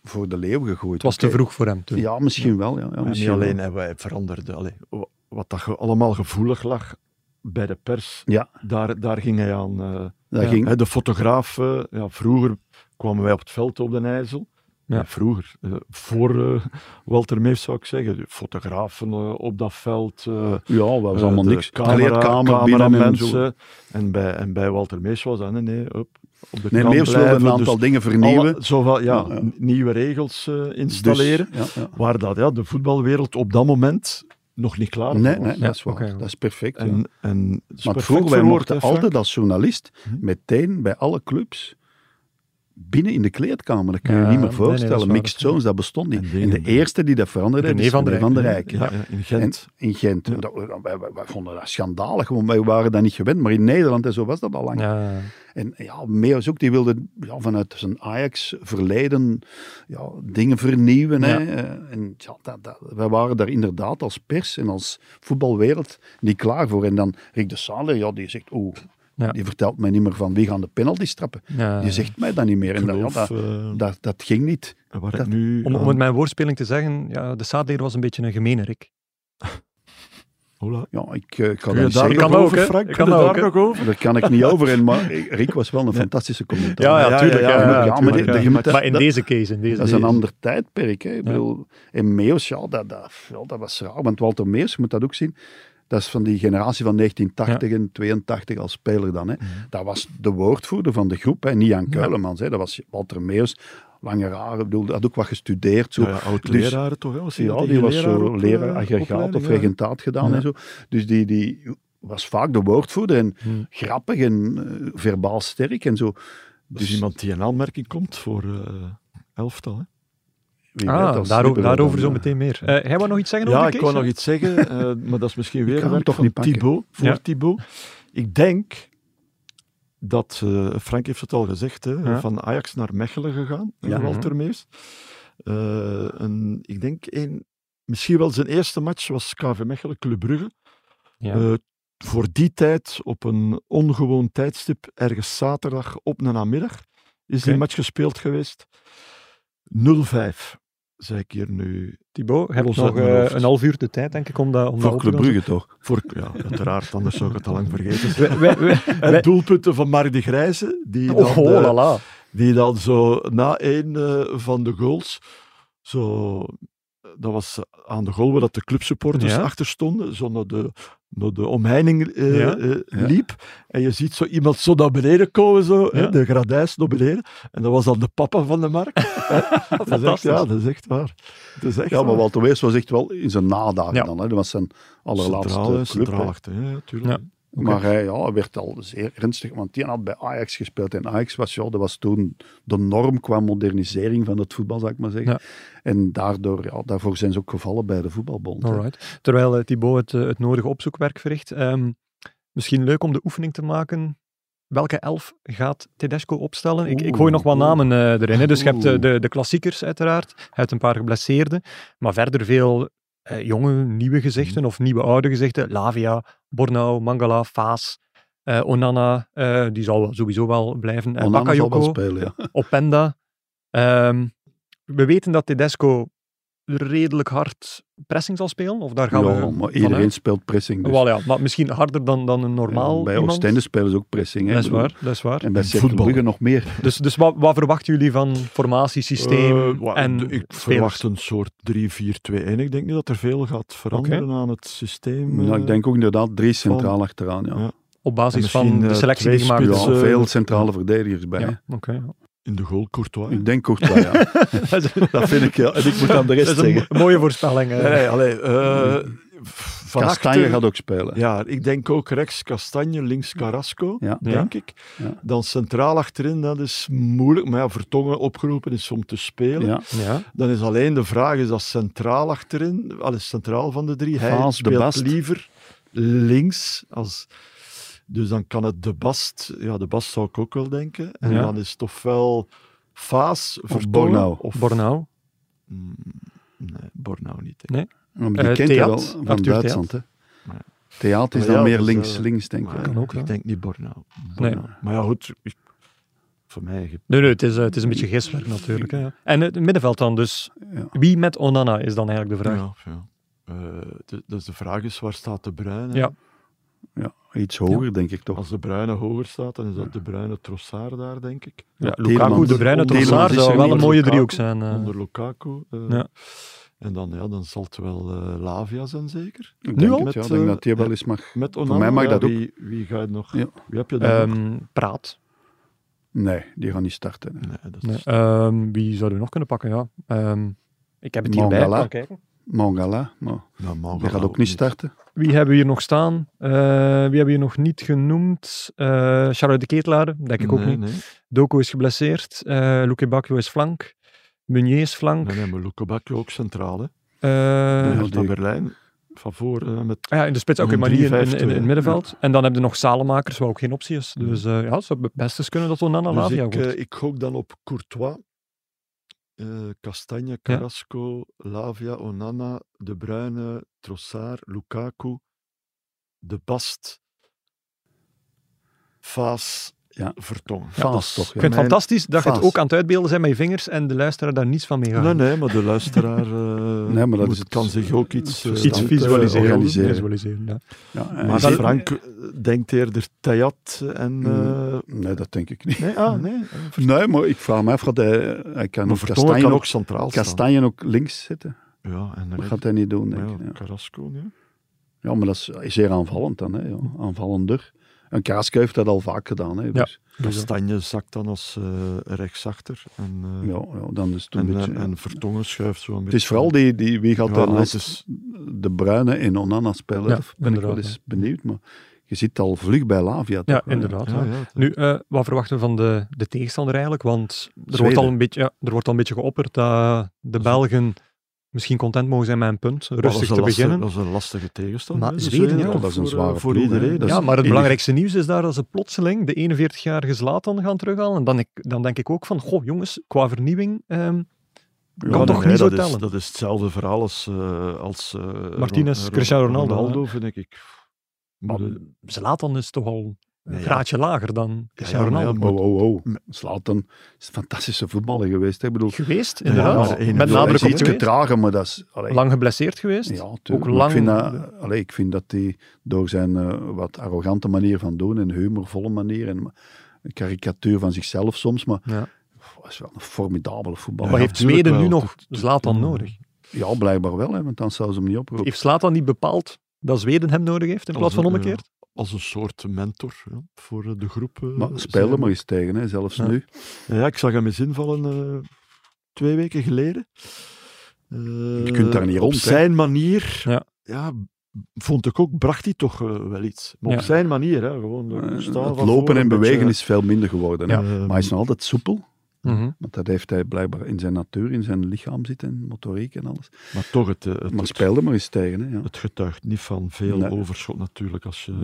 [SPEAKER 3] voor de leeuw gegooid.
[SPEAKER 1] het was te vroeg voor hem toen.
[SPEAKER 3] Ja, misschien wel. Ja, ja,
[SPEAKER 5] En niet
[SPEAKER 3] misschien
[SPEAKER 5] alleen
[SPEAKER 3] wel.
[SPEAKER 5] hè, wij veranderden. Allee.
[SPEAKER 4] wa- wat dat ge- allemaal gevoelig lag bij de pers,
[SPEAKER 3] Ja,
[SPEAKER 4] daar, daar ging hij aan. eh,
[SPEAKER 3] dat
[SPEAKER 1] Ja.
[SPEAKER 3] ging.
[SPEAKER 4] hè, de fotograaf, eh, ja, vroeger kwamen wij op het veld op de IJssel.
[SPEAKER 1] Ja.
[SPEAKER 4] Ja, vroeger, eh, voor eh, Walter Meef zou ik zeggen, de fotografen eh, op dat veld. eh,
[SPEAKER 3] Ja, dat was
[SPEAKER 4] eh,
[SPEAKER 3] allemaal
[SPEAKER 4] de
[SPEAKER 3] niks.
[SPEAKER 4] Camera,
[SPEAKER 3] Kleedkamer binnen en zo.
[SPEAKER 4] cameramensen. En bij, en bij Walter Mees was dat, nee, nee, op, op de
[SPEAKER 3] Nee,
[SPEAKER 4] krant
[SPEAKER 3] Leeuws wilde
[SPEAKER 4] blijven,
[SPEAKER 3] een aantal
[SPEAKER 4] dus
[SPEAKER 3] dingen vernieuwen.
[SPEAKER 4] alle- zowel, ja,
[SPEAKER 3] Ja, ja.
[SPEAKER 4] n- nieuwe regels eh, installeren.
[SPEAKER 3] Dus, ja, ja.
[SPEAKER 4] Waar dat, ja, de voetbalwereld op dat moment nog niet klaar voor
[SPEAKER 3] Nee,
[SPEAKER 4] was.
[SPEAKER 3] nee, dat is waar.
[SPEAKER 1] oké.
[SPEAKER 3] Dat is perfect. ja.
[SPEAKER 4] En, en het is
[SPEAKER 3] Maar
[SPEAKER 4] perfect
[SPEAKER 3] vroeger, wij
[SPEAKER 4] verwoord,
[SPEAKER 3] mochten
[SPEAKER 4] hè, Frank?
[SPEAKER 3] altijd als journalist
[SPEAKER 4] Mhm.
[SPEAKER 3] meteen bij alle clubs binnen in de kleedkamer. Dat kan je
[SPEAKER 1] Ja,
[SPEAKER 3] je niet
[SPEAKER 1] nee,
[SPEAKER 3] meer
[SPEAKER 1] nee, dat is
[SPEAKER 3] voorstellen.
[SPEAKER 1] waar.
[SPEAKER 3] Mixed zones, dat bestond niet.
[SPEAKER 4] En
[SPEAKER 3] En
[SPEAKER 4] dingen,
[SPEAKER 3] de
[SPEAKER 4] ja.
[SPEAKER 3] eerste die dat veranderde,
[SPEAKER 1] René
[SPEAKER 3] is
[SPEAKER 1] van der
[SPEAKER 3] René van der
[SPEAKER 1] Eyck,
[SPEAKER 3] Rijk.
[SPEAKER 4] Ja, ja, in
[SPEAKER 3] En,
[SPEAKER 4] Gent.
[SPEAKER 3] in Gent. Dat, wij, wij- wij vonden dat schandalig, want wij waren dat niet gewend. Maar in Nederland en zo was dat al lang.
[SPEAKER 1] Ja, ja.
[SPEAKER 3] En ja, Meeuwis ook, die wilde ja, vanuit zijn Ajax-verleden ja, dingen vernieuwen. Hè. Eh, En ja, dat, dat- wij waren daar inderdaad als pers en als voetbalwereld niet klaar voor. En dan Rick de Saler, ja, die zegt, oeh,
[SPEAKER 1] Ja.
[SPEAKER 3] die vertelt mij niet meer van wie gaan de penalties trappen.
[SPEAKER 1] Ja.
[SPEAKER 3] Die zegt mij dat niet meer. En dat, ja,
[SPEAKER 4] Geloof,
[SPEAKER 3] dat,
[SPEAKER 4] eh,
[SPEAKER 3] dat, dat ging niet.
[SPEAKER 4] waar
[SPEAKER 3] dat-
[SPEAKER 4] ik nu
[SPEAKER 1] Om,
[SPEAKER 4] aan-
[SPEAKER 1] om het met mijn woordspeling te zeggen, ja, de Saadleer was een beetje een gemene Rick.
[SPEAKER 4] Hola.
[SPEAKER 3] Ja, ik, eh, ik ga dat
[SPEAKER 4] Kun je
[SPEAKER 3] niet
[SPEAKER 4] daar
[SPEAKER 3] zeggen.
[SPEAKER 4] nog
[SPEAKER 1] Kan ook,
[SPEAKER 4] over,
[SPEAKER 1] hè?
[SPEAKER 4] Frank?
[SPEAKER 1] Kan
[SPEAKER 4] Kun je
[SPEAKER 1] ook,
[SPEAKER 4] daar
[SPEAKER 1] hè?
[SPEAKER 4] nog over?
[SPEAKER 3] Daar kan ik niet over in, maar Rick was wel een fantastische commentator.
[SPEAKER 1] Ja, ja, tuurlijk, ja,
[SPEAKER 3] en ook,
[SPEAKER 1] ja,
[SPEAKER 3] maar,
[SPEAKER 1] tuurlijk,
[SPEAKER 3] die-
[SPEAKER 1] ja.
[SPEAKER 3] je moet dat-
[SPEAKER 1] Maar in
[SPEAKER 3] dat-
[SPEAKER 1] deze case, in deze
[SPEAKER 3] Dat is een ander tijdperk. Hè. Ik bedoel, en Meus, ja, dat, dat, ja, dat was raar. Want Walter Meers, je moet dat ook zien, dat is van die generatie van 1980 en 82 als speler dan. Hè.
[SPEAKER 4] Mhm.
[SPEAKER 3] Dat was de woordvoerder van de groep, hè. niet Jan Keulemans. Hè. Dat was Walter Meers, lange raren, ik bedoel, dat had ook wat gestudeerd. Zo.
[SPEAKER 4] Ja, ja, Oud-leraren toch? Hè? dus- Was hij
[SPEAKER 3] Ja,
[SPEAKER 4] dat
[SPEAKER 3] die was
[SPEAKER 4] leraar
[SPEAKER 3] zo
[SPEAKER 4] ook,
[SPEAKER 3] leraar
[SPEAKER 4] eh,
[SPEAKER 3] aggregaat
[SPEAKER 4] opleiding?
[SPEAKER 3] of
[SPEAKER 4] Ja.
[SPEAKER 3] regentaat gedaan en zo. Dus die, die was vaak de woordvoerder en
[SPEAKER 4] Mhm.
[SPEAKER 3] grappig en eh, verbaal sterk en zo.
[SPEAKER 4] Dus
[SPEAKER 3] Dus
[SPEAKER 4] iemand die in aanmerking komt voor eh, elftal. Hè?
[SPEAKER 3] wie weet,
[SPEAKER 1] Ah,
[SPEAKER 3] als
[SPEAKER 1] daarover,
[SPEAKER 3] liepen we
[SPEAKER 1] daarover
[SPEAKER 3] dan,
[SPEAKER 1] zo
[SPEAKER 3] ja.
[SPEAKER 1] meteen meer. Eh jij wou nog iets zeggen
[SPEAKER 4] Ja,
[SPEAKER 1] over
[SPEAKER 4] ik
[SPEAKER 1] de
[SPEAKER 4] wou
[SPEAKER 1] case?
[SPEAKER 4] nog iets zeggen, eh, maar dat is misschien weer
[SPEAKER 3] kan
[SPEAKER 4] een
[SPEAKER 3] hem
[SPEAKER 4] werk
[SPEAKER 3] toch
[SPEAKER 4] van
[SPEAKER 3] niet pakken.
[SPEAKER 4] Thibaut, voor
[SPEAKER 1] Ja.
[SPEAKER 4] Thibaut. Ik denk dat, eh, Frank heeft het al gezegd, hè,
[SPEAKER 1] Ja.
[SPEAKER 4] van Ajax naar Mechelen gegaan, hè,
[SPEAKER 3] Ja.
[SPEAKER 4] Walter Mees. Eh, en ik denk, een, misschien wel zijn eerste match was KV Mechelen, Club Brugge.
[SPEAKER 1] Ja.
[SPEAKER 4] Eh, voor die tijd, op een ongewoon tijdstip, ergens zaterdag op een namiddag, is die
[SPEAKER 1] Oké.
[SPEAKER 4] match gespeeld geweest. 0-5, zei ik hier nu
[SPEAKER 1] Thibaut, je hebt
[SPEAKER 4] Los
[SPEAKER 1] nog
[SPEAKER 4] uit mijn
[SPEAKER 1] eh,
[SPEAKER 4] hoofd.
[SPEAKER 1] een half uur de tijd, denk ik, om dat, om dat
[SPEAKER 3] Voor
[SPEAKER 1] op te
[SPEAKER 3] Club
[SPEAKER 1] lossen.
[SPEAKER 3] Brugge toch?
[SPEAKER 4] Voor, ja, uiteraard, anders zou ik het al lang vergeten. zijn.
[SPEAKER 1] Wij- wij- wij- (laughs)
[SPEAKER 4] En doelpunten van Mark de Grijze, die dan,
[SPEAKER 3] Oh,
[SPEAKER 4] eh,
[SPEAKER 3] la la.
[SPEAKER 4] die dan zo na één eh, van de goals, zo, dat was aan de goal waar dat de clubsupporters
[SPEAKER 1] Ja.
[SPEAKER 4] achter stonden, zo naar de, naar de omheining eh,
[SPEAKER 1] Ja.
[SPEAKER 4] eh,
[SPEAKER 3] Ja.
[SPEAKER 4] liep. En je ziet zo iemand zo naar beneden komen, zo,
[SPEAKER 1] Ja.
[SPEAKER 4] hè, de gradijs naar beneden. En dat was dan de papa van de
[SPEAKER 1] (laughs)
[SPEAKER 4] Mark. Hè. dat is echt, ja, dat is echt waar. Dat is echt
[SPEAKER 3] Ja, maar
[SPEAKER 4] waar.
[SPEAKER 3] Walter Weers was echt wel in zijn nadagen
[SPEAKER 1] Ja.
[SPEAKER 3] dan. Hè. Dat was zijn allerlaatste
[SPEAKER 4] Centraal,
[SPEAKER 3] club.
[SPEAKER 4] hè,
[SPEAKER 3] hè.
[SPEAKER 4] centraal achter, ja, ja, tuurlijk.
[SPEAKER 1] Ja.
[SPEAKER 3] Maar hij ja, hij werd al zeer ernstig, want die had bij Ajax gespeeld. En Ajax was, ja, dat was toen de norm qua modernisering van het voetbal, zou ik maar zeggen.
[SPEAKER 1] Ja.
[SPEAKER 3] En daardoor, ja, daarvoor zijn ze ook gevallen bij de voetbalbond. hè.
[SPEAKER 1] Alright. Terwijl eh, Thibaut het, eh, het nodige opzoekwerk verricht. ehm, misschien leuk om de oefening te maken. Welke elf gaat Tedesco opstellen? Ik, ik gooi nog wat
[SPEAKER 3] Oeh.
[SPEAKER 1] namen eh, erin. Hè. Dus je hebt eh,
[SPEAKER 3] Oeh.
[SPEAKER 1] de, de klassiekers uiteraard, uit een paar geblesseerden. Maar verder veel eh, jonge, nieuwe gezichten
[SPEAKER 3] Mhm.
[SPEAKER 1] of nieuwe oude gezichten. Lavia, Bornau, Mangala, Faas, eh, Onana. eh, die zal wel- sowieso wel blijven. Eh,
[SPEAKER 3] Onana zal wel
[SPEAKER 1] Bakayoko.
[SPEAKER 3] spelen, ja.
[SPEAKER 1] Openda. Ehm, we weten dat Tedesco redelijk hard pressing zal spelen, of daar gaan
[SPEAKER 3] Ja,
[SPEAKER 1] we
[SPEAKER 3] maar
[SPEAKER 1] vanuit.
[SPEAKER 3] iedereen speelt pressing. Dus.
[SPEAKER 1] Wel ja, maar misschien harder dan, dan een normaal
[SPEAKER 3] En bij
[SPEAKER 1] iemand.
[SPEAKER 3] Oostende spelen ze ook pressing. Hè.
[SPEAKER 1] Dat is
[SPEAKER 3] Ik bedoel,
[SPEAKER 1] waar, dat is waar.
[SPEAKER 3] En bij
[SPEAKER 4] En
[SPEAKER 3] Cercle
[SPEAKER 4] voetbal.
[SPEAKER 3] Brugge nog meer.
[SPEAKER 1] Dus, dus wat, wat verwachten jullie van formatiesysteem
[SPEAKER 4] Eh, wa-
[SPEAKER 1] en
[SPEAKER 4] d- ik
[SPEAKER 1] spelers?
[SPEAKER 4] verwacht een soort 3-4-2-1. Ik denk niet dat er veel gaat veranderen aan het systeem.
[SPEAKER 3] Nou,
[SPEAKER 4] eh,
[SPEAKER 3] ik denk ook inderdaad drie centraal
[SPEAKER 4] van-
[SPEAKER 3] achteraan, ja.
[SPEAKER 4] Ja.
[SPEAKER 1] op basis
[SPEAKER 4] en
[SPEAKER 1] van
[SPEAKER 4] misschien,
[SPEAKER 1] de
[SPEAKER 4] eh,
[SPEAKER 1] selectie die
[SPEAKER 4] twee
[SPEAKER 1] gemaakt
[SPEAKER 3] Ja,
[SPEAKER 1] is?
[SPEAKER 4] spitsen. Dus, eh,
[SPEAKER 3] veel centrale verdedigers bij. hè.
[SPEAKER 1] Ja, oké.
[SPEAKER 4] (laughs)
[SPEAKER 1] (laughs) ja.
[SPEAKER 4] in de goal Courtois.
[SPEAKER 3] Ik denk Courtois, ja.
[SPEAKER 1] dat is een-
[SPEAKER 3] Dat vind ik, ja. En ik moet aan de rest
[SPEAKER 1] dat is een
[SPEAKER 3] zeggen.
[SPEAKER 1] mo- mooie voorspelling. eh.
[SPEAKER 4] Nee, nee, allee, eh, van
[SPEAKER 3] Kastanje
[SPEAKER 4] achter-
[SPEAKER 3] gaat ook spelen.
[SPEAKER 4] Ja, ik denk ook rechts Castanje, links Carrasco,
[SPEAKER 3] Ja.
[SPEAKER 4] denk ik.
[SPEAKER 3] Ja.
[SPEAKER 4] Dan centraal achterin, dat is moeilijk. Maar ja, Vertongen opgeroepen is om te spelen.
[SPEAKER 3] Ja.
[SPEAKER 1] Ja.
[SPEAKER 4] Dan is alleen de vraag, is dat centraal achterin? Al is centraal van de drie. Hij
[SPEAKER 3] Vaas, De
[SPEAKER 4] speelt
[SPEAKER 3] Bast.
[SPEAKER 4] liever links. Als, dus dan kan het De Bast... Ja, De Bast zou ik ook wel denken. En
[SPEAKER 1] Ja.
[SPEAKER 4] dan is het ofwel Faas vertonen.
[SPEAKER 3] Bornau.
[SPEAKER 4] Of,
[SPEAKER 1] Bornau.
[SPEAKER 4] Mm, nee, Bornau niet. denk ik.
[SPEAKER 1] Nee?
[SPEAKER 3] Want die
[SPEAKER 1] Eh,
[SPEAKER 3] kent hij wel
[SPEAKER 1] Theat,
[SPEAKER 3] van
[SPEAKER 1] Arthur Theat.
[SPEAKER 3] Duitsland. Hè?
[SPEAKER 4] Ja.
[SPEAKER 3] Theat is
[SPEAKER 4] Maar
[SPEAKER 3] dan
[SPEAKER 4] ja,
[SPEAKER 3] meer
[SPEAKER 4] dat is, eh,
[SPEAKER 3] links-links, denk
[SPEAKER 4] Maar
[SPEAKER 3] ik.
[SPEAKER 1] Kan ook, hè?
[SPEAKER 4] ik denk niet Bornau.
[SPEAKER 1] Nee.
[SPEAKER 4] Bornau. Maar ja, goed. ik- voor mij... ge-
[SPEAKER 1] Nee, nee, het is, eh, het is een beetje giswerk natuurlijk. Hè. En het middenveld dan, dus
[SPEAKER 3] Ja.
[SPEAKER 1] wie met Onana is dan eigenlijk de vraag.
[SPEAKER 4] Ja, ja. Eh, de- dus de vraag is, waar staat de Bruine?
[SPEAKER 1] Ja.
[SPEAKER 3] Ja, iets hoger, denk ik toch.
[SPEAKER 4] Als de Bruine hoger staat, dan is dat de Bruine Trossard daar, denk ik.
[SPEAKER 1] Ja, Lukaku,
[SPEAKER 3] Tielemans.
[SPEAKER 1] De Bruyne,
[SPEAKER 4] Onder-
[SPEAKER 1] Trossard
[SPEAKER 4] onder-
[SPEAKER 1] zou wel een
[SPEAKER 4] onder
[SPEAKER 1] mooie
[SPEAKER 4] Lukaku,
[SPEAKER 1] driehoek zijn. eh.
[SPEAKER 4] Onder Lukaku. eh,
[SPEAKER 1] Ja.
[SPEAKER 4] En dan, ja, dan zal het wel eh, Lavia zijn, zeker.
[SPEAKER 3] Ik
[SPEAKER 1] Nu
[SPEAKER 3] denk
[SPEAKER 1] al?
[SPEAKER 3] het, ja. Ik
[SPEAKER 4] Met,
[SPEAKER 3] denk
[SPEAKER 4] eh,
[SPEAKER 3] dat hij wel
[SPEAKER 4] ja.
[SPEAKER 3] eens mag.
[SPEAKER 4] Met Onana,
[SPEAKER 3] mij mag
[SPEAKER 4] ja,
[SPEAKER 3] dat ook.
[SPEAKER 4] Wie, wie ga je nog?
[SPEAKER 3] Ja.
[SPEAKER 4] Wie heb je dan nog?
[SPEAKER 1] Ehm, praat.
[SPEAKER 3] Nee, die gaan niet starten. hè.
[SPEAKER 4] Nee, dat
[SPEAKER 1] Nee,
[SPEAKER 4] is...
[SPEAKER 1] ehm, wie zouden we nog kunnen pakken? Ja. Ehm, ik heb het hierbij.
[SPEAKER 3] Mangala.
[SPEAKER 1] Kan kijken.
[SPEAKER 3] Mangala, maar
[SPEAKER 4] Nou, Mangala
[SPEAKER 3] die gaat ook niet starten.
[SPEAKER 1] Wie hebben we hier nog staan? Eh, wie hebben we hier nog niet genoemd? Eh Charlotte de Ketelaar, denk ik ook
[SPEAKER 4] Nee,
[SPEAKER 1] niet.
[SPEAKER 4] nee.
[SPEAKER 1] Doko is geblesseerd. Eh Luke Bakio is flank. Meunier is flank.
[SPEAKER 4] Nee, nee, maar Lukobakje ook centraal, hè.
[SPEAKER 1] Eh,
[SPEAKER 4] Uh,
[SPEAKER 1] ja.
[SPEAKER 3] Ja. die-
[SPEAKER 4] Berlijn, van voor, eh, met
[SPEAKER 1] in de spits ook in
[SPEAKER 4] Een
[SPEAKER 1] manier in, in, in
[SPEAKER 4] 3-5-2,
[SPEAKER 1] het middenveld. En dan heb je nog Salemakers, wat ook geen optie is. Dus eh, ja, het zou best eens kunnen dat Onana
[SPEAKER 4] Dus
[SPEAKER 1] Lavia
[SPEAKER 4] ik,
[SPEAKER 1] wordt.
[SPEAKER 4] eh, ik gok dan op Courtois, eh Castagne, Carrasco, Lavia, Onana, De Bruyne, Trossard, Lukaku, De Bast, Faas,
[SPEAKER 3] Ja.
[SPEAKER 4] Vertongen.
[SPEAKER 3] Faas toch.
[SPEAKER 1] ik vind het fantastisch dat je het
[SPEAKER 3] Faas.
[SPEAKER 1] ook aan het uitbeelden zijn met je vingers en de luisteraar daar niets van mee gaat.
[SPEAKER 4] Nee, nee, maar de
[SPEAKER 3] (laughs)
[SPEAKER 4] luisteraar eh,
[SPEAKER 3] Nee, maar dat
[SPEAKER 4] moet-
[SPEAKER 3] is het-
[SPEAKER 4] kan zich ook iets, eh,
[SPEAKER 1] Iets
[SPEAKER 3] dan, eh,
[SPEAKER 1] visualiseren.
[SPEAKER 3] organiseren.
[SPEAKER 1] visualiseren ja.
[SPEAKER 4] Maar
[SPEAKER 3] Maar
[SPEAKER 1] dat-
[SPEAKER 4] Frank eh, denkt eerder Tayat en...
[SPEAKER 3] Mm.
[SPEAKER 4] eh,
[SPEAKER 3] Nee, dat denk ik niet. (laughs)
[SPEAKER 4] nee, ah, nee. eh, Vertongen.
[SPEAKER 3] Nee, maar ik vraag me af, gaat hij, eh, hij kan,
[SPEAKER 4] Maar
[SPEAKER 3] ook
[SPEAKER 4] Vertongen
[SPEAKER 3] Kastanje,
[SPEAKER 4] kan
[SPEAKER 3] ook,
[SPEAKER 4] ook centraal staan.
[SPEAKER 3] Kastanje ook links zitten.
[SPEAKER 4] Ja, en
[SPEAKER 3] Dat
[SPEAKER 4] rechts.
[SPEAKER 3] gaat hij niet doen,
[SPEAKER 4] Maar
[SPEAKER 3] denk
[SPEAKER 4] ja,
[SPEAKER 3] ik. Ja.
[SPEAKER 4] Carrasco, ja.
[SPEAKER 3] Ja, maar dat is is zeer aanvallend dan, hè, ja. aanvallender. En Kaaske heeft dat al vaak gedaan. Hè, dus,
[SPEAKER 4] Kastanje zakt dan als eh, rechtsachter. En, eh,
[SPEAKER 3] ja. Ja, dan is het een
[SPEAKER 4] en,
[SPEAKER 3] beetje...
[SPEAKER 4] eh,
[SPEAKER 3] ja.
[SPEAKER 4] en Vertongen schuift zo een
[SPEAKER 3] het
[SPEAKER 4] beetje.
[SPEAKER 3] is vooral die, die wie gaat
[SPEAKER 4] Ja,
[SPEAKER 3] daar
[SPEAKER 4] dat
[SPEAKER 3] naast
[SPEAKER 4] is-
[SPEAKER 3] de Bruine en Onana spelen.
[SPEAKER 1] Ja,
[SPEAKER 3] Daar ben ik wel
[SPEAKER 1] inderdaad,
[SPEAKER 3] eens benieuwd, maar je zit al vlug bij Lavia.
[SPEAKER 1] Ja,
[SPEAKER 3] toch, hè?
[SPEAKER 1] inderdaad.
[SPEAKER 4] Ja,
[SPEAKER 1] ja.
[SPEAKER 4] ja, het-
[SPEAKER 1] Nu, eh, wat verwachten we van de, de tegenstander eigenlijk? Want er wordt,
[SPEAKER 3] Zweden.
[SPEAKER 1] al een beetje, ja, er wordt al een beetje geopperd dat de Belgen misschien content mogen zijn met een punt.
[SPEAKER 4] Maar dat
[SPEAKER 1] Rustig
[SPEAKER 4] is een
[SPEAKER 1] te
[SPEAKER 4] lastige-
[SPEAKER 1] beginnen.
[SPEAKER 4] Dat is een lastige tegenstander.
[SPEAKER 1] Maar
[SPEAKER 4] hè, de
[SPEAKER 1] Zweden, ja,
[SPEAKER 4] toch?
[SPEAKER 3] dat is een
[SPEAKER 4] Voor, eh,
[SPEAKER 3] zware
[SPEAKER 4] Voor
[SPEAKER 3] ploeg,
[SPEAKER 4] iedereen.
[SPEAKER 3] hè.
[SPEAKER 4] dat is-
[SPEAKER 1] ja, maar het
[SPEAKER 3] enig.
[SPEAKER 1] belangrijkste nieuws is daar dat ze plotseling de 41-jarige Zlatan gaan terughalen. En dan, ik, dan denk ik ook van, goh jongens, qua vernieuwing ehm,
[SPEAKER 3] Ja,
[SPEAKER 1] kan
[SPEAKER 4] Ja,
[SPEAKER 1] toch
[SPEAKER 4] nee,
[SPEAKER 1] niet zo
[SPEAKER 4] dat is-
[SPEAKER 1] tellen.
[SPEAKER 4] dat is hetzelfde verhaal als... eh, als eh,
[SPEAKER 1] Martinez,
[SPEAKER 4] Ron-
[SPEAKER 1] Cristiano Ronaldo,
[SPEAKER 4] Ronaldo, vind ik. ik moet, eh,
[SPEAKER 1] Zlatan is toch al een
[SPEAKER 4] Nee, ja.
[SPEAKER 1] graadje lager dan Cristiano
[SPEAKER 4] ja, maar ja,
[SPEAKER 1] Ronaldo.
[SPEAKER 3] Oh, oh, oh. Zlatan is een fantastische voetballer geweest. Hè. Ik bedoel,
[SPEAKER 1] Geweest,
[SPEAKER 4] ja,
[SPEAKER 1] inderdaad.
[SPEAKER 4] maar één-
[SPEAKER 1] Met
[SPEAKER 4] ja,
[SPEAKER 1] nadruk
[SPEAKER 3] hij
[SPEAKER 1] op
[SPEAKER 3] is iets
[SPEAKER 1] twee.
[SPEAKER 3] getragen, maar dat is... allee,
[SPEAKER 1] Lang geblesseerd geweest.
[SPEAKER 3] Ja, tuurlijk.
[SPEAKER 1] Ook
[SPEAKER 3] Maar Ik vind,
[SPEAKER 1] lang-
[SPEAKER 3] dat, allee, ik vind dat hij door zijn eh, wat arrogante manier van doen en humorvolle manier en ma- een karikatuur van zichzelf soms, maar
[SPEAKER 1] Ja.
[SPEAKER 3] pff, is wel een formidabele voetballer.
[SPEAKER 1] Maar
[SPEAKER 4] Ja,
[SPEAKER 1] heeft
[SPEAKER 4] tuurlijk
[SPEAKER 1] Zweden nu
[SPEAKER 4] wel.
[SPEAKER 1] nog Zlatan nodig?
[SPEAKER 3] Ja, blijkbaar wel, hè, want dan zou ze hem niet oproepen.
[SPEAKER 1] Heeft Zlatan niet bepaald dat Zweden hem nodig heeft in plaats van
[SPEAKER 4] als-
[SPEAKER 1] omgekeerd?
[SPEAKER 4] ja, als een soort mentor ja, voor eh, de groep. eh,
[SPEAKER 3] maar speel er
[SPEAKER 4] zijn.
[SPEAKER 3] maar eens tegen, hè, zelfs
[SPEAKER 1] Ja.
[SPEAKER 3] nu.
[SPEAKER 4] Ja, ik zag hem eens invallen eh, twee weken geleden. Eh,
[SPEAKER 3] Je kunt daar niet
[SPEAKER 4] op
[SPEAKER 3] rond, hè.
[SPEAKER 4] zijn manier
[SPEAKER 1] Ja.
[SPEAKER 4] ja. b- vond ik ook, bracht hij toch eh, wel iets. Maar op
[SPEAKER 1] Ja.
[SPEAKER 4] zijn manier, hè, gewoon eh,
[SPEAKER 3] Eh,
[SPEAKER 4] staan
[SPEAKER 3] Het
[SPEAKER 4] van voor,
[SPEAKER 3] lopen en
[SPEAKER 4] een
[SPEAKER 3] bewegen
[SPEAKER 4] beetje,
[SPEAKER 3] is veel minder geworden. hè.
[SPEAKER 4] eh,
[SPEAKER 3] Maar hij is nog altijd soepel,
[SPEAKER 1] Mhm.
[SPEAKER 3] want dat heeft hij blijkbaar in zijn natuur, in zijn lichaam zitten, motoriek en alles.
[SPEAKER 4] Maar toch, het, eh, het,
[SPEAKER 3] Maar
[SPEAKER 4] het,
[SPEAKER 3] speel er maar eens tegen. Hè, ja.
[SPEAKER 4] het getuigt niet van veel
[SPEAKER 3] Nee.
[SPEAKER 4] overschot natuurlijk als je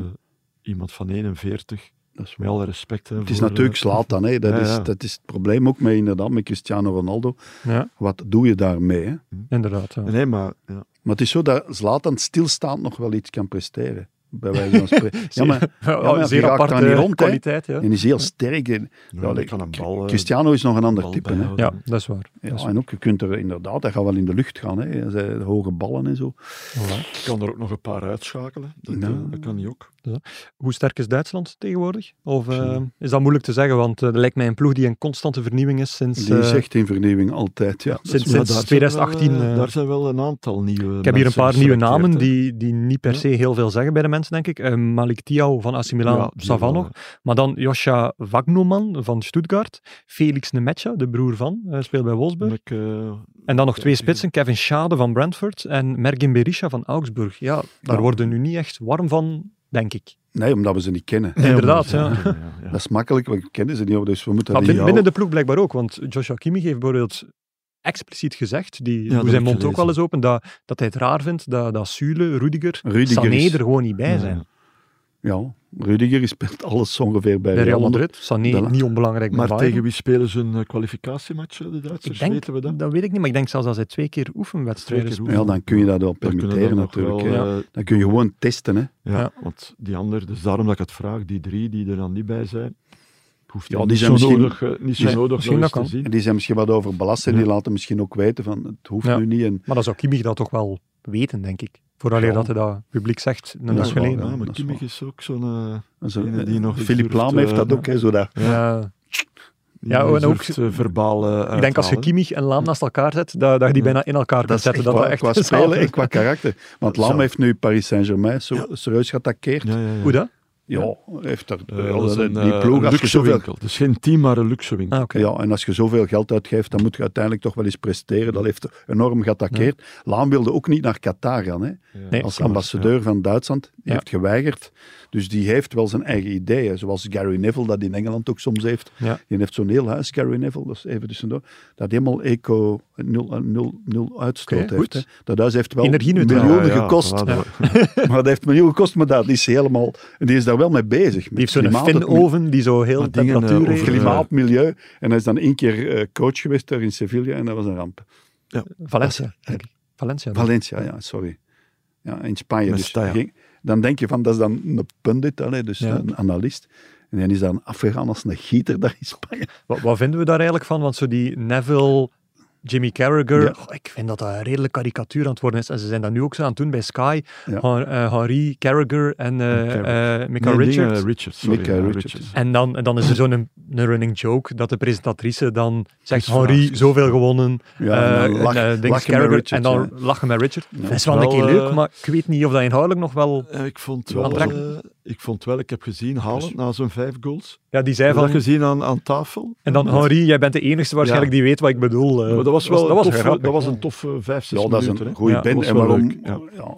[SPEAKER 4] iemand van 41,
[SPEAKER 3] dat is
[SPEAKER 4] met alle respect... Hè,
[SPEAKER 3] Het is
[SPEAKER 4] voor,
[SPEAKER 3] natuurlijk
[SPEAKER 4] eh,
[SPEAKER 3] Zlatan, hè. Dat,
[SPEAKER 4] Ja,
[SPEAKER 3] is,
[SPEAKER 4] ja.
[SPEAKER 3] dat is het probleem ook met, inderdaad, met Cristiano Ronaldo.
[SPEAKER 1] Ja,
[SPEAKER 3] Wat doe je daarmee? Hè?
[SPEAKER 1] inderdaad. ja.
[SPEAKER 4] (laughs) Nee, maar... Ja.
[SPEAKER 3] Maar het is zo dat Zlatan stilstaand nog wel iets kan presteren. Bij wijze van
[SPEAKER 1] (laughs)
[SPEAKER 3] spreken. ja, maar,
[SPEAKER 1] Ja,
[SPEAKER 3] maar je
[SPEAKER 1] zeer
[SPEAKER 3] raakt
[SPEAKER 1] aparte
[SPEAKER 3] daar niet rond, hè.
[SPEAKER 1] kwaliteit. Ja.
[SPEAKER 3] en is heel sterk. En,
[SPEAKER 4] Ja,
[SPEAKER 3] allee,
[SPEAKER 4] die kan een bal... eh,
[SPEAKER 3] Cristiano is nog een ander
[SPEAKER 4] bal
[SPEAKER 3] type. Hè?
[SPEAKER 4] bijhouden.
[SPEAKER 1] ja, dat is waar.
[SPEAKER 3] Ja,
[SPEAKER 1] Dat is
[SPEAKER 3] en ook, je kunt er inderdaad, hij gaat wel in de lucht gaan. Hè? Hij zei, hoge ballen en zo.
[SPEAKER 1] waar. Voilà.
[SPEAKER 4] kan er ook nog een paar uitschakelen. Dat,
[SPEAKER 3] Ja.
[SPEAKER 4] eh, dat kan hij ook.
[SPEAKER 1] Hoe sterk is Duitsland tegenwoordig? Of eh, is dat moeilijk te zeggen? Want eh, dat lijkt mij een ploeg die in constante vernieuwing is sinds...
[SPEAKER 3] Die
[SPEAKER 1] eh,
[SPEAKER 3] zegt in vernieuwing altijd. Ja, dat is
[SPEAKER 1] sinds-
[SPEAKER 3] waar.
[SPEAKER 1] sinds 2018,
[SPEAKER 4] Zijn wel, eh,
[SPEAKER 1] eh,
[SPEAKER 4] daar zijn wel een aantal nieuwe.
[SPEAKER 1] ik heb hier een paar nieuwe namen die, die niet per se heel veel zeggen bij de mensen, denk ik. Eh, Malik Tiao van AC Milan, Savano. Maar dan Joscha Wagnoman van Stuttgart. Felix Nemetja, de broer van, eh, speelt bij Wolfsburg.
[SPEAKER 4] Ik, eh,
[SPEAKER 1] En dan nog
[SPEAKER 4] Ja,
[SPEAKER 1] twee
[SPEAKER 4] ik denk
[SPEAKER 1] spitsen, Kevin Schade van Brentford en Mergin Berisha van Augsburg. Ja, daar
[SPEAKER 3] Ja.
[SPEAKER 1] worden we nu niet echt warm van, denk ik.
[SPEAKER 3] Nee, omdat we ze niet kennen.
[SPEAKER 1] Inderdaad, ja.
[SPEAKER 4] ja, ja, ja.
[SPEAKER 3] (laughs) Dat is makkelijk, want we kennen ze niet. Dus we moeten
[SPEAKER 1] Maar
[SPEAKER 3] die
[SPEAKER 1] bin-
[SPEAKER 3] jou-
[SPEAKER 1] binnen de ploeg blijkbaar ook, want Joshua Kimmich heeft bijvoorbeeld expliciet gezegd, die
[SPEAKER 4] dat
[SPEAKER 1] doet
[SPEAKER 4] heb
[SPEAKER 1] zijn
[SPEAKER 4] ik
[SPEAKER 1] mond ook
[SPEAKER 4] gelezen.
[SPEAKER 1] wel eens open, dat, dat hij het raar vindt dat, dat Sule, Rudiger,
[SPEAKER 3] Rudiger
[SPEAKER 1] Sané
[SPEAKER 3] is-
[SPEAKER 1] er gewoon niet bij
[SPEAKER 4] Ja,
[SPEAKER 1] zijn.
[SPEAKER 4] ja.
[SPEAKER 3] Ja, Rudiger speelt alles ongeveer bij,
[SPEAKER 1] Bij Real
[SPEAKER 3] Madrid.
[SPEAKER 1] Madrid, Sané,
[SPEAKER 3] Bella.
[SPEAKER 1] niet onbelangrijk bij
[SPEAKER 4] Maar
[SPEAKER 1] Bayern.
[SPEAKER 4] tegen wie spelen ze een eh, kwalificatiematch, eh, de Duitsers?
[SPEAKER 1] ik denk,
[SPEAKER 4] Weten we dat?
[SPEAKER 1] weet ik niet, maar ik denk zelfs als hij twee keer oefenwedstrijden
[SPEAKER 4] Twee keer
[SPEAKER 1] speelt.
[SPEAKER 3] Ja, dan kun je dat wel
[SPEAKER 4] Daar kunnen we
[SPEAKER 3] permitteren
[SPEAKER 4] dan nog
[SPEAKER 3] natuurlijk. hè.
[SPEAKER 4] wel, eh,
[SPEAKER 3] Dan kun je gewoon testen. Hè.
[SPEAKER 4] Ja,
[SPEAKER 1] Ja.
[SPEAKER 4] want die anderen, dus daarom dat ik het vraag, die drie die er dan niet bij zijn, hoeft
[SPEAKER 3] Ja,
[SPEAKER 4] hij
[SPEAKER 3] die
[SPEAKER 4] niet
[SPEAKER 3] zijn
[SPEAKER 4] zo
[SPEAKER 3] misschien-
[SPEAKER 4] nodig, eh, niet zo
[SPEAKER 1] Nee,
[SPEAKER 4] nodig
[SPEAKER 1] misschien
[SPEAKER 4] nog eens
[SPEAKER 1] dat
[SPEAKER 4] te zien.
[SPEAKER 3] En die zijn misschien wat overbelast en die laten misschien ook weten van het hoeft
[SPEAKER 1] Ja.
[SPEAKER 3] nu niet. En
[SPEAKER 1] Maar dan zou Kimmich dat toch wel weten, denk ik. Vooraleer
[SPEAKER 3] Ja.
[SPEAKER 1] dat hij dat publiek zegt, een
[SPEAKER 3] Dat
[SPEAKER 1] dag
[SPEAKER 3] is wel,
[SPEAKER 1] geleden.
[SPEAKER 3] ja.
[SPEAKER 4] Ja, maar
[SPEAKER 3] dat is
[SPEAKER 4] Kimmich is ook zo'n... eh,
[SPEAKER 3] en zo,
[SPEAKER 4] Ene die nog
[SPEAKER 3] Philippe
[SPEAKER 4] durft,
[SPEAKER 3] Laam heeft
[SPEAKER 4] eh,
[SPEAKER 3] dat ook. Hè, zo dat,
[SPEAKER 1] Eh,
[SPEAKER 4] die
[SPEAKER 1] Ja,
[SPEAKER 4] nog
[SPEAKER 1] en ook-
[SPEAKER 4] durft, eh, verbaal eh,
[SPEAKER 1] ik denk als je
[SPEAKER 4] uithalen.
[SPEAKER 1] Kimmich en Laam naast elkaar zet, dat, dat je die bijna in elkaar kunt
[SPEAKER 3] dat is echt
[SPEAKER 1] zetten. Dat
[SPEAKER 3] qua,
[SPEAKER 1] dat echt
[SPEAKER 3] qua
[SPEAKER 1] een zaal
[SPEAKER 3] spelen
[SPEAKER 1] is.
[SPEAKER 3] en qua karakter. Want Laam
[SPEAKER 4] zou-
[SPEAKER 3] heeft nu Paris Saint-Germain zo, serieus geattaqueerd. Ja,
[SPEAKER 4] Ja, ja, ja.
[SPEAKER 1] Hoe dat?
[SPEAKER 3] heeft er,
[SPEAKER 4] Eh,
[SPEAKER 3] ja,
[SPEAKER 4] dat is
[SPEAKER 3] die
[SPEAKER 4] een, eh,
[SPEAKER 3] ploeg als je
[SPEAKER 4] luxe
[SPEAKER 3] zoveel...
[SPEAKER 4] winkel. Dus geen team, maar een luxe winkel.
[SPEAKER 1] Ah, oké.
[SPEAKER 3] Ja, en als je zoveel geld uitgeeft, dan moet je uiteindelijk toch wel eens presteren. Dat heeft er enorm geattaqueerd. Laam wilde ook niet naar Qatar gaan. Hè.
[SPEAKER 1] Nee,
[SPEAKER 3] als
[SPEAKER 1] dat kan.
[SPEAKER 3] ambassadeur van Duitsland. Die
[SPEAKER 1] Ja.
[SPEAKER 3] heeft geweigerd. Dus die heeft wel zijn eigen ideeën. Zoals Gary Neville dat in Engeland ook soms heeft.
[SPEAKER 1] Ja.
[SPEAKER 3] Die heeft zo'n heel huis, Gary Neville, dat is even tussendoor. Dat helemaal eco nul, nul, nul uitstoot
[SPEAKER 1] Oké,
[SPEAKER 3] heeft.
[SPEAKER 1] goed.
[SPEAKER 3] hè. Dat huis heeft wel
[SPEAKER 1] Energie-neutraal.
[SPEAKER 3] miljoenen
[SPEAKER 4] Ja, ja,
[SPEAKER 3] gekost.
[SPEAKER 4] voilà, dat-
[SPEAKER 3] (laughs) Maar dat heeft miljoenen gekost, maar dat is helemaal... En die is daar wel mee bezig.
[SPEAKER 1] Die heeft zo'n
[SPEAKER 3] fin
[SPEAKER 1] finoven die zo heel
[SPEAKER 4] Maar dingen, eh,
[SPEAKER 1] temperatuur
[SPEAKER 4] over-
[SPEAKER 1] heeft.
[SPEAKER 3] Klimaat, milieu. En hij is dan één keer eh, coach geweest daar in Sevilla en dat was een ramp.
[SPEAKER 1] Valencia, denk ik. Valencia. dan.
[SPEAKER 3] Valencia, ja, sorry. Ja, in Spanje. Dus
[SPEAKER 4] Mestalla.
[SPEAKER 3] ging- dan denk je van, dat is dan een pundit, allee, dus
[SPEAKER 1] Ja.
[SPEAKER 3] een analist. En die is dan afgegaan als een gieter daar in Spanje.
[SPEAKER 1] Wat, wat vinden we daar eigenlijk van? Want zo die Neville, Jimmy Carragher,
[SPEAKER 3] Ja.
[SPEAKER 1] oh, ik vind dat dat een redelijke karikatuur aan het worden is. En ze zijn dat nu ook zo aan het doen bij Sky.
[SPEAKER 3] Ja.
[SPEAKER 1] Hen- eh, Henry, Carragher en eh
[SPEAKER 4] Carragher.
[SPEAKER 1] eh, Michael
[SPEAKER 4] Nee,
[SPEAKER 1] Richards.
[SPEAKER 4] dingen, eh, Richards, sorry,
[SPEAKER 3] Mick, eh,
[SPEAKER 4] ja,
[SPEAKER 3] Richards.
[SPEAKER 1] en dan, en dan is er zo'n een running joke dat de presentatrice dan zegt:
[SPEAKER 4] Iets
[SPEAKER 1] Henri,
[SPEAKER 4] verhaastjes.
[SPEAKER 1] zoveel gewonnen.
[SPEAKER 3] Ja, en
[SPEAKER 1] eh,
[SPEAKER 3] dan lach-
[SPEAKER 1] en, eh, ding is
[SPEAKER 3] lachen met
[SPEAKER 1] Carragher.
[SPEAKER 3] Richards,
[SPEAKER 1] en dan
[SPEAKER 3] ja.
[SPEAKER 1] lachen met Richard.
[SPEAKER 3] Ja.
[SPEAKER 1] Dat is wel, een
[SPEAKER 4] Wel,
[SPEAKER 1] keer leuk,
[SPEAKER 4] eh,
[SPEAKER 1] maar ik weet niet of dat inhoudelijk nog wel.
[SPEAKER 4] Eh, Ik vond
[SPEAKER 3] Ja,
[SPEAKER 4] wel,
[SPEAKER 1] dat-
[SPEAKER 4] eh, ik vond wel, ik heb gezien, Haaland na zo'n vijf goals.
[SPEAKER 1] Ja, die zei
[SPEAKER 4] Heb je dat
[SPEAKER 1] van.
[SPEAKER 4] gezien aan, aan tafel?
[SPEAKER 1] En dan Henri, jij bent de enigste waarschijnlijk
[SPEAKER 4] Ja.
[SPEAKER 1] die weet wat ik bedoel. eh.
[SPEAKER 4] Maar dat was wel
[SPEAKER 1] dat was
[SPEAKER 4] een toffe,
[SPEAKER 1] grappig,
[SPEAKER 4] dat was
[SPEAKER 1] ja.
[SPEAKER 4] een toffe vijf, zes
[SPEAKER 3] Ja, dat is
[SPEAKER 4] minuten.
[SPEAKER 3] een
[SPEAKER 4] hè.
[SPEAKER 3] goede
[SPEAKER 1] Ja,
[SPEAKER 3] bin.
[SPEAKER 4] dat is
[SPEAKER 3] En
[SPEAKER 4] wel
[SPEAKER 3] waarom...
[SPEAKER 4] leuk, ja.
[SPEAKER 3] Ja,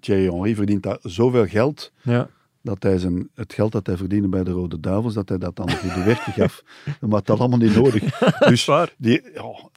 [SPEAKER 3] Thierry Henry verdient daar zoveel geld,
[SPEAKER 1] Ja.
[SPEAKER 3] dat hij zijn, het geld dat hij verdiende bij de Rode Duivels, dat hij dat aan de goede werken gaf. (laughs) Maar dat had allemaal niet
[SPEAKER 4] (laughs)
[SPEAKER 3] nodig. Dus
[SPEAKER 1] waar.
[SPEAKER 3] Die, ja.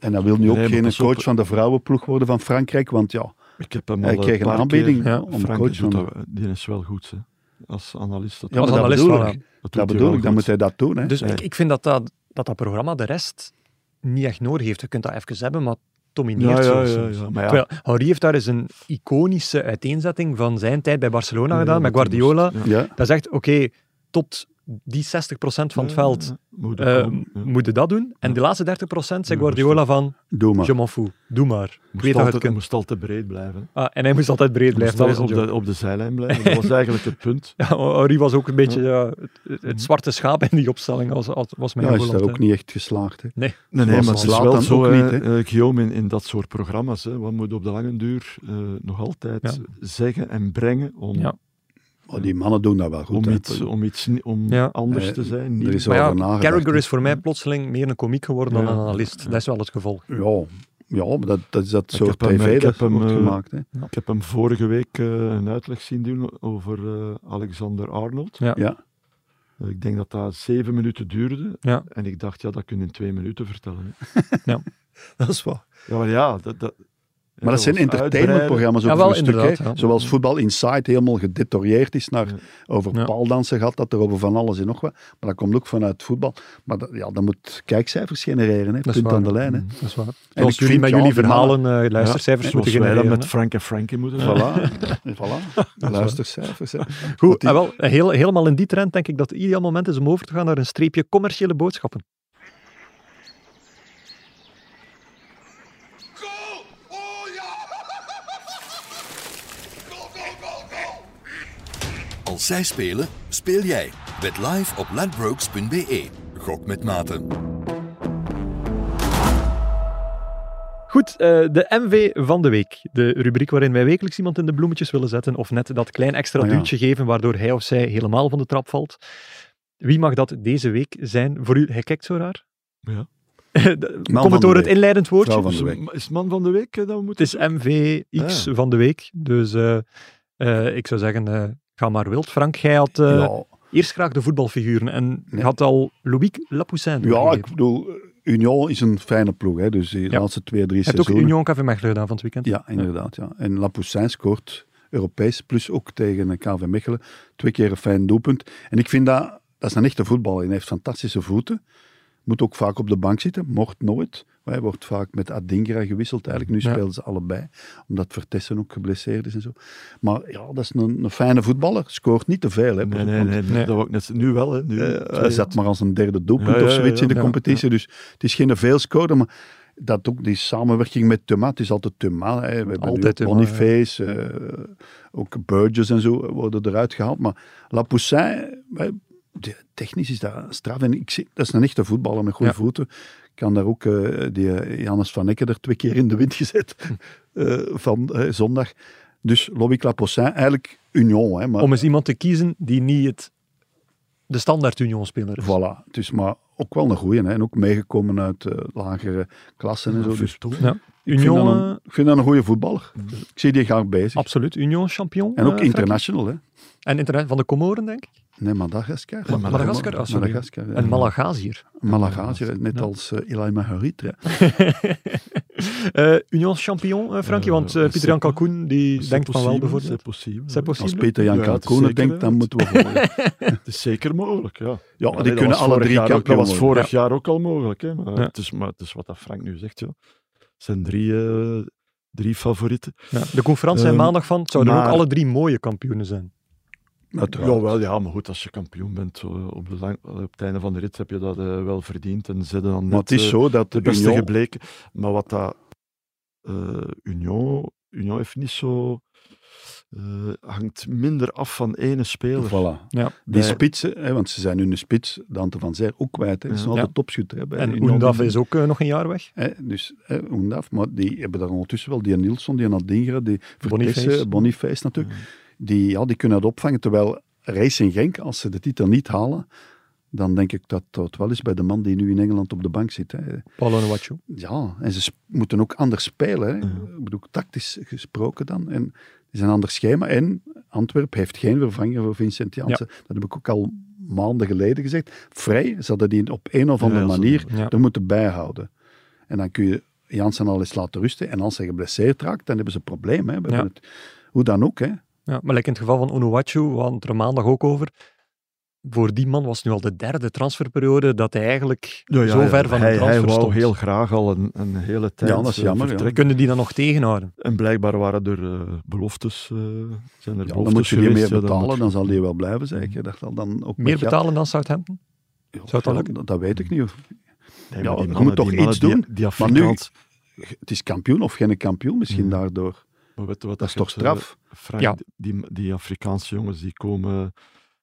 [SPEAKER 3] En hij wil nu ook
[SPEAKER 4] Nee, maar
[SPEAKER 3] geen
[SPEAKER 4] pas op.
[SPEAKER 3] coach van de vrouwenploeg worden van Frankrijk, want ja,
[SPEAKER 4] Ik heb hem
[SPEAKER 3] hij
[SPEAKER 4] al
[SPEAKER 1] eh,
[SPEAKER 3] kreeg een
[SPEAKER 4] paar
[SPEAKER 3] aanbieding
[SPEAKER 4] keer-
[SPEAKER 1] ja,
[SPEAKER 3] om
[SPEAKER 4] Frank
[SPEAKER 3] coach
[SPEAKER 4] doet
[SPEAKER 3] van...
[SPEAKER 4] dat- die is wel goed, hè. Als analist. Dat
[SPEAKER 3] Ja,
[SPEAKER 1] Als
[SPEAKER 3] maar dat
[SPEAKER 1] analist
[SPEAKER 3] bedoel
[SPEAKER 1] wel,
[SPEAKER 3] ik.
[SPEAKER 1] ja.
[SPEAKER 4] dat doet
[SPEAKER 3] Dat
[SPEAKER 4] hij
[SPEAKER 3] bedoel
[SPEAKER 4] wel
[SPEAKER 3] ik, dan moet
[SPEAKER 4] goed.
[SPEAKER 3] hij dat doen. Hè.
[SPEAKER 1] Dus
[SPEAKER 4] Nee.
[SPEAKER 1] ik, ik vind dat dat, dat dat programma de rest niet echt nodig heeft. Je kunt dat even hebben, maar het domineert
[SPEAKER 4] Ja, ja,
[SPEAKER 1] zo
[SPEAKER 4] ja,
[SPEAKER 1] soms.
[SPEAKER 4] ja. Maar ja.
[SPEAKER 1] Terwijl, Henry heeft daar eens een iconische uiteenzetting van zijn tijd bij Barcelona
[SPEAKER 4] Ja,
[SPEAKER 1] gedaan,
[SPEAKER 4] ja,
[SPEAKER 1] met
[SPEAKER 4] dat hij
[SPEAKER 1] Guardiola.
[SPEAKER 4] moest,
[SPEAKER 3] ja.
[SPEAKER 1] Dat zegt, oké, tot die 60% van het
[SPEAKER 4] Ja, ja,
[SPEAKER 1] veld
[SPEAKER 4] ja. Moet
[SPEAKER 1] eh,
[SPEAKER 4] dat komen, ja.
[SPEAKER 1] moeten dat doen. En de laatste 30%
[SPEAKER 4] Ja,
[SPEAKER 1] zegt Guardiola van,
[SPEAKER 3] Doe maar.
[SPEAKER 1] je m'en fout, doe maar. Ik weet dat
[SPEAKER 4] Moest
[SPEAKER 1] je het
[SPEAKER 4] altijd-
[SPEAKER 1] kunt.
[SPEAKER 4] moest altijd breed blijven.
[SPEAKER 1] Ah, en hij moest altijd breed
[SPEAKER 4] Moest
[SPEAKER 1] blijven. Dat is
[SPEAKER 4] altijd
[SPEAKER 1] een (laughs)
[SPEAKER 4] op
[SPEAKER 1] joke.
[SPEAKER 4] de, op de zijlijn blijven. Dat was eigenlijk het punt.
[SPEAKER 1] Ja, Henry was ook een beetje ja, het, het- het zwarte schaap in die opstelling, als, als, was mijn
[SPEAKER 3] Ja, hij is
[SPEAKER 1] gevoel
[SPEAKER 3] daar ook
[SPEAKER 1] altijd.
[SPEAKER 3] niet echt geslaagd. Hè.
[SPEAKER 1] Nee.
[SPEAKER 4] (laughs) Nee, nee,
[SPEAKER 3] Zoals
[SPEAKER 4] maar het is
[SPEAKER 3] Zlatan
[SPEAKER 4] wel zo,
[SPEAKER 3] ook
[SPEAKER 4] hè,
[SPEAKER 3] niet,
[SPEAKER 4] eh, Guillaume, in, in dat soort programma's. Hè, wat moet op de lange duur eh, nog altijd
[SPEAKER 1] Ja.
[SPEAKER 4] zeggen en brengen om,
[SPEAKER 1] Ja.
[SPEAKER 3] Maar die mannen doen dat wel goed.
[SPEAKER 4] om
[SPEAKER 3] hè.
[SPEAKER 4] iets, om iets ni- om
[SPEAKER 1] Ja.
[SPEAKER 4] anders
[SPEAKER 3] Eh,
[SPEAKER 4] te zijn?
[SPEAKER 3] er
[SPEAKER 4] Niet,
[SPEAKER 3] is
[SPEAKER 1] Maar
[SPEAKER 3] wel
[SPEAKER 1] ja,
[SPEAKER 3] over nagedacht,
[SPEAKER 1] Carragher
[SPEAKER 3] hè.
[SPEAKER 1] is voor mij plotseling meer een komiek geworden
[SPEAKER 4] Ja.
[SPEAKER 1] dan een analist. Dat is wel het gevolg.
[SPEAKER 3] Ja, ja maar dat, dat is dat
[SPEAKER 4] Ik
[SPEAKER 3] soort
[SPEAKER 4] heb hem,
[SPEAKER 3] tv
[SPEAKER 4] ik
[SPEAKER 3] dat
[SPEAKER 4] heb hem,
[SPEAKER 3] wordt
[SPEAKER 4] eh,
[SPEAKER 3] gemaakt. Hè.
[SPEAKER 4] Ik heb hem vorige week eh, een uitleg zien doen over eh, Alexander Arnold.
[SPEAKER 1] Ja.
[SPEAKER 3] Ja.
[SPEAKER 4] Eh, ik denk dat dat zeven minuten duurde.
[SPEAKER 1] Ja.
[SPEAKER 4] En ik dacht, ja, dat kun je in twee minuten vertellen. hè.
[SPEAKER 3] (laughs) Dat is waar.
[SPEAKER 4] Ja, maar ja, dat... dat
[SPEAKER 3] Maar dat zijn entertainmentprogramma's ook
[SPEAKER 1] Ja,
[SPEAKER 3] voor
[SPEAKER 1] wel,
[SPEAKER 3] een stuk. Hè.
[SPEAKER 1] inderdaad, ja.
[SPEAKER 3] Zoals Voetbal Inside helemaal gedetailleerd is naar
[SPEAKER 4] Ja.
[SPEAKER 3] over
[SPEAKER 1] Ja.
[SPEAKER 3] paaldansen gaat, dat er over van alles en nog wat. Maar dat komt ook vanuit voetbal. Maar dat, ja, dat moet kijkcijfers genereren. Hè.
[SPEAKER 1] is
[SPEAKER 3] Punt
[SPEAKER 1] waar.
[SPEAKER 3] aan de lijn. Hè.
[SPEAKER 4] Mm.
[SPEAKER 1] Dat is waar.
[SPEAKER 3] En ik
[SPEAKER 1] Zoals jullie
[SPEAKER 3] vind,
[SPEAKER 1] met
[SPEAKER 3] ja,
[SPEAKER 1] jullie
[SPEAKER 3] die mannen-
[SPEAKER 1] verhalen eh, luistercijfers
[SPEAKER 4] Zoals
[SPEAKER 1] moeten
[SPEAKER 4] wij dat
[SPEAKER 1] genereren.
[SPEAKER 4] met
[SPEAKER 1] hè.
[SPEAKER 4] Frank en Frankie moeten doen.
[SPEAKER 3] Voilà,
[SPEAKER 1] (laughs)
[SPEAKER 3] voilà. luistercijfers. Hè.
[SPEAKER 1] Goed,
[SPEAKER 3] Want die-
[SPEAKER 1] ah, wel, heel, helemaal in die trend denk ik dat het ideaal moment is om over te gaan naar een streepje commerciële boodschappen.
[SPEAKER 2] Goal! Oh ja! Goal, goal, goal, goal!
[SPEAKER 5] Als zij spelen, speel jij. Bet live op ladbrokes.be. Gok met maten.
[SPEAKER 1] Goed, eh, de MV van de week. De rubriek waarin wij wekelijks iemand in de bloemetjes willen zetten of net dat klein extra
[SPEAKER 3] Ah, ja.
[SPEAKER 1] duwtje geven waardoor hij of zij helemaal van de trap valt. Wie mag dat deze week zijn voor u? Hij kijkt zo raar. (laughs)
[SPEAKER 4] Ja.
[SPEAKER 3] van
[SPEAKER 1] Komt
[SPEAKER 3] de
[SPEAKER 1] het door het
[SPEAKER 3] week.
[SPEAKER 1] inleidend woordje?
[SPEAKER 3] Vrouw van
[SPEAKER 4] Dus
[SPEAKER 3] de week.
[SPEAKER 4] is het man van de week eh, dat we
[SPEAKER 1] Het
[SPEAKER 4] moeten
[SPEAKER 1] is MVX
[SPEAKER 3] Ah.
[SPEAKER 1] van de week. Dus eh, eh, ik zou zeggen, eh, ga maar wild. Frank, jij had eh,
[SPEAKER 3] Ja.
[SPEAKER 1] eerst graag de voetbalfiguren. En je
[SPEAKER 3] Nee.
[SPEAKER 1] had al Louis Lapoussin.
[SPEAKER 3] Ja, ik
[SPEAKER 1] doorgegeven.
[SPEAKER 3] bedoel, Union is een fijne ploeg. Hè. Dus die
[SPEAKER 1] Ja.
[SPEAKER 3] laatste twee, drie
[SPEAKER 1] Je hebt ook
[SPEAKER 3] seizoenen.
[SPEAKER 1] Union KV Mechelen gedaan van het weekend.
[SPEAKER 3] Ja, inderdaad. Ja. En Lapoussin scoort Europees, plus ook tegen eh, KV Mechelen. Twee keer een fijn doelpunt. En ik vind dat, dat is een echte voetballer. Hij heeft fantastische voeten. Moet ook vaak op de bank zitten, mocht nooit. Maar hij wordt vaak met Adingra gewisseld eigenlijk. Nu
[SPEAKER 1] Ja.
[SPEAKER 3] spelen ze allebei, omdat Vertessen ook geblesseerd is en zo. Maar ja, dat is een, een fijne voetballer. Scoort niet te veel. Hè,
[SPEAKER 4] Nee, nee, nee,
[SPEAKER 1] Nee.
[SPEAKER 4] Dat wou ik net, nu wel, hè. Nu,
[SPEAKER 3] eh, hij zat maar als een derde doelpunt
[SPEAKER 4] Ja, ja,
[SPEAKER 3] of
[SPEAKER 4] ja,
[SPEAKER 3] zoiets in de
[SPEAKER 4] ja,
[SPEAKER 3] competitie. Dus het is geen veelscorer, maar dat ook die samenwerking met Thuma, het is altijd Thuma. Hè. We hebben
[SPEAKER 1] Altijd
[SPEAKER 3] nu
[SPEAKER 1] Thuma,
[SPEAKER 3] Boniface, eh, ook Burgess en zo worden eruit gehaald. Maar Lapoussin, hè, de- technisch is dat straf. En ik zie, dat is een echte voetballer met goede
[SPEAKER 1] Ja.
[SPEAKER 3] voeten. Ik kan daar ook eh, die eh, Jannes van Ecke er twee keer in de wind (laughs) gezet eh, van eh, zondag. Dus Loïc Lapoussin, eigenlijk Union. Hè, maar
[SPEAKER 1] Om eens iemand te kiezen die niet het, de standaard Union-speler
[SPEAKER 4] Dus-
[SPEAKER 1] is.
[SPEAKER 3] Voilà, het is maar ook wel een goeie. Hè? En ook meegekomen uit eh, lagere klassen en zo. Dus
[SPEAKER 1] Ja.
[SPEAKER 3] ik, vind dat
[SPEAKER 1] Union,
[SPEAKER 4] eh,
[SPEAKER 3] een, ik vind dat een goede voetballer.
[SPEAKER 4] Mhm.
[SPEAKER 3] Dus Ik zie die graag bezig.
[SPEAKER 1] absoluut. Union-champion.
[SPEAKER 3] En ook
[SPEAKER 1] eh, Frankie.
[SPEAKER 3] international, hè?
[SPEAKER 1] En internet van de Comoren, denk ik.
[SPEAKER 3] Nee, Madagaskar.
[SPEAKER 1] Madagaskar, ah, sorry.
[SPEAKER 3] Madagaskar. ja.
[SPEAKER 1] En Malagasier.
[SPEAKER 3] Malagasië, net
[SPEAKER 1] Ja.
[SPEAKER 3] als eh Eli Maharit. hè.
[SPEAKER 1] Eh Union-champion, eh, Frankie,
[SPEAKER 4] Eh,
[SPEAKER 1] want eh,
[SPEAKER 4] is
[SPEAKER 1] Pieter-Jan
[SPEAKER 4] dat-
[SPEAKER 1] Kalkoen die denkt van wel,
[SPEAKER 4] C'est
[SPEAKER 1] bijvoorbeeld.
[SPEAKER 4] possible.
[SPEAKER 1] C'est
[SPEAKER 3] Als
[SPEAKER 1] possible.
[SPEAKER 3] Peter-Jan
[SPEAKER 4] Ja,
[SPEAKER 3] ja,
[SPEAKER 4] het is zeker,
[SPEAKER 3] denkt, dan
[SPEAKER 4] hè.
[SPEAKER 3] moeten
[SPEAKER 4] (laughs)
[SPEAKER 3] we volgen.
[SPEAKER 4] Het is zeker mogelijk, ja.
[SPEAKER 3] Ja,
[SPEAKER 4] Allee,
[SPEAKER 3] die
[SPEAKER 4] dat
[SPEAKER 3] kunnen
[SPEAKER 4] was
[SPEAKER 3] alle
[SPEAKER 4] vorig
[SPEAKER 3] drie
[SPEAKER 4] jaar ook-
[SPEAKER 3] kampioen
[SPEAKER 4] Dat was
[SPEAKER 3] worden.
[SPEAKER 4] vorig jaar ook al mogelijk, hè. Maar,
[SPEAKER 1] Ja.
[SPEAKER 4] het is, maar het is wat dat Frank nu zegt, ja. Het zijn drie, eh, drie favorieten.
[SPEAKER 1] Ja. De conferentie en
[SPEAKER 4] Ehm,
[SPEAKER 1] maandag van, het zouden er ook
[SPEAKER 4] maar-
[SPEAKER 1] alle drie mooie kampioenen zijn.
[SPEAKER 3] Uiteraard.
[SPEAKER 4] Jawel, ja, maar goed, als je kampioen bent eh, op, de lang, op het einde van de rit, heb je dat eh, wel verdiend. En ze dan
[SPEAKER 3] Maar
[SPEAKER 4] net,
[SPEAKER 3] het is
[SPEAKER 4] eh,
[SPEAKER 3] zo dat
[SPEAKER 4] de beste
[SPEAKER 3] Union-
[SPEAKER 4] gebleken. Maar wat dat eh, Union, Union heeft niet zo eh, hangt minder af van ene speler.
[SPEAKER 3] Voilà.
[SPEAKER 1] Ja.
[SPEAKER 3] Die
[SPEAKER 4] Nee.
[SPEAKER 3] spitsen, hè, want ze zijn hun spits, Dante van Zer, ook kwijt. Hè. Ze zijn
[SPEAKER 4] Ja.
[SPEAKER 3] altijd topschutter.
[SPEAKER 4] Eh,
[SPEAKER 3] hè, bij
[SPEAKER 1] En
[SPEAKER 3] Union.
[SPEAKER 1] Oendaf is ook eh, nog een jaar weg.
[SPEAKER 3] Hè, dus hè, Oendaf, maar die hebben daar ondertussen wel die Nielsen, die Nadingra, die
[SPEAKER 1] Boniface.
[SPEAKER 3] Vertessen, eh, Boniface natuurlijk. Die, ja, die kunnen dat opvangen. Terwijl Racing Genk, als ze de titel niet halen, dan denk ik dat dat wel is bij de man die nu in Engeland op de bank zit. Hè.
[SPEAKER 1] Paulo Nuwachu.
[SPEAKER 3] Ja, en ze sp- moeten ook anders spelen. Hè. Ik bedoel, tactisch gesproken dan. En het is een ander schema. En Antwerp heeft geen vervanger voor Vincent Janssen. Dat heb ik ook al maanden geleden gezegd. Vrij, ze hadden die op een of andere
[SPEAKER 4] Ja, ze-
[SPEAKER 3] manier
[SPEAKER 1] ja.
[SPEAKER 3] er moeten bijhouden. En dan kun je Janssen al eens laten rusten. En als hij geblesseerd raakt, dan hebben ze een probleem. Hè. We
[SPEAKER 1] Ja.
[SPEAKER 3] hebben het, hoe dan ook, hè.
[SPEAKER 1] Ja, maar like in het geval van Onuwachu, we hadden het er maandag ook over. Voor die man was het nu al de derde transferperiode dat hij eigenlijk
[SPEAKER 4] Ja, ja,
[SPEAKER 1] zo
[SPEAKER 4] ja.
[SPEAKER 1] ver van
[SPEAKER 4] hij,
[SPEAKER 1] een
[SPEAKER 4] hij
[SPEAKER 1] transfer
[SPEAKER 4] wou
[SPEAKER 1] stond.
[SPEAKER 4] heel graag al een, een hele tijd
[SPEAKER 3] Ja, dat is
[SPEAKER 4] eh,
[SPEAKER 3] jammer, ja.
[SPEAKER 4] vertrekken.
[SPEAKER 1] Kunnen die dan nog tegenhouden?
[SPEAKER 4] En blijkbaar waren er eh, beloftes. eh, zijn er
[SPEAKER 3] Ja, dan
[SPEAKER 4] beloftes
[SPEAKER 3] moet je die
[SPEAKER 4] geweest,
[SPEAKER 3] meer
[SPEAKER 4] ja, dan
[SPEAKER 3] betalen,
[SPEAKER 4] moet-
[SPEAKER 3] dan zal die wel blijven, zeg ik. Dat zal dan ook
[SPEAKER 1] Meer
[SPEAKER 3] met- ja,
[SPEAKER 1] betalen dan Southampton?
[SPEAKER 3] ja,
[SPEAKER 1] dat
[SPEAKER 3] ja,
[SPEAKER 1] lukken?
[SPEAKER 3] dat, dat weet ik niet. Of-
[SPEAKER 4] Nee,
[SPEAKER 3] Ja,
[SPEAKER 4] maar die
[SPEAKER 3] je
[SPEAKER 4] mannen-
[SPEAKER 3] moet toch
[SPEAKER 4] die mannen
[SPEAKER 3] iets
[SPEAKER 4] die-
[SPEAKER 3] doen?
[SPEAKER 4] Die
[SPEAKER 3] Maar nu-
[SPEAKER 4] Afrikaans.
[SPEAKER 3] Het is kampioen of geen kampioen misschien
[SPEAKER 4] Mhm.
[SPEAKER 3] daardoor.
[SPEAKER 4] Maar weet je wat
[SPEAKER 3] Dat is
[SPEAKER 4] ik
[SPEAKER 3] toch
[SPEAKER 4] het, eh,
[SPEAKER 3] straf?
[SPEAKER 4] Frank,
[SPEAKER 1] Ja.
[SPEAKER 4] die, die Afrikaanse jongens die komen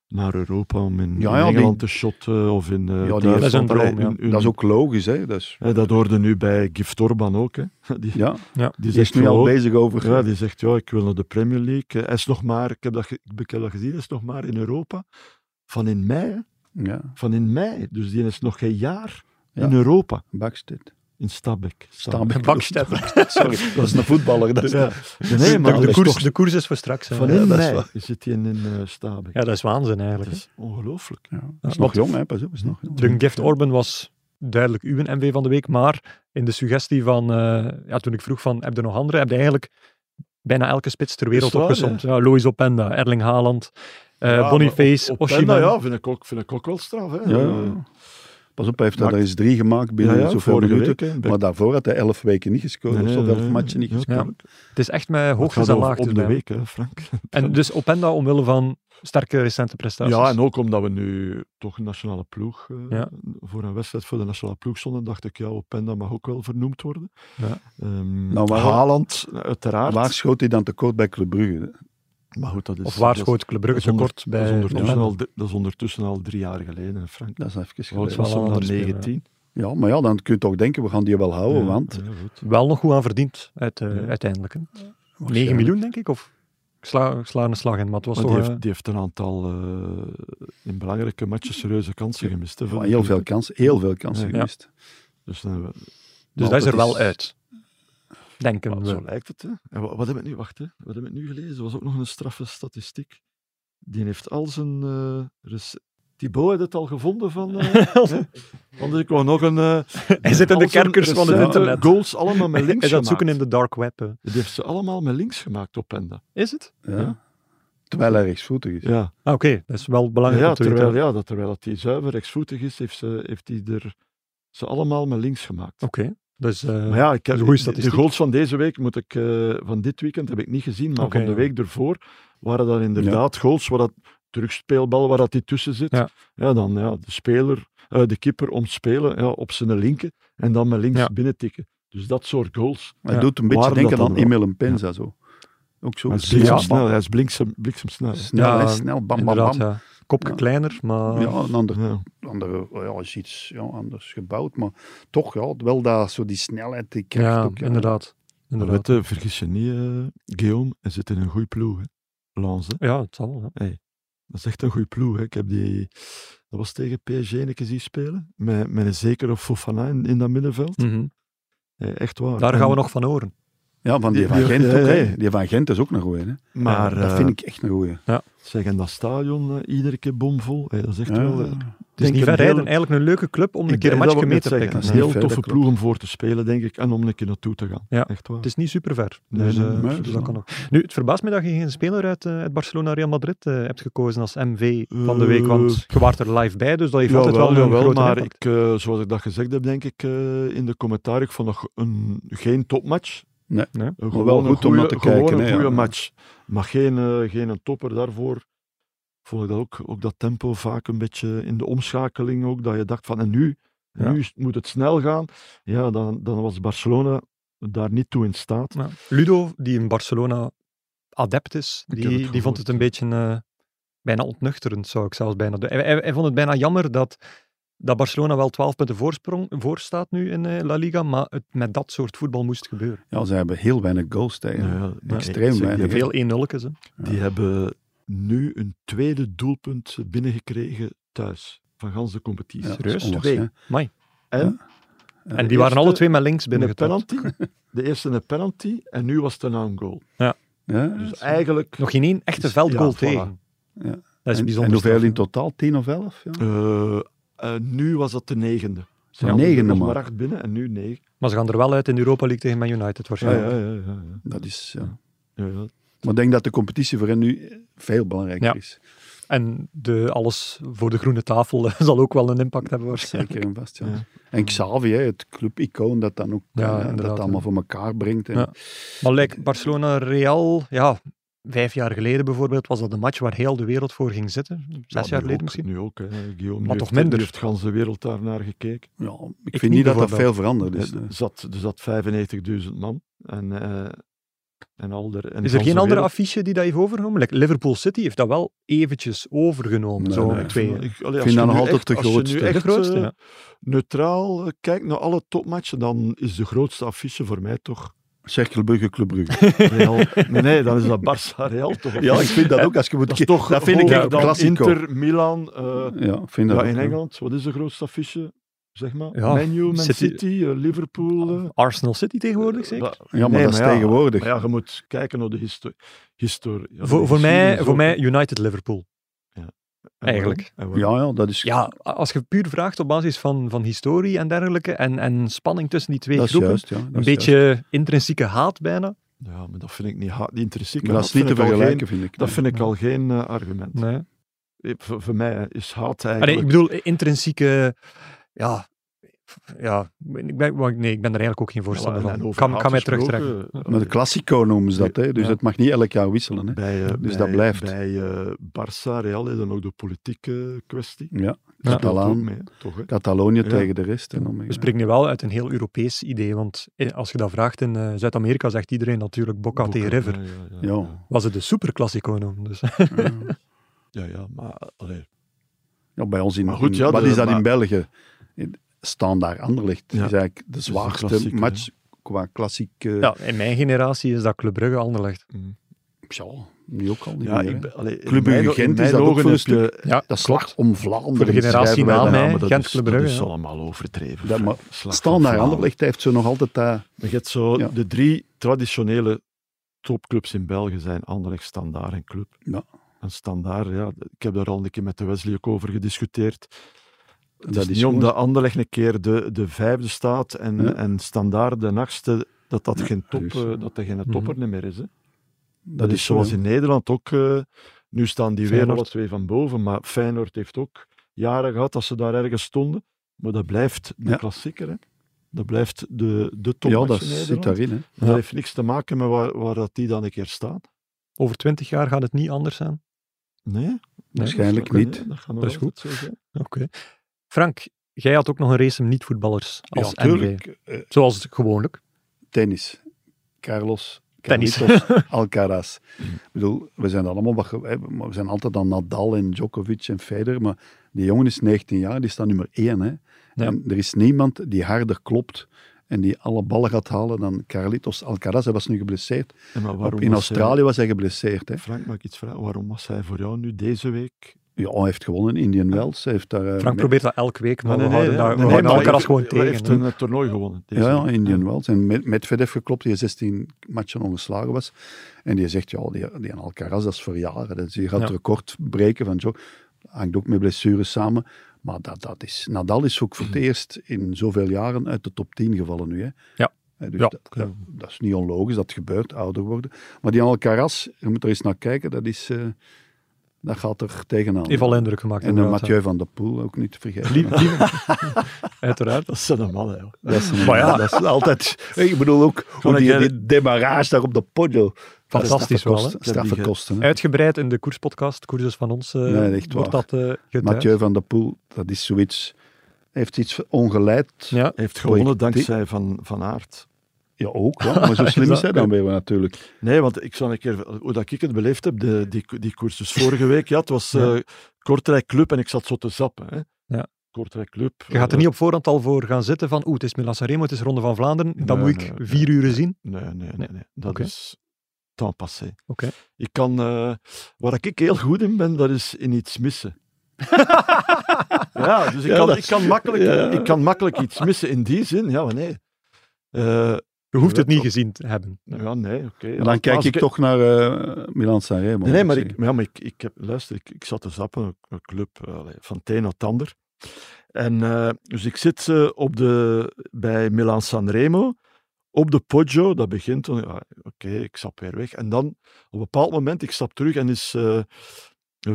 [SPEAKER 4] naar Europa om in,
[SPEAKER 3] Ja,
[SPEAKER 4] in
[SPEAKER 3] ja, die-
[SPEAKER 4] Engeland te shotten of in eh
[SPEAKER 3] die-
[SPEAKER 4] Duitsland.
[SPEAKER 3] Dat is
[SPEAKER 1] een droom,
[SPEAKER 4] Allee,
[SPEAKER 1] ja.
[SPEAKER 4] hun- hun-
[SPEAKER 3] Dat is ook logisch, hè. Dat is,
[SPEAKER 4] hè, Eh, dat hoorde nu bij Gift Orban ook. Hè. (laughs) Die,
[SPEAKER 3] ja.
[SPEAKER 4] die
[SPEAKER 3] Die is
[SPEAKER 4] zegt
[SPEAKER 3] nu
[SPEAKER 4] wel
[SPEAKER 3] al
[SPEAKER 4] ook-
[SPEAKER 3] bezig over...
[SPEAKER 4] Ja, die zegt, ja, ik wil naar de Premier League. Eh, Hij is nog maar, ik heb dat, ge- ik heb dat gezien, hij is nog maar in Europa. Van in mei, hè.
[SPEAKER 3] Ja,
[SPEAKER 4] van in mei. Dus die is nog geen jaar
[SPEAKER 3] Ja.
[SPEAKER 4] in Europa, (laughs)
[SPEAKER 3] Bakstedt.
[SPEAKER 4] in Stabek. Dus,
[SPEAKER 3] Stabæk.
[SPEAKER 4] (laughs)
[SPEAKER 1] Bakstedt.
[SPEAKER 3] Sorry, dat is een voetballer. Dat
[SPEAKER 2] (laughs)
[SPEAKER 3] is
[SPEAKER 4] Ja.
[SPEAKER 1] De-
[SPEAKER 4] Nee, maar
[SPEAKER 1] de,
[SPEAKER 4] dat is
[SPEAKER 1] koers,
[SPEAKER 4] toch-
[SPEAKER 1] de koers is voor straks. hè.
[SPEAKER 4] van
[SPEAKER 1] ja,
[SPEAKER 4] in
[SPEAKER 1] dat is
[SPEAKER 4] mei
[SPEAKER 1] waar.
[SPEAKER 4] zit hij in, in eh, Stabæk.
[SPEAKER 1] Ja, dat is waanzin eigenlijk.
[SPEAKER 4] Dat is ongelooflijk.
[SPEAKER 3] Ja,
[SPEAKER 1] Ja,
[SPEAKER 3] is nog
[SPEAKER 1] want
[SPEAKER 3] jong, hè. Pas op, is nog jong.
[SPEAKER 1] De Gift Orban was duidelijk uw MV van de week, maar in de suggestie van, eh, ja, toen ik vroeg van, heb je nog andere, heb je eigenlijk bijna elke spits ter wereld
[SPEAKER 4] Is waar,
[SPEAKER 1] opgesomd. Ja, Lois Openda, Erling Haaland, eh,
[SPEAKER 4] Ja,
[SPEAKER 1] Boniface,
[SPEAKER 4] maar op- op
[SPEAKER 1] Osimhen.
[SPEAKER 4] Penda, ja, vind ik ook, vind ik ook wel straf. Hè.
[SPEAKER 3] Ja,
[SPEAKER 4] Eh,
[SPEAKER 3] ja. Pas op, hij heeft
[SPEAKER 4] Maakt-
[SPEAKER 3] er eens drie gemaakt binnen
[SPEAKER 4] ja, ja,
[SPEAKER 3] zoveel
[SPEAKER 4] vorige
[SPEAKER 3] minuten.
[SPEAKER 4] week, hè, bij-
[SPEAKER 3] Maar daarvoor had hij elf weken niet gescoord
[SPEAKER 4] Nee,
[SPEAKER 3] of zo,
[SPEAKER 4] nee,
[SPEAKER 3] elf
[SPEAKER 4] nee,
[SPEAKER 3] matchen niet
[SPEAKER 4] ja,
[SPEAKER 3] gescoord.
[SPEAKER 1] Ja. Het is echt met
[SPEAKER 4] Het gaat
[SPEAKER 1] hoogtes en
[SPEAKER 4] over-
[SPEAKER 1] laagtes.
[SPEAKER 4] Om de
[SPEAKER 1] bij hem.
[SPEAKER 4] week, hè, Frank.
[SPEAKER 1] En dus Openda omwille van sterke recente prestaties.
[SPEAKER 4] Ja, en ook omdat we nu toch een nationale ploeg eh,
[SPEAKER 1] Ja.
[SPEAKER 4] voor een wedstrijd voor de nationale ploeg stonden, dacht ik, ja, Openda mag ook wel vernoemd worden.
[SPEAKER 1] Ja.
[SPEAKER 4] Ehm,
[SPEAKER 3] Nou, waar-
[SPEAKER 4] Haaland, uiteraard.
[SPEAKER 3] Waar schoot hij dan tekort bij Club Brugge? hè?
[SPEAKER 4] maar goed, dat is,
[SPEAKER 1] Of
[SPEAKER 4] dat is-
[SPEAKER 1] waarschuwt Club
[SPEAKER 4] dat
[SPEAKER 1] Brugge
[SPEAKER 4] is onder-
[SPEAKER 1] tekort bij
[SPEAKER 4] dat is ondertussen
[SPEAKER 1] Openda.
[SPEAKER 4] al drie- Dat is ondertussen al drie jaar geleden, hè, Frank.
[SPEAKER 3] Dat is even
[SPEAKER 4] Houdt
[SPEAKER 3] geleden.
[SPEAKER 1] wel
[SPEAKER 4] was
[SPEAKER 1] een
[SPEAKER 4] dan
[SPEAKER 1] ander speler,
[SPEAKER 4] 19.
[SPEAKER 3] Ja, maar ja, dan kun je toch denken, we gaan die wel houden,
[SPEAKER 4] Ja,
[SPEAKER 3] want...
[SPEAKER 4] ja, goed.
[SPEAKER 1] Wel nog goed aan verdiend, uit, eh,
[SPEAKER 4] Ja.
[SPEAKER 1] uiteindelijk. hè. 9
[SPEAKER 3] waarschijnlijk-
[SPEAKER 1] miljoen, denk ik, of... Ik sla, ik sla een slag in, maar het was
[SPEAKER 4] Maar
[SPEAKER 1] toch...
[SPEAKER 4] die,
[SPEAKER 1] eh,
[SPEAKER 4] heeft, die heeft een aantal eh, in belangrijke matches serieuze kansen gemist. hè,
[SPEAKER 3] Ja,
[SPEAKER 4] voor de
[SPEAKER 3] heel
[SPEAKER 4] ploeg,
[SPEAKER 3] veel
[SPEAKER 4] hè.
[SPEAKER 3] kansen, heel veel kansen
[SPEAKER 4] Ja.
[SPEAKER 3] gemist.
[SPEAKER 4] Dus dan hebben we-
[SPEAKER 1] Dus
[SPEAKER 3] Maar
[SPEAKER 1] dat is er
[SPEAKER 3] dat
[SPEAKER 1] wel
[SPEAKER 3] is-
[SPEAKER 1] uit. Denken
[SPEAKER 4] Maar
[SPEAKER 1] we. (laughs)
[SPEAKER 4] zo lijkt het. Hè. En wa- wat heb ik nu, wacht, hè. wat heb ik nu gelezen? Er was ook nog een straffe statistiek. Die heeft al zijn eh, rec- Thibaut had het al gevonden van... eh,
[SPEAKER 1] (laughs)
[SPEAKER 4] (laughs) hè? Anders ik wou nog een... eh,
[SPEAKER 1] Hij zit in de
[SPEAKER 4] al zijn
[SPEAKER 1] kerkers van het
[SPEAKER 4] recente
[SPEAKER 1] internet.
[SPEAKER 4] goals allemaal met links
[SPEAKER 1] (laughs) Hij gaat
[SPEAKER 4] gemaakt.
[SPEAKER 1] zoeken in de dark web. eh.
[SPEAKER 4] Die heeft ze allemaal met links gemaakt op Penda.
[SPEAKER 1] Is het?
[SPEAKER 3] Ja. Terwijl hij rechtsvoetig is.
[SPEAKER 4] Ja,
[SPEAKER 1] Ah, Oké, dat is wel belangrijk
[SPEAKER 4] ja
[SPEAKER 1] om te weten.
[SPEAKER 4] terwijl, ja, dat, terwijl dat hij zuiver rechtsvoetig is, heeft ze- heeft hij er ze allemaal met links gemaakt.
[SPEAKER 1] Oké, dus... eh,
[SPEAKER 4] Maar ja, ik
[SPEAKER 1] is een
[SPEAKER 4] heb,
[SPEAKER 1] goede
[SPEAKER 4] de- de
[SPEAKER 1] statistiek.
[SPEAKER 4] goals van deze week, moet ik, eh, van dit weekend, heb ik niet gezien. Maar
[SPEAKER 1] Oké,
[SPEAKER 4] van de
[SPEAKER 1] ja.
[SPEAKER 4] week ervoor waren dat inderdaad goals waar dat terugspeelbal, waar dat die tussen zit.
[SPEAKER 1] Ja.
[SPEAKER 4] Ja, dan ja, de speler, eh, de keeper omspelen ja, op zijn linker en dan met links
[SPEAKER 1] Ja.
[SPEAKER 4] binnentikken. Dus dat soort goals.
[SPEAKER 3] Hij
[SPEAKER 1] Ja.
[SPEAKER 3] doet een
[SPEAKER 4] Waarom
[SPEAKER 3] beetje denken
[SPEAKER 4] dat
[SPEAKER 3] aan
[SPEAKER 4] dan wel?
[SPEAKER 3] Emil en Penza. Zo. Ook zo.
[SPEAKER 4] Hij is
[SPEAKER 1] Ja.
[SPEAKER 4] bliksemsnel, hij is bliksem, bliksemsnel.
[SPEAKER 3] Snel,
[SPEAKER 1] Ja,
[SPEAKER 3] hè, snel. Bam, bam,
[SPEAKER 1] inderdaad,
[SPEAKER 3] bam.
[SPEAKER 1] ja. Kopje
[SPEAKER 3] Ja.
[SPEAKER 1] kleiner, maar...
[SPEAKER 3] Ja, een ander,
[SPEAKER 4] Ja.
[SPEAKER 3] ander ja, is iets ja, anders gebouwd. Maar toch, ja, wel dat, zo die snelheid, die kracht
[SPEAKER 1] Ja,
[SPEAKER 3] ook. Ja.
[SPEAKER 1] inderdaad.
[SPEAKER 4] Maar
[SPEAKER 1] inderdaad.
[SPEAKER 4] weet je, vergis je niet, eh, Guillaume, hij zit in een goede ploeg. Hè. Lens, hè.
[SPEAKER 1] Ja, het zal wel. ja.
[SPEAKER 4] Dat is echt een goede ploeg. Hè. Ik heb die, dat was tegen PSG en ik zien spelen. Met, met een zekere Fofana in, in dat middenveld.
[SPEAKER 1] Mhm.
[SPEAKER 4] Eh, echt waar.
[SPEAKER 1] Daar
[SPEAKER 4] En-
[SPEAKER 1] gaan we nog van horen.
[SPEAKER 3] Ja, van die,
[SPEAKER 4] Die-
[SPEAKER 3] van
[SPEAKER 4] die-
[SPEAKER 3] Gent ook. hè.
[SPEAKER 4] nee.
[SPEAKER 3] Die van Gent is ook een goeie. Hè.
[SPEAKER 4] Maar
[SPEAKER 3] dat
[SPEAKER 4] eh,
[SPEAKER 3] vind ik echt een goeie.
[SPEAKER 4] zeg, en dat stadion eh, iedere keer bomvol. Eh, dat is echt
[SPEAKER 3] Ja.
[SPEAKER 4] wel... eh, het
[SPEAKER 1] Het is
[SPEAKER 4] denk
[SPEAKER 1] niet
[SPEAKER 4] ik
[SPEAKER 1] ver
[SPEAKER 4] een
[SPEAKER 1] rijden.
[SPEAKER 4] hele-
[SPEAKER 1] Eigenlijk een leuke club om een
[SPEAKER 4] ik-
[SPEAKER 1] keer een
[SPEAKER 4] eh, dat
[SPEAKER 1] matchje
[SPEAKER 4] wou ik
[SPEAKER 1] mee
[SPEAKER 4] net
[SPEAKER 1] te
[SPEAKER 4] zeggen.
[SPEAKER 1] pikken.
[SPEAKER 3] Dat is
[SPEAKER 4] Een
[SPEAKER 3] niet
[SPEAKER 4] heel
[SPEAKER 3] ver,
[SPEAKER 4] toffe
[SPEAKER 3] dat
[SPEAKER 4] ploeg om voor te spelen, denk ik. En om een keer naartoe te gaan.
[SPEAKER 1] Ja.
[SPEAKER 4] Echt waar.
[SPEAKER 1] Het is niet super ver.
[SPEAKER 4] Nee,
[SPEAKER 1] Dus,
[SPEAKER 4] nee,
[SPEAKER 1] eh,
[SPEAKER 4] nee,
[SPEAKER 1] dus
[SPEAKER 3] nee.
[SPEAKER 1] dat kan ook. Nu, het verbaast me dat je geen speler uit, eh, uit Barcelona Real Madrid eh, hebt gekozen als MV van de week. Want je waart er live bij, dus dat heeft altijd wel
[SPEAKER 4] Eh. Jawel,
[SPEAKER 1] een
[SPEAKER 4] jawel,
[SPEAKER 1] grote
[SPEAKER 4] maar
[SPEAKER 1] impact.
[SPEAKER 4] ik, eh, zoals ik dat gezegd heb, denk ik eh, in de commentaar, ik vond nog een, geen topmatch.
[SPEAKER 3] Nee.
[SPEAKER 1] Nee.
[SPEAKER 4] Eh,
[SPEAKER 3] Maar
[SPEAKER 4] gewoon
[SPEAKER 3] wel
[SPEAKER 4] een
[SPEAKER 3] goed om
[SPEAKER 4] goeie-
[SPEAKER 3] naar te
[SPEAKER 4] gewoon
[SPEAKER 3] kijken,
[SPEAKER 4] een
[SPEAKER 3] hè,
[SPEAKER 4] goede
[SPEAKER 3] ja.
[SPEAKER 4] match. Maar geen, eh, geen een topper daarvoor. Vond ik dat ook, ook dat tempo vaak een beetje in de omschakeling ook, dat je dacht van en nu, en
[SPEAKER 1] Ja.
[SPEAKER 4] nu is- moet het snel gaan. Ja, dan, dan was Barcelona daar niet toe in staat.
[SPEAKER 1] Ja. Ludo, die in Barcelona adept is,
[SPEAKER 4] Ik heb
[SPEAKER 1] die,
[SPEAKER 4] het
[SPEAKER 1] die vond
[SPEAKER 4] gehoord,
[SPEAKER 1] het een beetje eh, bijna ontnuchterend, zou ik zelfs bijna doen. Hij, hij- hij vond het bijna jammer dat, dat Barcelona wel 12 punten voorsprong, voor staat nu in eh, La Liga, maar het met dat soort voetbal moest gebeuren.
[SPEAKER 3] Ja, ze hebben heel weinig goals tegen.
[SPEAKER 4] Nou ja, nee,
[SPEAKER 3] Extreem
[SPEAKER 4] zeg,
[SPEAKER 3] weinig.
[SPEAKER 4] die
[SPEAKER 1] Veel 1-0'tjes. hè.
[SPEAKER 4] Die hebben nu een tweede doelpunt binnengekregen thuis. Van gans de
[SPEAKER 3] Ja,
[SPEAKER 4] competitie.
[SPEAKER 3] dat is
[SPEAKER 1] serieus?
[SPEAKER 3] onwaarschijnlijk.
[SPEAKER 1] Amai.
[SPEAKER 4] En
[SPEAKER 1] En
[SPEAKER 4] de
[SPEAKER 1] die waren alle
[SPEAKER 4] eerste-
[SPEAKER 1] twee met links
[SPEAKER 4] een
[SPEAKER 1] binnengetapt.
[SPEAKER 4] penalty. De eerste een penalty en nu was het een own goal.
[SPEAKER 3] Ja,
[SPEAKER 4] Dus
[SPEAKER 3] dat is-
[SPEAKER 4] eigenlijk
[SPEAKER 1] Nog geen één echte
[SPEAKER 4] Is-
[SPEAKER 1] veldgoal
[SPEAKER 4] ja, voilà.
[SPEAKER 1] tegen.
[SPEAKER 3] Ja.
[SPEAKER 1] Dat is
[SPEAKER 3] en,
[SPEAKER 1] bijzonder.
[SPEAKER 3] en hoeveel
[SPEAKER 1] straf,
[SPEAKER 3] in
[SPEAKER 1] hè.
[SPEAKER 3] totaal? 10 of 11? Ja.
[SPEAKER 4] eh, eh, nu was dat de negende. Ze
[SPEAKER 3] Ja,
[SPEAKER 4] hadden er
[SPEAKER 3] negende
[SPEAKER 4] nog
[SPEAKER 3] maar.
[SPEAKER 4] maar acht binnen en nu negen.
[SPEAKER 1] Maar ze gaan er wel uit in de Europa League tegen Man United
[SPEAKER 4] Ja,
[SPEAKER 1] waarschijnlijk.
[SPEAKER 4] ja, ja. ja, ja.
[SPEAKER 3] Dat is, ja.
[SPEAKER 4] Ja, ja.
[SPEAKER 3] Maar ik denk dat de competitie voor hen nu veel belangrijker
[SPEAKER 1] Ja.
[SPEAKER 3] is.
[SPEAKER 1] En de, alles voor de groene tafel eh, (laughs) zal ook wel een impact hebben waarschijnlijk.
[SPEAKER 3] Zeker en vast, ja.
[SPEAKER 4] Ja.
[SPEAKER 3] En Xavi, hè, het clubicoon dat dan ook
[SPEAKER 1] Ja,
[SPEAKER 3] eh,
[SPEAKER 1] inderdaad,
[SPEAKER 3] dat
[SPEAKER 1] ja.
[SPEAKER 3] allemaal voor elkaar brengt. En,
[SPEAKER 1] Ja. Maar lijkt Barcelona Real, ja, vijf jaar geleden bijvoorbeeld was dat een match waar heel de wereld voor ging zitten. Zes
[SPEAKER 4] Ja,
[SPEAKER 1] jaar
[SPEAKER 4] nu
[SPEAKER 1] geleden
[SPEAKER 4] ook,
[SPEAKER 1] misschien.
[SPEAKER 4] Nu ook, hè. Guillaume.
[SPEAKER 1] Maar
[SPEAKER 4] nu
[SPEAKER 1] toch
[SPEAKER 4] heeft, nu
[SPEAKER 1] minder.
[SPEAKER 4] heeft de ganse wereld daar naar gekeken.
[SPEAKER 3] ja, ik,
[SPEAKER 1] Ik
[SPEAKER 3] vind
[SPEAKER 1] niet
[SPEAKER 3] niet dat
[SPEAKER 1] bijvoorbeeld.
[SPEAKER 3] dat
[SPEAKER 1] dus.
[SPEAKER 3] veel veranderd is. eh,
[SPEAKER 4] Er
[SPEAKER 3] hè.
[SPEAKER 4] zat, er zat 95.000 man. En, eh en al der, en
[SPEAKER 1] Is er
[SPEAKER 4] ganse
[SPEAKER 1] geen andere
[SPEAKER 4] wereld-
[SPEAKER 1] affiche die dat heeft overgenomen? Like, Liverpool City heeft dat wel eventjes overgenomen.
[SPEAKER 3] Nee,
[SPEAKER 1] zo
[SPEAKER 3] nee,
[SPEAKER 1] met
[SPEAKER 3] ik
[SPEAKER 1] twee.
[SPEAKER 3] vind-
[SPEAKER 4] Ik allee, als
[SPEAKER 3] vind
[SPEAKER 4] je
[SPEAKER 3] dat
[SPEAKER 4] nu
[SPEAKER 3] nog altijd
[SPEAKER 4] echt-
[SPEAKER 3] de
[SPEAKER 4] als je
[SPEAKER 3] grootste.
[SPEAKER 4] nu
[SPEAKER 3] De
[SPEAKER 4] echt,
[SPEAKER 1] de grootste,
[SPEAKER 4] eh,
[SPEAKER 1] ja.
[SPEAKER 4] neutraal eh, kijkt naar alle topmatchen, dan is de grootste affiche voor mij toch
[SPEAKER 3] Cercle Brugge, Club Brugge.
[SPEAKER 4] Real. Nee, nee, dan is dat Barça Real toch?
[SPEAKER 3] (laughs) ja, ik vind dat ook. Als je moet,
[SPEAKER 4] dat is toch
[SPEAKER 3] dat vind ik
[SPEAKER 4] hoger
[SPEAKER 3] echt
[SPEAKER 4] dan
[SPEAKER 3] klassico.
[SPEAKER 4] Inter, Milan, eh,
[SPEAKER 3] Ja, ik vind dat
[SPEAKER 4] ja,
[SPEAKER 3] ook,
[SPEAKER 4] in
[SPEAKER 3] ja.
[SPEAKER 4] Engeland. Wat is de grootste affiche? Zeg maar.
[SPEAKER 1] Ja,
[SPEAKER 4] Man U, Man
[SPEAKER 1] City.
[SPEAKER 4] City, eh, Liverpool.
[SPEAKER 1] (laughs)
[SPEAKER 4] eh.
[SPEAKER 1] Arsenal City tegenwoordig zeker?
[SPEAKER 4] Da-
[SPEAKER 3] Ja, maar
[SPEAKER 4] Nee,
[SPEAKER 3] dat is
[SPEAKER 4] ja,
[SPEAKER 3] tegenwoordig.
[SPEAKER 4] maar Ja, je moet kijken naar de histo- historie. Ja, de
[SPEAKER 1] voor, voor, mij,
[SPEAKER 4] geschiedenis
[SPEAKER 1] voor
[SPEAKER 4] ook, hè.
[SPEAKER 1] mij
[SPEAKER 4] En
[SPEAKER 1] United Liverpool.
[SPEAKER 4] waarom?
[SPEAKER 1] eigenlijk.
[SPEAKER 4] En waarom?
[SPEAKER 3] Ja, ja, dat is,
[SPEAKER 1] Ja, a- als je puur vraagt op basis van, van historie en dergelijke en, en spanning tussen die twee
[SPEAKER 3] dat is
[SPEAKER 1] groepen,
[SPEAKER 3] juist. Ja, dat
[SPEAKER 1] een
[SPEAKER 3] is
[SPEAKER 1] beetje
[SPEAKER 3] juist.
[SPEAKER 1] intrinsieke haat bijna.
[SPEAKER 4] Ja, maar dat vind ik niet, ha- niet intrinsiek.
[SPEAKER 3] Maar dat is niet te
[SPEAKER 4] vind ik al geen-
[SPEAKER 3] vergelijken, vind ik.
[SPEAKER 4] Dat
[SPEAKER 3] Nee.
[SPEAKER 4] vind ik al geen eh, argument.
[SPEAKER 1] Nee.
[SPEAKER 4] Ik- Voor, voor mij is haat
[SPEAKER 1] Ah, nee,
[SPEAKER 4] eigenlijk...
[SPEAKER 1] ik bedoel, i- intrinsieke... Ja, f- ja ik ben, wa- nee, ik ben er eigenlijk ook geen voorstander
[SPEAKER 4] Ja, en
[SPEAKER 1] van. Ik
[SPEAKER 4] over
[SPEAKER 1] kan,
[SPEAKER 4] haat
[SPEAKER 1] kan mij
[SPEAKER 4] gesproken,
[SPEAKER 1] terugtrekken.
[SPEAKER 4] eh,
[SPEAKER 3] Maar de Classico noemen ze dat, hè. dus
[SPEAKER 4] Ja.
[SPEAKER 3] dat mag niet elk jaar wisselen. Hè.
[SPEAKER 4] Bij, eh,
[SPEAKER 3] Dus
[SPEAKER 4] bij-
[SPEAKER 3] dat blijft.
[SPEAKER 4] Bij eh, Barça, Real is dan ook de politieke kwestie.
[SPEAKER 3] Ja,
[SPEAKER 1] Ja.
[SPEAKER 4] Dat speelt ook
[SPEAKER 3] Catalaan,
[SPEAKER 4] mee, hè, toch? Hè?
[SPEAKER 3] Catalonië
[SPEAKER 4] Ja.
[SPEAKER 3] tegen de rest. En dan,
[SPEAKER 1] We spreken nu wel uit een heel Europees idee, want i- als je dat vraagt in eh, Zuid-Amerika, zegt iedereen natuurlijk Boca tegen
[SPEAKER 4] Boca,
[SPEAKER 1] River.
[SPEAKER 4] Ja, ja, ja,
[SPEAKER 3] Ja.
[SPEAKER 1] Was het de superclassico noemen, dus.
[SPEAKER 3] ja.
[SPEAKER 4] ja, ja, maar allee,
[SPEAKER 3] Ja, bij ons in,
[SPEAKER 4] Maar goed,
[SPEAKER 3] in-
[SPEAKER 4] ja,
[SPEAKER 3] wat
[SPEAKER 4] de-
[SPEAKER 3] is dat in
[SPEAKER 4] maar-
[SPEAKER 3] België? Standaard Anderlecht
[SPEAKER 4] Ja.
[SPEAKER 3] is eigenlijk de
[SPEAKER 4] een
[SPEAKER 3] zwaarste
[SPEAKER 4] klassieker,
[SPEAKER 3] match qua klassiek. eh,
[SPEAKER 1] ja, in mijn generatie is dat Club Brugge Anderlecht.
[SPEAKER 3] tja, nu ook al niet
[SPEAKER 4] hm. ja,
[SPEAKER 3] meer,
[SPEAKER 4] ik
[SPEAKER 3] hè.
[SPEAKER 4] ben, allee, in
[SPEAKER 3] Club
[SPEAKER 4] mijn-
[SPEAKER 3] Brugge
[SPEAKER 4] in
[SPEAKER 3] Gent
[SPEAKER 4] mijn
[SPEAKER 3] is dat ook
[SPEAKER 4] ogen
[SPEAKER 3] voor een
[SPEAKER 4] heb je-
[SPEAKER 1] Ja,
[SPEAKER 3] Dat slag om Vlaanderen.
[SPEAKER 1] Voor de generatie
[SPEAKER 3] schrijven wij
[SPEAKER 1] na
[SPEAKER 3] dan
[SPEAKER 1] mij.
[SPEAKER 3] aan,
[SPEAKER 4] maar
[SPEAKER 3] maar dat-
[SPEAKER 1] Gent,
[SPEAKER 4] is,
[SPEAKER 1] Club
[SPEAKER 4] dat
[SPEAKER 1] Brugge,
[SPEAKER 4] is
[SPEAKER 1] ja.
[SPEAKER 4] allemaal overdreven.
[SPEAKER 3] Dat, maar
[SPEAKER 4] Slag van
[SPEAKER 3] Standaard
[SPEAKER 4] Vlaanderen.
[SPEAKER 3] Anderlecht heeft zo nog altijd eh, dat...
[SPEAKER 4] Maar je hebt zo
[SPEAKER 3] Ja.
[SPEAKER 4] de drie traditionele topclubs in België zijn Anderlecht, Standaard en Club.
[SPEAKER 3] Ja.
[SPEAKER 4] En standaard, ja, ik heb daar al een keer met de Wesley ook over gediscuteerd. Het
[SPEAKER 3] Dat
[SPEAKER 4] is
[SPEAKER 3] is
[SPEAKER 4] niet
[SPEAKER 3] goed.
[SPEAKER 4] omdat Dus Anderlecht een keer de, de vijfde staat en,
[SPEAKER 3] Ja.
[SPEAKER 4] en standaard de achtste, dat dat geen, top,
[SPEAKER 3] dus,
[SPEAKER 4] eh,
[SPEAKER 3] ja.
[SPEAKER 4] dat dat geen topper meer is. Hè. Dat, is
[SPEAKER 3] zo,
[SPEAKER 4] zoals
[SPEAKER 3] ja.
[SPEAKER 4] in Nederland ook. eh, nu staan die weer
[SPEAKER 1] Feyenoord.
[SPEAKER 4] alle twee van boven, maar Feyenoord heeft ook jaren gehad dat ze daar ergens stonden. Maar dat blijft de
[SPEAKER 3] Ja.
[SPEAKER 4] klassieker. Hè. Dat blijft de, de top
[SPEAKER 3] Ja, dat
[SPEAKER 4] in
[SPEAKER 3] zit
[SPEAKER 4] Nederland.
[SPEAKER 3] daarin. Hè.
[SPEAKER 4] Dat
[SPEAKER 1] Ja.
[SPEAKER 4] heeft niks te maken met waar, waar dat die dan een keer staan.
[SPEAKER 1] Over twintig jaar gaat het niet anders zijn.
[SPEAKER 4] Nee, nee,
[SPEAKER 3] Waarschijnlijk
[SPEAKER 4] dat is-
[SPEAKER 3] niet.
[SPEAKER 4] nee, dat,
[SPEAKER 1] Dat is goed.
[SPEAKER 4] Zo
[SPEAKER 1] Oké. Frank, jij had ook nog een race met niet-voetballers als
[SPEAKER 3] ja,
[SPEAKER 1] NBA.
[SPEAKER 3] tuurlijk. Eh,
[SPEAKER 1] Zoals gewoonlijk.
[SPEAKER 3] tennis. Carlos.
[SPEAKER 1] Tennis.
[SPEAKER 3] Carlitos
[SPEAKER 4] (laughs)
[SPEAKER 3] Alcaraz. Ik bedoel, we zijn allemaal wat ge- hè, maar we zijn altijd aan Nadal en Djokovic en Federer, maar die jongen is 19 jaar, die staat nummer 1. Hè. En er is niemand die harder klopt en die alle ballen gaat halen dan Carlitos Alcaraz. Hij was nu geblesseerd.
[SPEAKER 4] en maar waarom
[SPEAKER 3] Op- in
[SPEAKER 4] was hij-
[SPEAKER 3] Australië was hij geblesseerd. Hè.
[SPEAKER 4] Frank, mag ik iets vragen? Waarom was hij voor jou nu deze week?
[SPEAKER 3] Ja, hij heeft gewonnen in Indian Wells. Hij heeft daar, eh,
[SPEAKER 1] Frank
[SPEAKER 3] met-
[SPEAKER 1] probeert dat elke week, maar we houden, daar, we
[SPEAKER 3] nee,
[SPEAKER 1] houden
[SPEAKER 3] maar
[SPEAKER 1] Alcaraz
[SPEAKER 3] ik-
[SPEAKER 1] gewoon
[SPEAKER 4] Hij heeft
[SPEAKER 1] tegen.
[SPEAKER 4] een eh, toernooi gewonnen. deze
[SPEAKER 3] Ja, ja,
[SPEAKER 4] week.
[SPEAKER 3] Indian Wells. En met Medvedev geklopt, die 16 matchen ongeslagen was. En die zegt, ja, die, die Alcaraz, dat is voor jaren. Dat is, je gaat
[SPEAKER 1] Ja.
[SPEAKER 3] het record breken van Djok. Hangt ook met blessures samen. Maar dat, dat is, Nadal is ook voor
[SPEAKER 1] Mm.
[SPEAKER 3] het eerst in zoveel jaren uit de top 10 gevallen nu. Hè.
[SPEAKER 1] Ja.
[SPEAKER 3] Hè, dus
[SPEAKER 1] Ja.
[SPEAKER 3] Dat, dat, dat is niet onlogisch, dat gebeurt, ouder worden. Maar die Alcaraz, je moet er eens naar kijken, dat, is, eh, dat gaat er tegenaan.
[SPEAKER 1] Heeft al indruk gemaakt.
[SPEAKER 3] en eh,
[SPEAKER 1] inderdaad,
[SPEAKER 3] Mathieu van der Poel, ook niet te vergeten.
[SPEAKER 1] ja. Uiteraard.
[SPEAKER 4] Dat zijn een mannen, joh.
[SPEAKER 3] Dat is,
[SPEAKER 1] Maar ja.
[SPEAKER 4] (laughs)
[SPEAKER 3] dat is altijd... Ik bedoel ook hoe
[SPEAKER 4] ik
[SPEAKER 3] die,
[SPEAKER 4] jij-
[SPEAKER 3] die demarrage daar op de podio.
[SPEAKER 1] Fantastisch wel, hè?
[SPEAKER 3] kosten, Straffe
[SPEAKER 4] Dat die
[SPEAKER 3] kosten. hè.
[SPEAKER 1] eh, Uitgebreid in de koerspodcast, koerses van ons, eh,
[SPEAKER 3] Nee, echt
[SPEAKER 1] wordt
[SPEAKER 3] waar.
[SPEAKER 1] dat eh geduid.
[SPEAKER 3] Mathieu van der Poel, dat is zoiets... heeft iets ongeleid. Ja,
[SPEAKER 1] Ja.
[SPEAKER 4] Hij heeft gewonnen
[SPEAKER 3] Project-
[SPEAKER 4] dankzij Van, van Aert.
[SPEAKER 3] ook.
[SPEAKER 4] (laughs)
[SPEAKER 3] Ja. Maar zo slim is hij dan weer wel natuurlijk.
[SPEAKER 4] Nee, want ik zal een keer, hoe dat ik het beleefd heb, de, die, die koers dus vorige week, ja, het was
[SPEAKER 1] Ja.
[SPEAKER 4] eh, Kortrijk Club en ik zat zo te zappen. Hè.
[SPEAKER 1] Ja.
[SPEAKER 4] Kortrijk Club. eh,
[SPEAKER 1] Je gaat er niet op voorhand al voor gaan zitten van oeh, het is Milan Sanremo, het is Ronde van Vlaanderen. Dat
[SPEAKER 4] Nee,
[SPEAKER 1] moet
[SPEAKER 4] nee,
[SPEAKER 1] ik
[SPEAKER 4] nee.
[SPEAKER 1] vier uren zien.
[SPEAKER 4] Nee, nee, nee.
[SPEAKER 1] Nee.
[SPEAKER 4] nee. Dat
[SPEAKER 1] Oké.
[SPEAKER 4] is temps passé.
[SPEAKER 1] Oké.
[SPEAKER 4] Ik kan, eh, waar ik heel goed in ben, dat is in iets
[SPEAKER 3] (laughs)
[SPEAKER 4] missen. ja, dus ik
[SPEAKER 3] Ja,
[SPEAKER 4] kan,
[SPEAKER 3] dat
[SPEAKER 4] ik,
[SPEAKER 3] is-
[SPEAKER 4] kan makkelijk,
[SPEAKER 3] ja.
[SPEAKER 4] ik kan makkelijk iets missen in die zin. Ja, maar nee. Eh,
[SPEAKER 1] Je hoeft het
[SPEAKER 4] Ja,
[SPEAKER 1] niet
[SPEAKER 4] klopt.
[SPEAKER 1] gezien te hebben.
[SPEAKER 4] nou ja, nee, oké.
[SPEAKER 3] En dan kijk
[SPEAKER 4] Als
[SPEAKER 3] ik toch naar eh Milan Sanremo.
[SPEAKER 4] Nee, nee, maar,
[SPEAKER 3] moet
[SPEAKER 4] ik, ja, maar ik, ik heb, luister, ik, ik zat te zappen, een- een club eh, allee, van het een naar het ander. En, eh, dus ik zit eh, op de, bij Milan Sanremo, op de Poggio, dat begint, dan, ja, oké, ik stap weer weg. En dan, op een bepaald moment, ik stap terug en is eh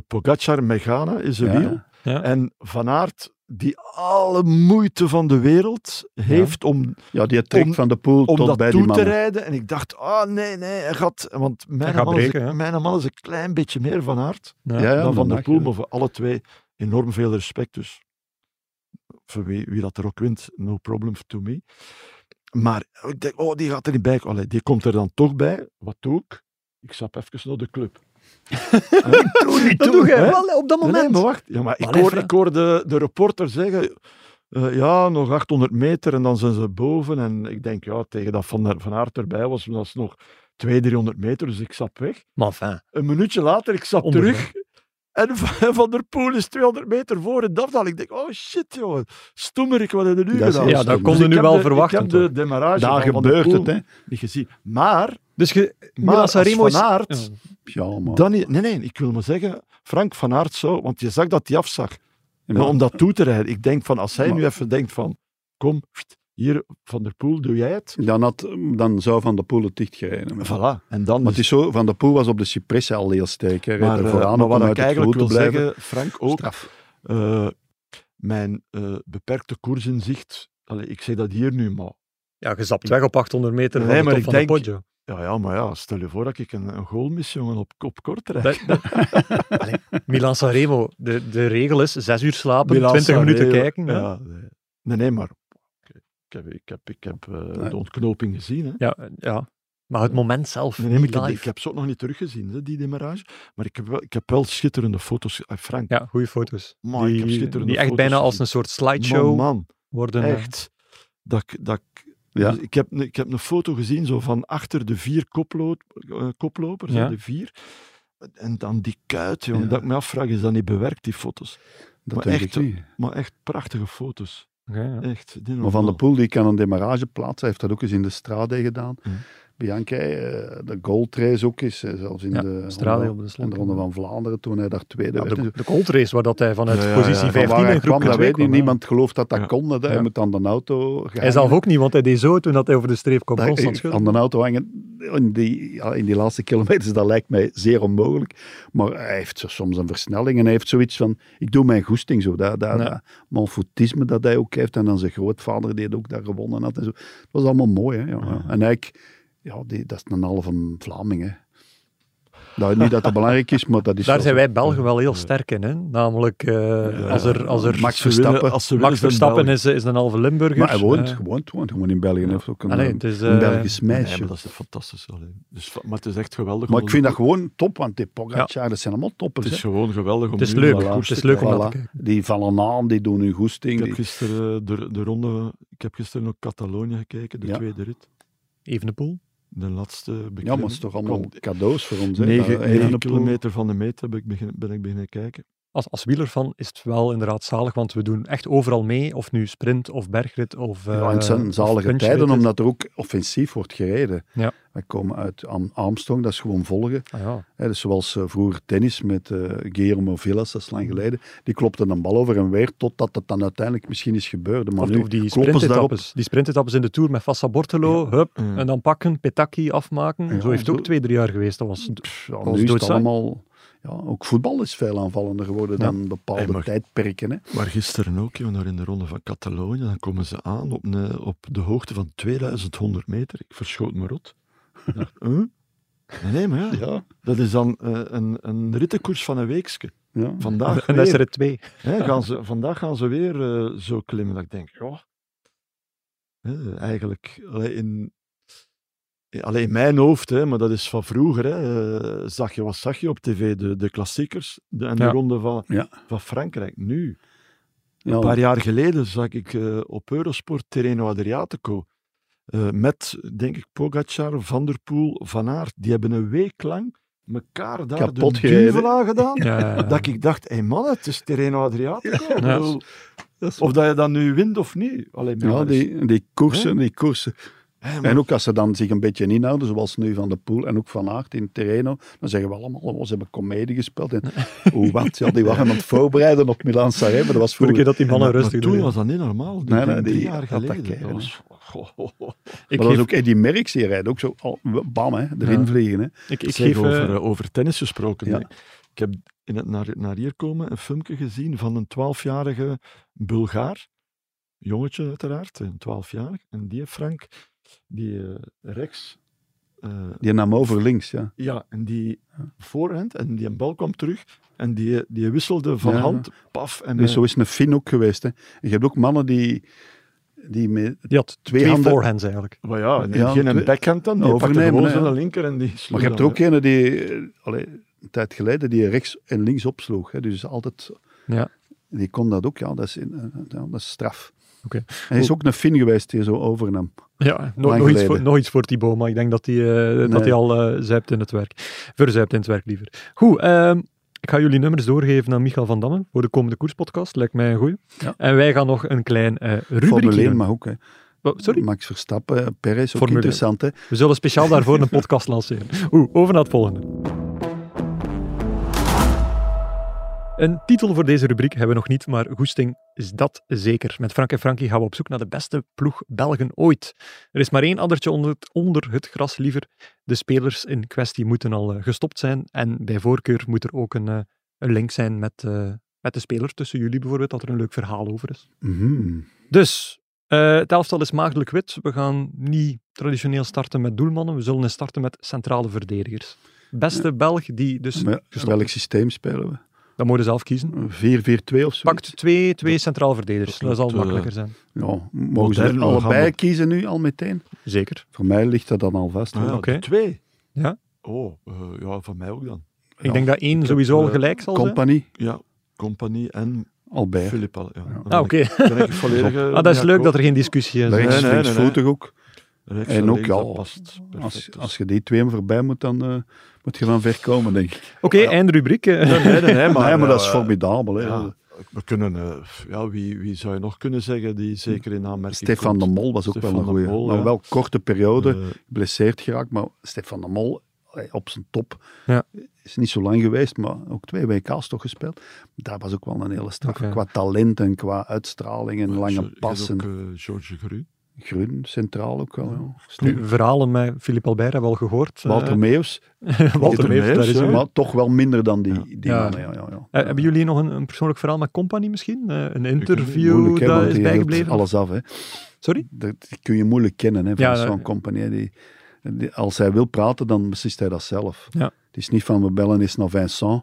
[SPEAKER 4] Pogacar Megana is een
[SPEAKER 3] Ja.
[SPEAKER 4] wiel.
[SPEAKER 1] Ja.
[SPEAKER 4] En Van Aert, die alle moeite van de wereld heeft om,
[SPEAKER 3] zeggen. Ja, die trekt
[SPEAKER 4] om-
[SPEAKER 3] van de Poel
[SPEAKER 4] om
[SPEAKER 3] tot
[SPEAKER 4] dat
[SPEAKER 3] bij
[SPEAKER 4] toe
[SPEAKER 3] die
[SPEAKER 4] te
[SPEAKER 3] mannen.
[SPEAKER 4] rijden. En ik dacht, ah nee, nee, hij gaat... Want mijn,
[SPEAKER 1] gaat
[SPEAKER 4] man, is
[SPEAKER 1] breken, hè?
[SPEAKER 4] een, mijn man is een klein beetje meer Van Aert
[SPEAKER 1] Ja.
[SPEAKER 3] Ja, ja,
[SPEAKER 4] dan
[SPEAKER 3] dat
[SPEAKER 4] Van der
[SPEAKER 3] mag,
[SPEAKER 4] Poel,
[SPEAKER 3] ja.
[SPEAKER 4] maar voor alle twee enorm veel respect. Dus voor wie, wie dat er ook wint, no problem to me. Maar ik denk, oh, die gaat er niet bij. komen. Allee, die komt er dan toch bij. Wat doe ik? Ik stap even naar de (laughs) club.
[SPEAKER 1] Dat doe
[SPEAKER 4] hè?
[SPEAKER 1] je wel op dat
[SPEAKER 4] Nee,
[SPEAKER 1] moment.
[SPEAKER 4] Nee, maar wacht. Ja, maar ik
[SPEAKER 1] Maar
[SPEAKER 4] hoor,
[SPEAKER 1] even-
[SPEAKER 4] ik hoor de, de reporter zeggen, eh, ja, nog 800 meter en dan zijn ze boven. En ik denk, ja, tegen dat Van, der- van Aert erbij was, was het nog 200, 300 meter, dus ik stap weg.
[SPEAKER 1] Maar enfin,
[SPEAKER 4] Een minuutje later, ik stap
[SPEAKER 1] Onderweg.
[SPEAKER 4] terug. En Van van der Poel is 200 meter voor in de afdaling. Ik denk, oh shit, jongen. Stoemerik, wat hebben we nu
[SPEAKER 3] Dat is
[SPEAKER 4] gedaan?
[SPEAKER 3] heel
[SPEAKER 1] ja, dat
[SPEAKER 3] stom.
[SPEAKER 1] kon
[SPEAKER 4] Dus
[SPEAKER 1] je
[SPEAKER 4] ik
[SPEAKER 1] nu
[SPEAKER 4] heb
[SPEAKER 1] wel
[SPEAKER 4] de-
[SPEAKER 1] verwachten.
[SPEAKER 4] Ik heb de demarrage
[SPEAKER 3] Daar
[SPEAKER 4] van Van der
[SPEAKER 3] gebeurt
[SPEAKER 4] Poel
[SPEAKER 3] het, hè.
[SPEAKER 4] niet gezien. Maar,
[SPEAKER 1] Dus je,
[SPEAKER 4] maar
[SPEAKER 1] Milan
[SPEAKER 4] als
[SPEAKER 1] Sanremo is...
[SPEAKER 4] Van Aert,
[SPEAKER 1] Ja.
[SPEAKER 3] Ja, man.
[SPEAKER 4] dan niet- nee, nee, ik wil maar zeggen, Frank Van Aert zo, want je zag dat hij afzag.
[SPEAKER 3] Ja,
[SPEAKER 4] Maar om dat toe te rijden, ik denk van, als hij
[SPEAKER 3] Maar-
[SPEAKER 4] nu even denkt van, kom, pst, hier, Van der Poel, doe jij het?
[SPEAKER 3] dan, had, dan zou Van der Poel het dicht gereden. hebben.
[SPEAKER 4] Voilà. En dan
[SPEAKER 3] Maar het is zo, Van der Poel was op de Cypressen al heel sterk. Hè. Hij reed
[SPEAKER 4] maar,
[SPEAKER 3] er
[SPEAKER 4] eh,
[SPEAKER 3] vooraan
[SPEAKER 4] maar
[SPEAKER 3] op om
[SPEAKER 4] wat
[SPEAKER 3] uit
[SPEAKER 4] ik
[SPEAKER 3] het
[SPEAKER 4] eigenlijk wil
[SPEAKER 3] groen te blijven.
[SPEAKER 4] zeggen, Frank, ook,
[SPEAKER 3] Straf.
[SPEAKER 4] Eh, mijn eh, beperkte koersinzicht. Allee, ik zeg dat hier nu, maar.
[SPEAKER 1] ja, je zapt weg op 800 meter
[SPEAKER 4] Nee,
[SPEAKER 1] van de
[SPEAKER 4] maar
[SPEAKER 1] top
[SPEAKER 4] ik
[SPEAKER 1] van de
[SPEAKER 4] denk- (laughs)
[SPEAKER 1] Poggio.
[SPEAKER 4] Ja, ja, maar ja, stel je voor dat ik een, een goal mis, jongen, op, op Kortrijk.
[SPEAKER 1] Dat- dat- Allee, Milan Sanremo, de, de regel is 6 uur slapen,
[SPEAKER 4] Milan
[SPEAKER 1] 20
[SPEAKER 4] Sanremo,
[SPEAKER 1] minuten kijken. Ja.
[SPEAKER 4] eh, Ja, nee. nee, nee, maar ik ik heb, ik heb, ik heb eh,
[SPEAKER 3] Nee.
[SPEAKER 4] de ontknoping gezien. Hè.
[SPEAKER 1] Ja, ja. Maar het moment zelf,
[SPEAKER 4] Nee, nee, maar ik,
[SPEAKER 1] niet
[SPEAKER 4] heb,
[SPEAKER 1] live.
[SPEAKER 4] ik heb ze ook nog niet teruggezien, hè, die demarrage. Maar ik heb wel, ik heb wel schitterende foto's. eh, Frank,
[SPEAKER 1] Ja, goede foto's.
[SPEAKER 4] Maar ik
[SPEAKER 1] die,
[SPEAKER 4] heb schitterende
[SPEAKER 1] die echt
[SPEAKER 4] foto's
[SPEAKER 1] bijna als
[SPEAKER 4] gezien.
[SPEAKER 1] een soort
[SPEAKER 4] man,
[SPEAKER 1] slideshow
[SPEAKER 4] man,
[SPEAKER 1] worden. eh,
[SPEAKER 4] echt. Dat, ik- dat, ik-
[SPEAKER 3] Ja.
[SPEAKER 4] Dus ik, heb, een- ik heb een foto gezien zo van achter de vier koplo eh, koplopers, hè,
[SPEAKER 1] Ja.
[SPEAKER 4] de vier. En dan die kuit, jongen.
[SPEAKER 3] Ja.
[SPEAKER 4] Dat ik me afvraag, is dat niet bewerkt, die foto's?
[SPEAKER 3] Dat
[SPEAKER 4] Maar
[SPEAKER 3] denk
[SPEAKER 4] echt,
[SPEAKER 3] ik niet.
[SPEAKER 4] Maar echt prachtige foto's.
[SPEAKER 1] oké, ja.
[SPEAKER 4] Echt. dit
[SPEAKER 3] Maar Van der
[SPEAKER 4] normaal.
[SPEAKER 3] Poel die kan een demarrage plaatsen. Hij heeft dat ook eens in de strade gedaan.
[SPEAKER 4] Ja.
[SPEAKER 3] Bianchi, eh, de goldrace ook is, eh, zelfs in
[SPEAKER 1] Ja,
[SPEAKER 3] de,
[SPEAKER 1] Strade
[SPEAKER 3] ronde,
[SPEAKER 1] op de
[SPEAKER 3] in de
[SPEAKER 1] slot.
[SPEAKER 3] Ronde van Vlaanderen, toen hij daar tweede
[SPEAKER 1] Ja,
[SPEAKER 3] werd.
[SPEAKER 1] de,
[SPEAKER 3] Dus
[SPEAKER 1] de cold race, waar dat hij vanuit
[SPEAKER 4] Ja, ja,
[SPEAKER 1] positie
[SPEAKER 4] ja.
[SPEAKER 3] van
[SPEAKER 1] 15
[SPEAKER 3] waar hij
[SPEAKER 1] in groep
[SPEAKER 3] kwam, dat
[SPEAKER 1] 2
[SPEAKER 3] weet
[SPEAKER 1] kwam.
[SPEAKER 3] niet.
[SPEAKER 1] hè.
[SPEAKER 3] Niemand gelooft dat dat
[SPEAKER 4] Ja.
[SPEAKER 3] kon. hè. Hij
[SPEAKER 1] Ja.
[SPEAKER 3] moet aan de auto gaan.
[SPEAKER 1] Hij zelf ook niet, want hij deed zo toen dat hij over de streep kwam.
[SPEAKER 3] Dat-
[SPEAKER 1] Constant
[SPEAKER 3] Nou, aan
[SPEAKER 1] schudden.
[SPEAKER 3] de auto hangen in die, ja, in die laatste kilometers, dat lijkt mij zeer onmogelijk. Maar hij heeft zo soms een versnelling en hij heeft zoiets van, ik doe mijn goesting zo. Dat, dat,
[SPEAKER 1] Ja.
[SPEAKER 3] dat malfoutisme dat hij ook heeft en dan zijn grootvader die het ook daar gewonnen had en zo. Het was allemaal mooi. Hè, ja. En eigenlijk, ja, die, dat is een halve Vlaming. Hè. Nou, niet dat dat belangrijk is, maar dat is
[SPEAKER 1] Daar
[SPEAKER 3] wel
[SPEAKER 1] zijn
[SPEAKER 3] zo.
[SPEAKER 1] wij Belgen wel heel sterk in. Hè? Namelijk, eh, als er, als er
[SPEAKER 3] Max
[SPEAKER 4] Ze winnen-
[SPEAKER 3] Verstappen.
[SPEAKER 4] als ze
[SPEAKER 1] Max
[SPEAKER 4] winnen, zijn
[SPEAKER 1] Verstappen
[SPEAKER 4] Belgen.
[SPEAKER 1] is, eh, is een halve Limburger.
[SPEAKER 3] Maar hij woont,
[SPEAKER 1] Eh,
[SPEAKER 3] woont, woont gewoon in België. Hij heeft ook een,
[SPEAKER 1] Allee,
[SPEAKER 3] eh,
[SPEAKER 1] het is,
[SPEAKER 3] een
[SPEAKER 1] eh,
[SPEAKER 3] Belgisch meisje.
[SPEAKER 4] Nee, maar dat is fantastisch. allee. Dus, va- maar het is echt geweldig.
[SPEAKER 3] maar
[SPEAKER 4] om-
[SPEAKER 3] ik vind dat gewoon top, want die Pogacar, dat zijn allemaal toppers.
[SPEAKER 4] Het is
[SPEAKER 3] hè.
[SPEAKER 4] gewoon geweldig om
[SPEAKER 1] Het is
[SPEAKER 4] nu
[SPEAKER 1] leuk.
[SPEAKER 4] naar
[SPEAKER 1] Het
[SPEAKER 4] koers te
[SPEAKER 1] is leuk om
[SPEAKER 4] kijken.
[SPEAKER 1] naar te
[SPEAKER 3] Voilà.
[SPEAKER 1] kijken.
[SPEAKER 3] Die vallen aan, die doen hun goesting.
[SPEAKER 4] Ik heb
[SPEAKER 3] die-
[SPEAKER 4] gisteren eh, de, de ronde... Ik heb gisteren ook Catalonië gekeken, de
[SPEAKER 3] Ja.
[SPEAKER 4] tweede rit.
[SPEAKER 1] Even de poel.
[SPEAKER 4] De laatste beklimming.
[SPEAKER 3] Ja, maar het is toch allemaal
[SPEAKER 4] Kom,
[SPEAKER 3] cadeaus voor ons. hè?
[SPEAKER 4] Negen,
[SPEAKER 3] Dat-
[SPEAKER 4] negen
[SPEAKER 3] Evenepoel.
[SPEAKER 4] kilometer van de meet heb ik begin, ben ik beginnen kijken.
[SPEAKER 1] Als, als wieler van is het wel inderdaad zalig, want we doen echt overal mee. Of nu sprint, of bergrit, of eh,
[SPEAKER 3] Ja, en het zijn
[SPEAKER 1] of
[SPEAKER 3] zalige
[SPEAKER 1] punchrit
[SPEAKER 3] tijden,
[SPEAKER 1] is.
[SPEAKER 3] omdat er ook offensief wordt gereden.
[SPEAKER 1] Ja.
[SPEAKER 3] Wij komen uit Am- Armstrong, dat is gewoon volgen.
[SPEAKER 1] Ah, ja.
[SPEAKER 3] Hè, dus zoals eh, vroeger tennis met eh Guillermo Villas, dat is lang geleden. Die klopte een bal over en weer, totdat het dan uiteindelijk misschien is gebeurd. Maar
[SPEAKER 1] Of,
[SPEAKER 3] nu
[SPEAKER 1] of die
[SPEAKER 3] kloppen ze daarop.
[SPEAKER 1] sprintetappes. Die sprintetappes in de Tour met Vassa Bortelo, hup,
[SPEAKER 4] Ja.
[SPEAKER 1] en dan pakken, Petaki afmaken.
[SPEAKER 3] Ja,
[SPEAKER 1] zo heeft het ook
[SPEAKER 3] zo-
[SPEAKER 1] twee, drie jaar geweest. Dat was
[SPEAKER 3] Pff, ja,
[SPEAKER 1] Als
[SPEAKER 3] nu is het
[SPEAKER 1] doodzaai. (laughs)
[SPEAKER 3] allemaal... Ja, ook voetbal is veel aanvallender geworden
[SPEAKER 1] Ja.
[SPEAKER 3] dan bepaalde
[SPEAKER 4] Hey, maar-
[SPEAKER 3] tijdperken. Hè.
[SPEAKER 4] Maar gisteren ook, joh, daar in de ronde van Catalonië, dan komen ze aan op, een- op de hoogte van 2100 meter. Ik verschoot me rot. Ik dacht, huh? Nee, nee, maar ja,
[SPEAKER 3] Ja,
[SPEAKER 4] dat is dan eh, een, een rittenkoers van een weekske.
[SPEAKER 3] ja.
[SPEAKER 1] (laughs)
[SPEAKER 4] Vandaag
[SPEAKER 1] En dat is
[SPEAKER 4] weer.
[SPEAKER 1] er twee.
[SPEAKER 4] Hè, gaan ze, vandaag gaan ze weer eh, zo klimmen. Dat ik denk, ja. Hè, eigenlijk, allee, in, in- allee, in mijn hoofd, hè, maar dat is van vroeger. Hè, eh, zag je, wat zag je op tv? De, de klassiekers de, en de
[SPEAKER 1] Ja.
[SPEAKER 4] ronde van,
[SPEAKER 3] Ja.
[SPEAKER 4] van Frankrijk. Nu,
[SPEAKER 3] Ja,
[SPEAKER 4] een
[SPEAKER 3] Oh.
[SPEAKER 4] paar jaar geleden, zag ik eh, op Eurosport Terreno Adriatico. eh, met, denk ik, Pogacar, Van der Poel, Van Aert. Die hebben een week lang elkaar daar
[SPEAKER 3] Kapot
[SPEAKER 4] de
[SPEAKER 3] gereden.
[SPEAKER 4] duvel aan gedaan.
[SPEAKER 1] Ja, ja, ja.
[SPEAKER 4] Dat ik dacht, hé hey man, het is Terreno Adriatico. Ik
[SPEAKER 1] Ja.
[SPEAKER 4] bedoel,
[SPEAKER 3] dat is-
[SPEAKER 4] Of dat je dat nu wint of niet. Alleen maar.
[SPEAKER 3] ja
[SPEAKER 4] dat is-
[SPEAKER 3] die, die koersen, die koersen.
[SPEAKER 4] Hè, maar-
[SPEAKER 3] En ook als ze dan zich een beetje inhouden, zoals nu Van de Poel en ook Van Aert in Terreno, dan zeggen we allemaal, oh, ze hebben comedie gespeeld. En, oh, wat? Ja, die waren aan het voorbereiden op Milan Sanremo, dat was
[SPEAKER 1] Voor een
[SPEAKER 3] vroeger.
[SPEAKER 1] keer dat die mannen
[SPEAKER 4] maar
[SPEAKER 1] rustig
[SPEAKER 4] Toen
[SPEAKER 1] doen.
[SPEAKER 4] was dat niet normaal. Ik
[SPEAKER 3] Nee, nee,
[SPEAKER 4] denk
[SPEAKER 3] die
[SPEAKER 4] drie jaar
[SPEAKER 3] had dat
[SPEAKER 4] geleden. Dat
[SPEAKER 3] keihard.
[SPEAKER 4] was... (laughs) Oh, Goh, goh, goh.
[SPEAKER 1] Ik
[SPEAKER 3] maar dat
[SPEAKER 1] geef,
[SPEAKER 3] was ook Eddie Merckx, die rijdt ook zo, al, bam, hè, erin
[SPEAKER 1] Ja.
[SPEAKER 3] vliegen. Hè.
[SPEAKER 1] ik, ik
[SPEAKER 4] Zeg,
[SPEAKER 1] geef, eh,
[SPEAKER 4] over, eh, over tennis gesproken.
[SPEAKER 3] ja.
[SPEAKER 4] hè. Ik heb in het naar, naar hier komen een filmpje gezien van een 12-jarige Bulgaar. Jongetje uiteraard, een 12-jarig. En die eh, Frank, die eh, rechts. eh,
[SPEAKER 3] Die nam over links, ja.
[SPEAKER 4] ja, en die voorhand en die bal kwam terug. En die, eh, die wisselde van
[SPEAKER 3] Ja, ja.
[SPEAKER 4] hand, paf. En
[SPEAKER 3] Dus
[SPEAKER 4] eh,
[SPEAKER 3] zo is een Fin ook geweest. Hè. En je hebt ook mannen die, die met...
[SPEAKER 1] die had twee,
[SPEAKER 3] twee handen-
[SPEAKER 1] forehands eigenlijk.
[SPEAKER 4] eh, Maar ja, en
[SPEAKER 3] Ja,
[SPEAKER 4] geen
[SPEAKER 3] twee-
[SPEAKER 4] backhand dan. Die
[SPEAKER 3] Overnemen,
[SPEAKER 4] pakte gewoon
[SPEAKER 3] hè,
[SPEAKER 4] zijn
[SPEAKER 3] ja.
[SPEAKER 4] linker en die
[SPEAKER 3] Maar
[SPEAKER 4] sloeg
[SPEAKER 3] je hebt er
[SPEAKER 4] dan,
[SPEAKER 3] ook ene die, eh, allee, een tijd geleden, die rechts en links opsloeg. Hè. Dus altijd,
[SPEAKER 1] Ja.
[SPEAKER 3] die kon dat ook, ja, dat is, in, eh, ja, dat is straf.
[SPEAKER 1] Oké.
[SPEAKER 3] Hij is ook een Fin geweest die zo overnam.
[SPEAKER 1] Ja, nog-
[SPEAKER 3] Lang
[SPEAKER 1] nog, iets
[SPEAKER 3] geleden.
[SPEAKER 1] voor, nog iets voor Thibaut, maar ik denk dat hij eh, dat
[SPEAKER 3] Nee.
[SPEAKER 1] hij al eh, zuipt in het werk. Verzuipt in het werk liever. Goed, ehm, ik ga jullie nummers doorgeven aan Michael van Damme voor de komende koerspodcast. Lijkt mij een goeie.
[SPEAKER 3] Ja.
[SPEAKER 1] En wij gaan nog een klein eh rubriekje
[SPEAKER 3] Formule 1
[SPEAKER 1] doen.
[SPEAKER 3] mag ook. Hè.
[SPEAKER 1] Wa- Oh, Sorry,
[SPEAKER 3] Max Verstappen, eh, Perez, ook
[SPEAKER 1] Formule
[SPEAKER 3] interessant. Hè.
[SPEAKER 1] we zullen speciaal daarvoor een podcast lanceren. Oeh, over naar het volgende. Een titel voor deze rubriek hebben we nog niet, maar goesting is dat zeker. Met Frank en Frankie gaan we op zoek naar de beste ploeg Belgen ooit. Er is maar één addertje onder het, onder het gras liever. De spelers in kwestie moeten al eh, gestopt zijn en bij voorkeur moet er ook een, eh, een link zijn met, eh, met de speler tussen jullie bijvoorbeeld, dat er een leuk verhaal over is.
[SPEAKER 3] Mhm.
[SPEAKER 1] Dus, eh, het elftal is maagdelijk wit. We gaan niet traditioneel starten met doelmannen. We zullen eens starten met centrale verdedigers. Beste Belg die dus...
[SPEAKER 3] Maar ja, welk systeem spelen we?
[SPEAKER 1] Dat moet je zelf kiezen.
[SPEAKER 3] Eh, 4-4-2 of zo?
[SPEAKER 1] Pakt twee, twee centraal verdedigers.
[SPEAKER 4] dat
[SPEAKER 1] Dat zal
[SPEAKER 4] klinkt, eh,
[SPEAKER 1] makkelijker zijn.
[SPEAKER 3] Ja, mogen ze
[SPEAKER 4] Modern nog
[SPEAKER 3] allebei
[SPEAKER 4] handel.
[SPEAKER 3] kiezen nu al meteen?
[SPEAKER 1] Zeker.
[SPEAKER 3] Voor mij ligt dat dan al vast.
[SPEAKER 4] eh, ah,
[SPEAKER 3] hoor.
[SPEAKER 4] ja,
[SPEAKER 1] Oké.
[SPEAKER 4] de twee.
[SPEAKER 1] Ja.
[SPEAKER 4] Oh, eh, ja, van mij ook dan.
[SPEAKER 1] Ik denk dat één
[SPEAKER 4] heb,
[SPEAKER 1] sowieso al
[SPEAKER 4] eh,
[SPEAKER 1] gelijk zal zijn.
[SPEAKER 3] Company,
[SPEAKER 4] Ja, Compagnie en
[SPEAKER 3] Albert.
[SPEAKER 4] Philippe. al- Ja. Dan ben
[SPEAKER 1] Ah, oké.
[SPEAKER 4] ik- dan ben ik volledig... eh,
[SPEAKER 1] Ah, dat is leuk
[SPEAKER 4] mee
[SPEAKER 1] dat er
[SPEAKER 4] akkoord.
[SPEAKER 1] geen discussie is.
[SPEAKER 3] Rechts,
[SPEAKER 4] Nee, nee, nee,
[SPEAKER 3] linksvoetig ook.
[SPEAKER 4] Rechts
[SPEAKER 3] en ook,
[SPEAKER 4] links,
[SPEAKER 3] ja,
[SPEAKER 4] dat past
[SPEAKER 3] Als,
[SPEAKER 4] perfect.
[SPEAKER 3] als je die twee voorbij moet, dan eh, moet je van ver komen, denk ik.
[SPEAKER 1] Oké, eindrubriek. eh.
[SPEAKER 4] Nee, nee,
[SPEAKER 3] (laughs)
[SPEAKER 4] nee,
[SPEAKER 3] nee, maar
[SPEAKER 4] ja, eh,
[SPEAKER 3] dat is formidabel. Hè.
[SPEAKER 4] ja, we kunnen, eh, ja, wie, wie zou je nog kunnen zeggen die zeker in aanmerking
[SPEAKER 3] Stefan de
[SPEAKER 4] komt?
[SPEAKER 3] Mol was ook
[SPEAKER 4] Stefan
[SPEAKER 3] wel een
[SPEAKER 4] de
[SPEAKER 3] goeie.
[SPEAKER 4] Mol,
[SPEAKER 3] maar
[SPEAKER 4] ja.
[SPEAKER 3] wel korte periode,
[SPEAKER 4] Eh,
[SPEAKER 3] geblesseerd geraakt. Maar Stefan de Mol, eh, op zijn top,
[SPEAKER 1] Ja.
[SPEAKER 3] is niet zo lang geweest, maar ook twee WK's toch gespeeld. Daar was ook wel een hele straf.
[SPEAKER 1] Oké.
[SPEAKER 3] Qua talent en qua uitstraling en
[SPEAKER 4] Zo-
[SPEAKER 3] lange
[SPEAKER 4] je hebt
[SPEAKER 3] passen.
[SPEAKER 4] ook, eh, George Gru. (laughs)
[SPEAKER 3] Groen, centraal ook wel.
[SPEAKER 1] (laughs)
[SPEAKER 3] Ja.
[SPEAKER 1] Nu, verhalen met Philippe Albert hebben we al gehoord. eh,
[SPEAKER 3] Walter
[SPEAKER 1] (laughs)
[SPEAKER 3] Meus,
[SPEAKER 1] Walter Meeuws, daar is hij.
[SPEAKER 3] maar toch wel minder dan die, die
[SPEAKER 1] Ja.
[SPEAKER 3] mannen. Ja, ja, ja.
[SPEAKER 1] Eh, hebben jullie nog een, een persoonlijk verhaal met Company misschien? Eh, een interview
[SPEAKER 3] Moeilijk, hè,
[SPEAKER 1] dat
[SPEAKER 3] want
[SPEAKER 1] is
[SPEAKER 3] die hield
[SPEAKER 1] bijgebleven?
[SPEAKER 3] alles af. Hè.
[SPEAKER 1] Sorry?
[SPEAKER 3] Dat kun je moeilijk kennen hè, van
[SPEAKER 1] Ja,
[SPEAKER 3] zo'n
[SPEAKER 1] ja.
[SPEAKER 3] compagnie. hè. Die, die- als hij wil praten, dan beslist hij dat zelf.
[SPEAKER 1] Ja.
[SPEAKER 3] Het is niet van we bellen eens naar Vincent.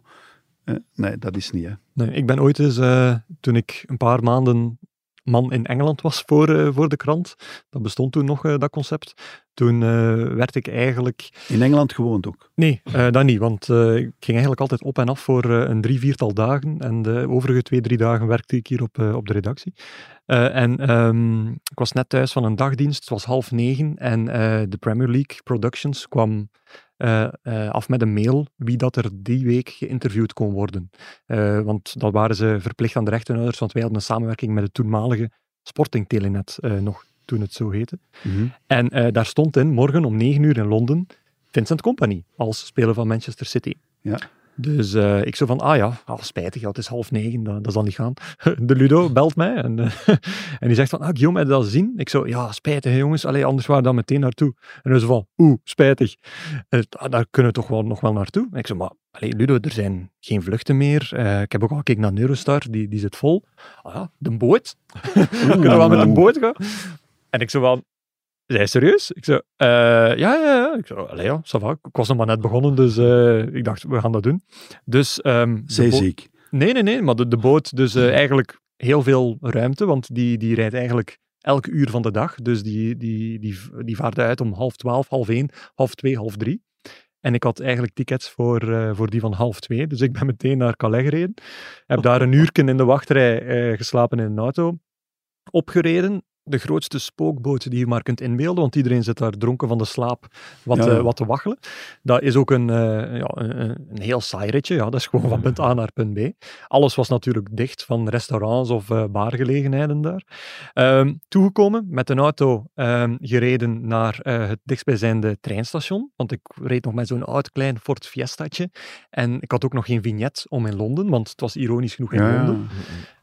[SPEAKER 3] Eh, nee, dat is niet. Hè.
[SPEAKER 1] Nee, ik ben ooit eens, eh, toen ik een paar maanden man in Engeland was voor, eh, voor de krant, dat bestond toen nog, eh, dat concept, toen eh, werd ik eigenlijk
[SPEAKER 3] In Engeland gewoond ook.
[SPEAKER 1] Nee, eh, dat niet, want eh, ik ging eigenlijk altijd op en af voor eh, een drie, viertal dagen. En de overige twee, drie dagen werkte ik hier op, eh, op de redactie. Eh, en ehm, ik was net thuis van een dagdienst, het was half negen. En eh, de Premier League Productions kwam eh, eh, af met een mail wie dat er die week geïnterviewd kon worden. Eh, want dat waren ze verplicht aan de rechtenhouders, want wij hadden een samenwerking met het toenmalige Sporting Telenet eh, nog, toen het zo heette. En eh, daar stond in, morgen om 9 uur in Londen, Vincent Company als speler van Manchester City.
[SPEAKER 3] Ja.
[SPEAKER 1] Dus eh, ik zo van, ah ja, ah, spijtig, ja, het is half negen, dat, dat zal niet gaan. (laughs) De Ludo belt mij en, eh, (laughs) en die zegt van, ah Guillaume, heb je dat gezien? Ik zo, ja, spijtig hè, jongens, Allee, anders waren we dan meteen naartoe. En hij zo van, oeh, spijtig, Eh, ah, daar kunnen we toch wel, nog wel naartoe? En ik zo, maar allee, Ludo, er zijn geen vluchten meer. Eh, ik heb ook al gekeken naar Neurostar, die, die zit vol. Ah ja, de boot. (laughs) kunnen we wel met een boot gaan? En ik zo van, zij serieus? Ik zo, eh, ja, ja, ja. Ik zo, allee, ja, ça va. Ik was nog maar net begonnen, dus eh, ik dacht, we gaan dat doen. Dus, ehm, de boot-
[SPEAKER 3] Zeeziek.
[SPEAKER 1] Nee, nee, nee, maar de, de boot, dus eh, eigenlijk heel veel ruimte, want die, die rijdt eigenlijk elk uur van de dag. Dus die, die, die, die vaart uit om half twaalf, half één, half twee, half drie. En ik had eigenlijk tickets voor, eh, voor die van half twee, dus ik ben meteen naar Calais gereden.
[SPEAKER 3] Oh.
[SPEAKER 1] Heb daar een uurtje in de wachtrij eh, geslapen in een auto. Opgereden, de grootste spookboot die je maar kunt inbeelden, want iedereen zit daar dronken van de slaap wat,
[SPEAKER 3] Ja, ja.
[SPEAKER 1] eh, wat te waggelen. Dat is ook een, eh, ja, een, een- een heel saai ritje, ja, dat is gewoon van punt A naar punt B. Alles was natuurlijk dicht van restaurants of eh, baargelegenheden daar. Ehm, toegekomen, met een auto ehm, gereden naar eh, het dichtstbijzijnde treinstation. Want ik reed nog met zo'n oud klein Ford Fiestaatje. En ik had ook nog geen vignet om in Londen, want het was ironisch genoeg in
[SPEAKER 3] Ja, ja.
[SPEAKER 1] Londen.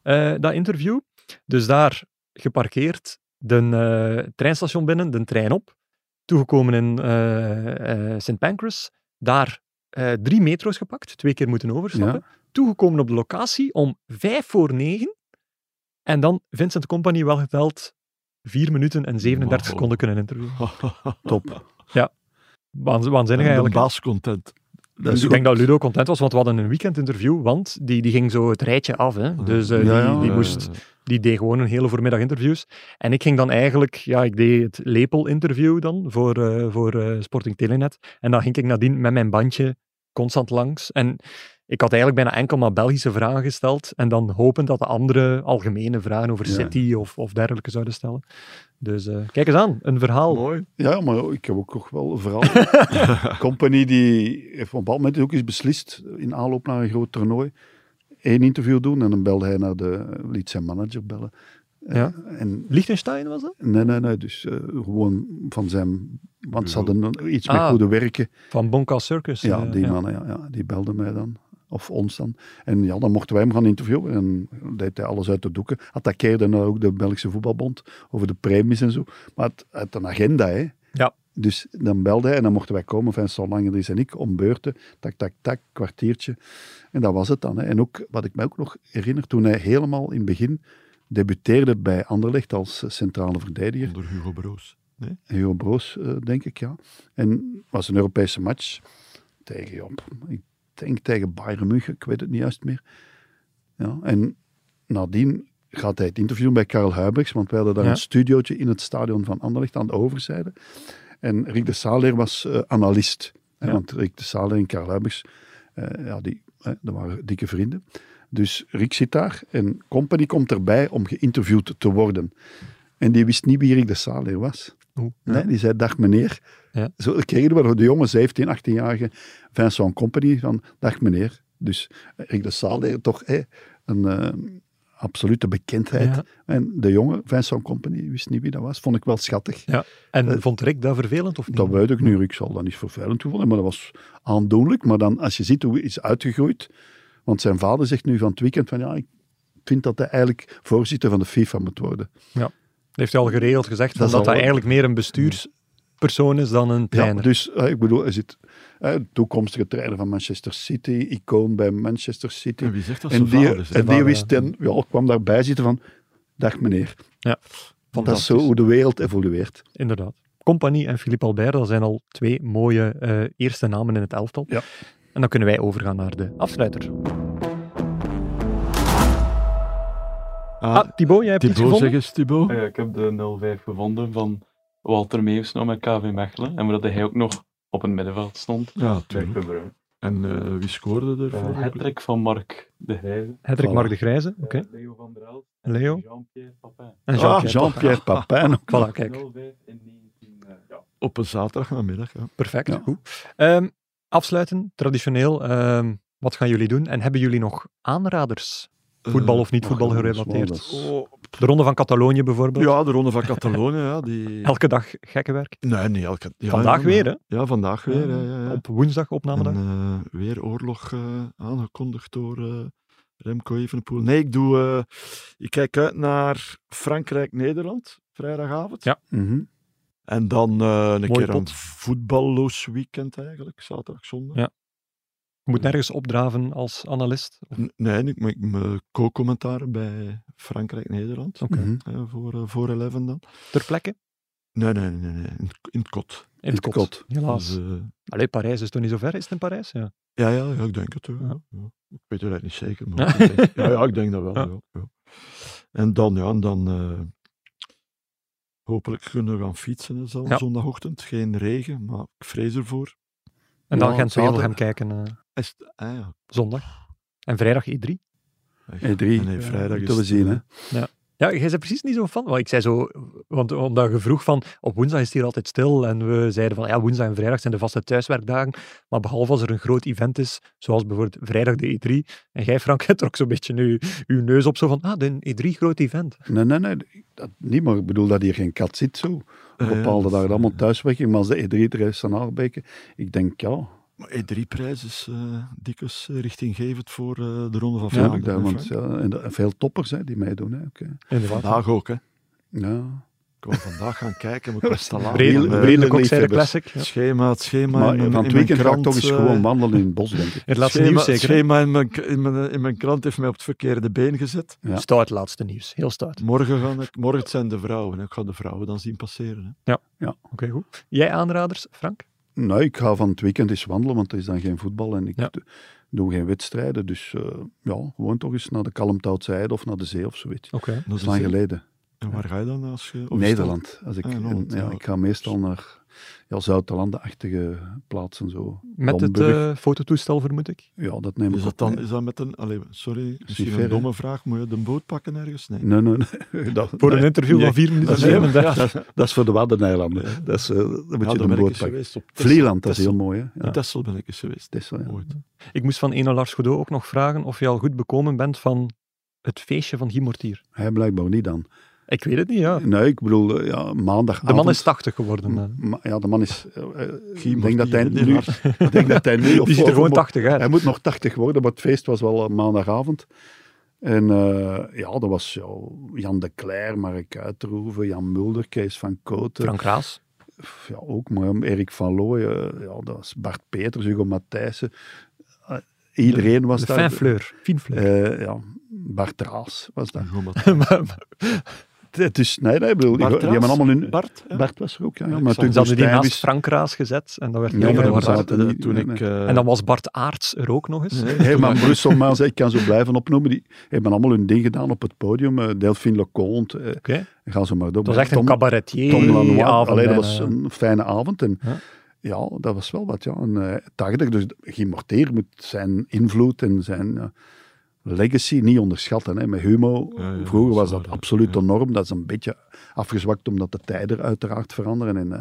[SPEAKER 1] eh, dat interview. Dus daar geparkeerd, de eh, treinstation binnen, de trein op. Toegekomen in eh, eh, St. Pancras. Daar eh, drie metro's gepakt, twee keer moeten overstappen. Toegekomen op de locatie om vijf voor negen. En dan Vincent Company wel geteld vier minuten en 37
[SPEAKER 4] Wow.
[SPEAKER 1] seconden kunnen interviewen. dus
[SPEAKER 3] Top.
[SPEAKER 1] Waanz- Waanzinnig
[SPEAKER 4] En de
[SPEAKER 1] eigenlijk. hè? Dus
[SPEAKER 4] baas content.
[SPEAKER 3] Dat is
[SPEAKER 1] ik
[SPEAKER 3] goed.
[SPEAKER 1] denk dat Ludo content was, want we hadden een weekendinterview, want die, die ging zo het rijtje af. Hè? Dus eh,
[SPEAKER 3] Ah, Ja,
[SPEAKER 1] die,
[SPEAKER 3] ja,
[SPEAKER 1] die
[SPEAKER 3] eh,
[SPEAKER 1] moest die deed gewoon een hele voormiddag interviews. En ik ging dan eigenlijk, ja, ik deed het lepel-interview dan voor, eh, voor eh, Sporting Telenet. En dan ging ik nadien met mijn bandje constant langs. En ik had eigenlijk bijna enkel maar Belgische vragen gesteld. En dan hopend dat de andere algemene vragen over
[SPEAKER 3] Ja.
[SPEAKER 1] City of, of dergelijke zouden stellen. Dus eh, kijk eens aan, een verhaal.
[SPEAKER 4] Eh, Mooi.
[SPEAKER 3] Ja, maar ik heb ook nog wel een
[SPEAKER 1] (laughs)
[SPEAKER 3] verhaal. compagnie die heeft op een bepaald moment ook eens beslist, in aanloop naar een groot toernooi, één interview doen en dan belde hij naar de, liet zijn manager bellen.
[SPEAKER 1] Ja.
[SPEAKER 3] En
[SPEAKER 1] Liechtenstein was dat?
[SPEAKER 3] Nee, nee, nee. Dus eh, gewoon van zijn. Want ze
[SPEAKER 4] Ja.
[SPEAKER 3] hadden een- iets
[SPEAKER 1] Ah.
[SPEAKER 3] met goede werken.
[SPEAKER 1] Van Bonka Circus.
[SPEAKER 3] Ja,
[SPEAKER 1] eh,
[SPEAKER 3] die mannen, ja, ja, die belden mij dan. Of ons dan. En ja, dan mochten wij hem gaan interviewen. En deed hij alles uit de doeken. Attaqueerde dan ook de Belgische voetbalbond over de premies en zo. Maar het, uit een agenda, hè.
[SPEAKER 1] Ja.
[SPEAKER 3] Dus dan belde hij en dan mochten wij komen, Vincent Langeries en ik, om beurten. Tak, tak, tak, kwartiertje. En dat was het dan. Hè. En ook, wat ik mij ook nog herinner, toen hij helemaal in het begin debuteerde bij Anderlecht als eh, centrale verdediger.
[SPEAKER 4] Door Hugo Broos.
[SPEAKER 3] Hugo Broos, eh, denk ik, ja. En het was een Europese match tegen, ja, pff, ik denk tegen Bayern München, ik weet het niet juist meer. Ja, en nadien gaat hij het interview bij Karel Huibrechts, want wij hadden daar
[SPEAKER 1] Ja.
[SPEAKER 3] een studiootje in het stadion van Anderlecht aan de overzijde. En Rick de Saler was eh, analist. hè,
[SPEAKER 1] Ja.
[SPEAKER 3] Want Rick de Saler en Karel Huibrechts, eh, ja, die, hè, dat waren dikke vrienden. Dus Rick zit daar en Company komt erbij om geïnterviewd te worden. En die wist niet wie Rick de Saler was.
[SPEAKER 1] Oeh,
[SPEAKER 3] Nee, die zei, dag meneer.
[SPEAKER 1] Ja.
[SPEAKER 3] Zo kregen we de jonge 17, 18-jarige Vincent Company van, dag meneer. Dus eh, Rick de Saler, toch hè, een, eh, absolute bekendheid.
[SPEAKER 1] Ja.
[SPEAKER 3] En de jongen, Vincent Company, wist niet wie dat was. Vond ik wel schattig.
[SPEAKER 1] Ja. En
[SPEAKER 3] Eh,
[SPEAKER 1] vond Rick dat vervelend of niet?
[SPEAKER 3] Dat weet ik nu, ik zal dat niet vervelend gevonden, maar dat was aandoenlijk. Maar dan, als je ziet hoe hij is uitgegroeid, want zijn vader zegt nu van het weekend van ja, ik vind dat hij eigenlijk voorzitter van de FIFA moet worden.
[SPEAKER 1] heeft hij al geregeld gezegd
[SPEAKER 3] Dat
[SPEAKER 1] dat,
[SPEAKER 3] is
[SPEAKER 1] dat
[SPEAKER 3] al-
[SPEAKER 1] hij eigenlijk meer een bestuurspersoon is dan een
[SPEAKER 3] Ja,
[SPEAKER 1] trainer.
[SPEAKER 3] dus eh, ik bedoel, hij zit eh, toekomstige trainer van Manchester City, icoon bij Manchester City.
[SPEAKER 4] En wie zegt dat
[SPEAKER 3] en
[SPEAKER 4] zijn
[SPEAKER 3] die,
[SPEAKER 4] vader is?
[SPEAKER 3] en die
[SPEAKER 1] vader,
[SPEAKER 3] wist dan, ja, kwam daarbij zitten van, dag meneer. Dat is
[SPEAKER 1] Fantastisch.
[SPEAKER 3] zo hoe de wereld evolueert.
[SPEAKER 1] Inderdaad. Compagnie en Philippe Albert, dat zijn al twee mooie eh, eerste namen in het elftal.
[SPEAKER 3] Ja.
[SPEAKER 1] En dan kunnen wij overgaan naar de afsluiter. Ah, Thibaut, jij hebt iets
[SPEAKER 4] Thibaut,
[SPEAKER 1] gevonden?
[SPEAKER 4] zeg eens, Thibaut.
[SPEAKER 6] Ah ja, ik heb de 05 gevonden van Walter Meeuws nou met KV Mechelen. En omdat hij ook nog op het middenveld stond.
[SPEAKER 4] Ja,
[SPEAKER 6] Bij
[SPEAKER 1] Mhm.
[SPEAKER 4] tuurlijk.
[SPEAKER 6] Brugge.
[SPEAKER 4] En eh, wie scoorde er
[SPEAKER 6] Eh,
[SPEAKER 4] vorige week?
[SPEAKER 6] Hattrick van Mark de Grijze.
[SPEAKER 1] Hendrik
[SPEAKER 3] Voilà.
[SPEAKER 1] Mark de Grijze, oké.
[SPEAKER 6] eh, Leo van der Elst. en
[SPEAKER 1] Leo.
[SPEAKER 6] Jean-Pierre Papin.
[SPEAKER 1] En
[SPEAKER 3] Ah,
[SPEAKER 1] Jean-Pierre. (laughs)
[SPEAKER 3] Jean-Pierre Papin. ook.
[SPEAKER 1] Voilà, kijk.
[SPEAKER 6] 05 in 19... eh, ja.
[SPEAKER 4] Op een zaterdagnamiddag, ja.
[SPEAKER 1] Perfect.
[SPEAKER 3] Ja.
[SPEAKER 1] Goed. Ehm, afsluiten, traditioneel. ehm, wat gaan jullie doen? En hebben jullie nog aanraders? Voetbal of niet
[SPEAKER 3] Eh,
[SPEAKER 1] voetbal
[SPEAKER 3] oh, dat is
[SPEAKER 1] gerelateerd?
[SPEAKER 3] wel, dat is-
[SPEAKER 4] Oh,
[SPEAKER 1] De Ronde van Catalonië bijvoorbeeld.
[SPEAKER 4] ja, de Ronde van Catalonië,
[SPEAKER 1] (laughs)
[SPEAKER 4] ja. Die...
[SPEAKER 1] Elke dag gekke werk.
[SPEAKER 4] Nee, niet elke... ja,
[SPEAKER 1] Vandaag
[SPEAKER 4] ja,
[SPEAKER 1] weer,
[SPEAKER 4] maar- Ja, vandaag weer, ja, ja, ja.
[SPEAKER 1] Op woensdag, opnamedag.
[SPEAKER 4] En eh, weer oorlog eh, aangekondigd door eh, Remco Evenepoel. Nee, ik, doe, eh, ik kijk uit naar Frankrijk-Nederland, vrijdagavond.
[SPEAKER 1] Ja.
[SPEAKER 3] Mhm.
[SPEAKER 4] En dan eh, een
[SPEAKER 1] Mooi
[SPEAKER 4] keer
[SPEAKER 1] pot.
[SPEAKER 4] een voetballoos weekend eigenlijk, zaterdag, zondag.
[SPEAKER 1] Ja. Je moet nergens opdraven als analist. Of-
[SPEAKER 4] N- Nee, ik maak mijn co-commentaar bij Frankrijk-Nederland.
[SPEAKER 1] Oké.
[SPEAKER 3] Mhm.
[SPEAKER 4] eh, voor, eh, voor 11 dan.
[SPEAKER 1] Dus Ter plekke?
[SPEAKER 4] Nee, nee, nee, nee. In, het- in het kot.
[SPEAKER 1] In
[SPEAKER 3] het kot.
[SPEAKER 1] Helaas.
[SPEAKER 4] Dus, eh,
[SPEAKER 1] Allee, Parijs is toch niet zo ver? Is het in Parijs? Ja.
[SPEAKER 4] ja, ja, ja, ik denk het. Ja.
[SPEAKER 1] Ja.
[SPEAKER 4] ja. Ik weet het eigenlijk niet zeker. Maar
[SPEAKER 3] (laughs)
[SPEAKER 1] Ja.
[SPEAKER 4] ik denk- ja, ja, ik denk dat wel.
[SPEAKER 1] Ja.
[SPEAKER 4] Ja. ja. En dan, ja, en dan eh, hopelijk kunnen we gaan fietsen hè, zo-
[SPEAKER 1] Ja.
[SPEAKER 4] zondagochtend. Geen regen, maar ik vrees ervoor.
[SPEAKER 1] En dan
[SPEAKER 3] Ja,
[SPEAKER 1] gent we gaan
[SPEAKER 3] zaterdag.
[SPEAKER 1] kijken eh,
[SPEAKER 4] Is het- ah, ja.
[SPEAKER 1] zondag. En vrijdag E E3.
[SPEAKER 4] Echt.
[SPEAKER 3] E3.
[SPEAKER 4] Nee, nee, vrijdag is
[SPEAKER 3] E Moeten we
[SPEAKER 4] het,
[SPEAKER 3] zien,
[SPEAKER 4] eh,
[SPEAKER 3] hè.
[SPEAKER 1] Ja, jij bent precies niet zo'n fan. Want ik zei zo, want omdat je vroeg van, op woensdag is het hier altijd stil. En we zeiden van, ja, woensdag en vrijdag zijn de vaste thuiswerkdagen. Maar behalve als er een groot event is, zoals bijvoorbeeld vrijdag de E3. En jij, Frank, (laughs) trok zo'n beetje nu uw neus op, zo van, ah, de E3, groot event.
[SPEAKER 3] Nee, nee, nee. Dat niet, maar ik bedoel dat hier geen kat zit zo. Op
[SPEAKER 4] Ah, ja,
[SPEAKER 3] bepaalde
[SPEAKER 4] dat-
[SPEAKER 3] dagen allemaal thuiswerking, maar als de E3 er is aan Aarbeke, ik denk ja,
[SPEAKER 4] Maar E3-prijs is eh dikwijls eh, richtinggevend voor eh, de Ronde van
[SPEAKER 3] natuurlijk
[SPEAKER 4] Vlaanderen.
[SPEAKER 3] daar,
[SPEAKER 4] hè,
[SPEAKER 3] want
[SPEAKER 4] Frank?
[SPEAKER 3] ja, en dat- veel toppers hè, die meedoen. Hè, oké.
[SPEAKER 1] Inderdaad.
[SPEAKER 4] Vandaag ook, hè.
[SPEAKER 3] ja.
[SPEAKER 4] Ik wou vandaag gaan kijken, maar ik was
[SPEAKER 3] (laughs)
[SPEAKER 4] te laat.
[SPEAKER 1] Brede,
[SPEAKER 4] Eh,
[SPEAKER 3] Redelijk-
[SPEAKER 1] brede
[SPEAKER 3] redelijk
[SPEAKER 1] kokzijde
[SPEAKER 3] liefhebbers.
[SPEAKER 1] classic. Ja.
[SPEAKER 4] Schema, het schema
[SPEAKER 3] Maar
[SPEAKER 4] in mijn,
[SPEAKER 3] van het
[SPEAKER 4] in mijn
[SPEAKER 3] weekend ga ik
[SPEAKER 4] krant,
[SPEAKER 3] toch eens
[SPEAKER 4] eh,
[SPEAKER 3] gewoon wandelen in het bos, denk ik.
[SPEAKER 1] Het laatste
[SPEAKER 4] schema,
[SPEAKER 1] nieuws zeker. hè?
[SPEAKER 4] schema in, mijn, in, mijn, eh, in mijn krant heeft mij op het verkeerde been gezet.
[SPEAKER 3] Ja.
[SPEAKER 1] Stout laatste nieuws, heel stout.
[SPEAKER 4] Morgen, gaan ik, morgen het zijn de vrouwen. hè. Ik ga de vrouwen dan zien passeren. Hè.
[SPEAKER 1] Oké, goed. Jij aanraders, Frank?
[SPEAKER 3] Nou, ik ga van het weekend eens wandelen, want er is dan geen voetbal en ik
[SPEAKER 1] Ja.
[SPEAKER 3] d- doe geen wedstrijden. Dus eh, ja, gewoon toch eens naar de Kalmthoutse Heide of naar de zee of zoiets.
[SPEAKER 1] Oké.
[SPEAKER 4] Dat
[SPEAKER 3] Dat
[SPEAKER 4] Dus is
[SPEAKER 3] is lang
[SPEAKER 4] het.
[SPEAKER 3] geleden.
[SPEAKER 4] En waar ga je dan als je... of is
[SPEAKER 3] Nederland. Als ik,
[SPEAKER 4] Ah,
[SPEAKER 3] en-
[SPEAKER 4] Holland,
[SPEAKER 3] ja,
[SPEAKER 4] ja.
[SPEAKER 3] ik ga meestal naar ja, Zuid-Hollandenachtige plaatsen zo.
[SPEAKER 1] Met het
[SPEAKER 3] Bamburg.
[SPEAKER 1] eh, fototoestel, vermoed ik.
[SPEAKER 3] Ja, dat neem
[SPEAKER 4] dat-
[SPEAKER 3] ik
[SPEAKER 4] Is dat
[SPEAKER 3] op
[SPEAKER 4] dan
[SPEAKER 3] mee.
[SPEAKER 4] is dat met een... Allee, sorry, misschien
[SPEAKER 3] ver, hè.
[SPEAKER 4] een domme vraag. Moet je de boot pakken ergens? Nee.
[SPEAKER 3] Nee, nee, nee. (laughs) Dat,
[SPEAKER 1] Voor een
[SPEAKER 3] nee,
[SPEAKER 1] interview
[SPEAKER 3] nee.
[SPEAKER 1] van vier minuten
[SPEAKER 3] Dat
[SPEAKER 1] en
[SPEAKER 3] is, helemaal-
[SPEAKER 1] 37.
[SPEAKER 3] dat, dat is voor de Waddeneilanden. Dat is, eh, dan moet
[SPEAKER 4] Ja,
[SPEAKER 3] je
[SPEAKER 4] daar
[SPEAKER 3] de
[SPEAKER 4] ben ik
[SPEAKER 3] boot
[SPEAKER 4] eens
[SPEAKER 3] pakken.
[SPEAKER 4] geweest. Op Texel.
[SPEAKER 3] Vlieland, dat is heel
[SPEAKER 4] Texel.
[SPEAKER 3] mooi. Hè? Ja,
[SPEAKER 4] Op Texel ben ik eens geweest.
[SPEAKER 3] Texel, ja. (laughs)
[SPEAKER 4] Ooit.
[SPEAKER 1] Ik moest van ene Lars Godot ook nog vragen of je al goed bekomen bent van het feestje van Guy Mortier.
[SPEAKER 3] Hij blijkbaar niet dan.
[SPEAKER 1] Ik weet het niet, ja.
[SPEAKER 3] (laughs) Nee, ik bedoel, eh, ja, maandag.
[SPEAKER 1] De man is 80 geworden. eh.
[SPEAKER 3] Ja, de man is... eh, eh,
[SPEAKER 4] Guy
[SPEAKER 3] Ik denk dat hij
[SPEAKER 4] Mortier, die
[SPEAKER 3] nu... (laughs) Ik denk dat hij nu...
[SPEAKER 1] Die
[SPEAKER 3] of
[SPEAKER 1] ziet er gewoon
[SPEAKER 3] overmorgen-
[SPEAKER 1] 80 uit.
[SPEAKER 3] Hij moet nog 80 worden, maar het feest was wel eh, maandagavond. En eh, ja, dat was ja, Jan de Cler, Mark Uitroeven, Jan Mulder, Kees van Kooten.
[SPEAKER 1] Frank Raas.
[SPEAKER 3] Pff, Ja, ook, maar eh, Erik van Looyen, eh, ja, dat was Bart Peters, Hugo Matthijssen. Eh, iedereen was
[SPEAKER 1] De
[SPEAKER 3] daar.
[SPEAKER 1] fijn fleur. Fien fleur.
[SPEAKER 3] Eh, ja, Bart Raas was daar.
[SPEAKER 4] Gewoon
[SPEAKER 1] (laughs)
[SPEAKER 4] wat-
[SPEAKER 1] Maar- maar-
[SPEAKER 3] Dus, nee, nee, ik bedoel,
[SPEAKER 4] Bart
[SPEAKER 3] die hebben
[SPEAKER 4] Raas?
[SPEAKER 3] allemaal hun... Bart,
[SPEAKER 4] Bart, hè?
[SPEAKER 3] was er ook, ja. ja,
[SPEAKER 4] Ja,
[SPEAKER 3] maar
[SPEAKER 4] ik
[SPEAKER 3] toen
[SPEAKER 4] zag
[SPEAKER 3] dus
[SPEAKER 1] Ze hadden die
[SPEAKER 3] Stijn
[SPEAKER 1] naast
[SPEAKER 3] is-
[SPEAKER 1] Frank Raas gezet en dat werd
[SPEAKER 3] Ja,
[SPEAKER 1] niet
[SPEAKER 3] maar
[SPEAKER 1] meer
[SPEAKER 3] dat was
[SPEAKER 1] waar.
[SPEAKER 3] altijd-
[SPEAKER 4] eh,
[SPEAKER 3] niet-
[SPEAKER 4] toen
[SPEAKER 3] nee,
[SPEAKER 4] ik...
[SPEAKER 3] nee.
[SPEAKER 4] eh,
[SPEAKER 1] En dan was Bart Aarts er ook nog eens.
[SPEAKER 4] nee,
[SPEAKER 1] (laughs)
[SPEAKER 3] Herman Brusselman zei, ik kan zo blijven opnoemen. Die hebben allemaal hun ding gedaan op het podium. Eh, Delphine Leconte, eh,
[SPEAKER 1] Oké.
[SPEAKER 3] ga zo maar door.
[SPEAKER 1] Het was echt een
[SPEAKER 3] Tom Lanois.
[SPEAKER 1] cabaretier-avond.
[SPEAKER 3] Allee, dat
[SPEAKER 1] en,
[SPEAKER 3] was
[SPEAKER 1] eh,
[SPEAKER 3] een fijne avond. En
[SPEAKER 1] Ja.
[SPEAKER 3] ja, dat was wel wat. Ja. Een eh, 80, dus Guy Mortier moet zijn invloed en zijn eh, legacy niet onderschatten. Hè. Met Humo,
[SPEAKER 4] Ja, ja,
[SPEAKER 3] vroeger
[SPEAKER 4] dat
[SPEAKER 3] was
[SPEAKER 4] is
[SPEAKER 3] dat
[SPEAKER 4] waar, ja.
[SPEAKER 3] absoluut de
[SPEAKER 4] Ja.
[SPEAKER 3] norm. Dat is een beetje afgezwakt omdat de tijden uiteraard veranderen. En eh,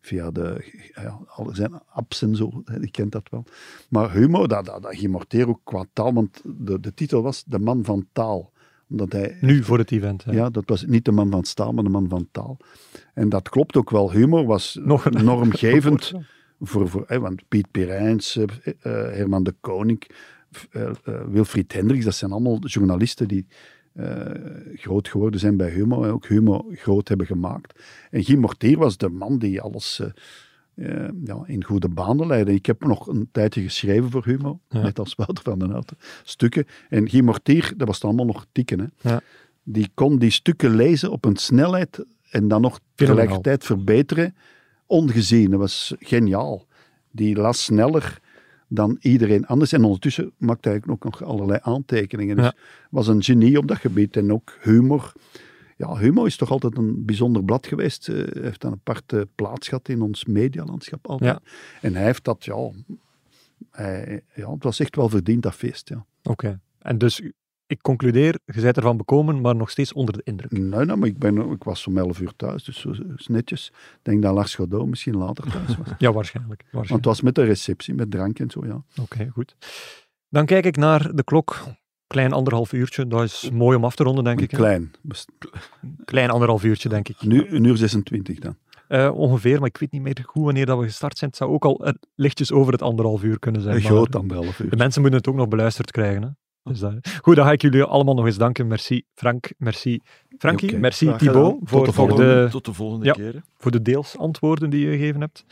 [SPEAKER 3] via de, ja, al zijn apps en zo, hè, je kent dat wel. Maar Humo, dat, dat, dat Guy Mortier ook qua taal, want de, de titel was De Man van Taal. Omdat hij
[SPEAKER 1] Nu voor het event. hè.
[SPEAKER 3] ja, dat was niet de man van staal, maar de man van taal. En dat klopt ook wel. Humor was
[SPEAKER 1] (laughs) Nog een- (laughs)
[SPEAKER 3] normgevend voor, voor hè, want Piet Pirijns, eh, eh, Herman de Koning, f- eh, eh, Wilfried Hendricks, dat zijn allemaal journalisten die eh, groot geworden zijn bij Humo en ook Humo groot hebben gemaakt. En Guy Mortier was de man die alles eh, eh, ja, in goede banen leidde. Ik heb nog een tijdje geschreven voor Humo,
[SPEAKER 1] Ja.
[SPEAKER 3] net als Wouter van den Houten, stukken. En Guy Mortier, dat was dan allemaal nog tikken, hè die kon die stukken lezen op een snelheid en dan nog
[SPEAKER 1] Fenomenaal.
[SPEAKER 3] tegelijkertijd verbeteren. Ongezien, dat was geniaal. Die las sneller dan iedereen anders. En ondertussen maakte hij ook nog allerlei aantekeningen. Dus
[SPEAKER 1] Ja.
[SPEAKER 3] was een genie op dat gebied. En ook humor. Ja, humor is toch altijd een bijzonder blad geweest. Eh, Hij heeft een aparte plaats gehad in ons medialandschap altijd. En hij heeft dat, ja... Hij, ja, het was echt wel verdiend, dat feest. Ja.
[SPEAKER 1] Oké. En dus, ik concludeer, je bent ervan bekomen, maar nog steeds onder de indruk.
[SPEAKER 3] Nee, nee, maar ik, ben, ik was om 11 uur thuis, dus zo, zo is netjes. Ik denk dat Lars Godot misschien later thuis was.
[SPEAKER 1] Ja, waarschijnlijk. waarschijnlijk.
[SPEAKER 3] Want het was met de receptie, met drank en zo, ja.
[SPEAKER 1] Oké, goed. Dan kijk ik naar de klok. Klein anderhalf uurtje, dat is mooi om af te ronden, denk
[SPEAKER 3] Maar
[SPEAKER 1] ik. hè?
[SPEAKER 3] klein. Best-
[SPEAKER 1] Klein anderhalf uurtje, denk ik.
[SPEAKER 3] Nu, een uur 26 dan.
[SPEAKER 1] Eh, ongeveer, maar ik weet niet meer goed wanneer dat we gestart zijn. Het zou ook al eh, lichtjes over het anderhalf uur kunnen zijn.
[SPEAKER 3] Een
[SPEAKER 1] maar
[SPEAKER 3] groot anderhalf uur.
[SPEAKER 1] De mensen moeten het ook nog beluisterd krijgen. Hè? Dus dat- Goed, dan ga ik jullie allemaal nog eens danken. Merci Frank, merci Frankie,
[SPEAKER 3] Oké,
[SPEAKER 1] merci
[SPEAKER 4] graag
[SPEAKER 1] Thibaut
[SPEAKER 4] gedaan.
[SPEAKER 1] voor,
[SPEAKER 3] de
[SPEAKER 1] voor,
[SPEAKER 3] volgende.
[SPEAKER 1] de,
[SPEAKER 4] Tot de volgende
[SPEAKER 1] Ja.
[SPEAKER 4] keer. hè.
[SPEAKER 1] voor de deels antwoorden die je gegeven hebt.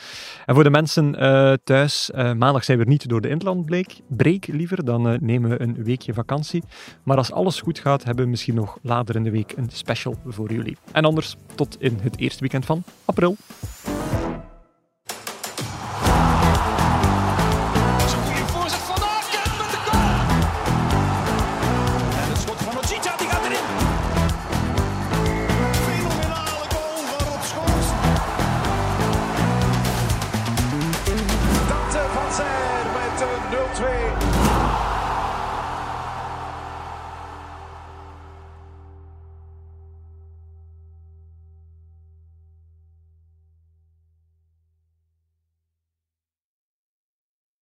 [SPEAKER 1] En voor de mensen eh, thuis, eh, maandag zijn we er niet door de inlandbreek, break liever, dan eh, nemen we een weekje vakantie. Maar als alles goed gaat, hebben we misschien nog later in de week een special voor jullie. En anders, tot in het eerste weekend van april.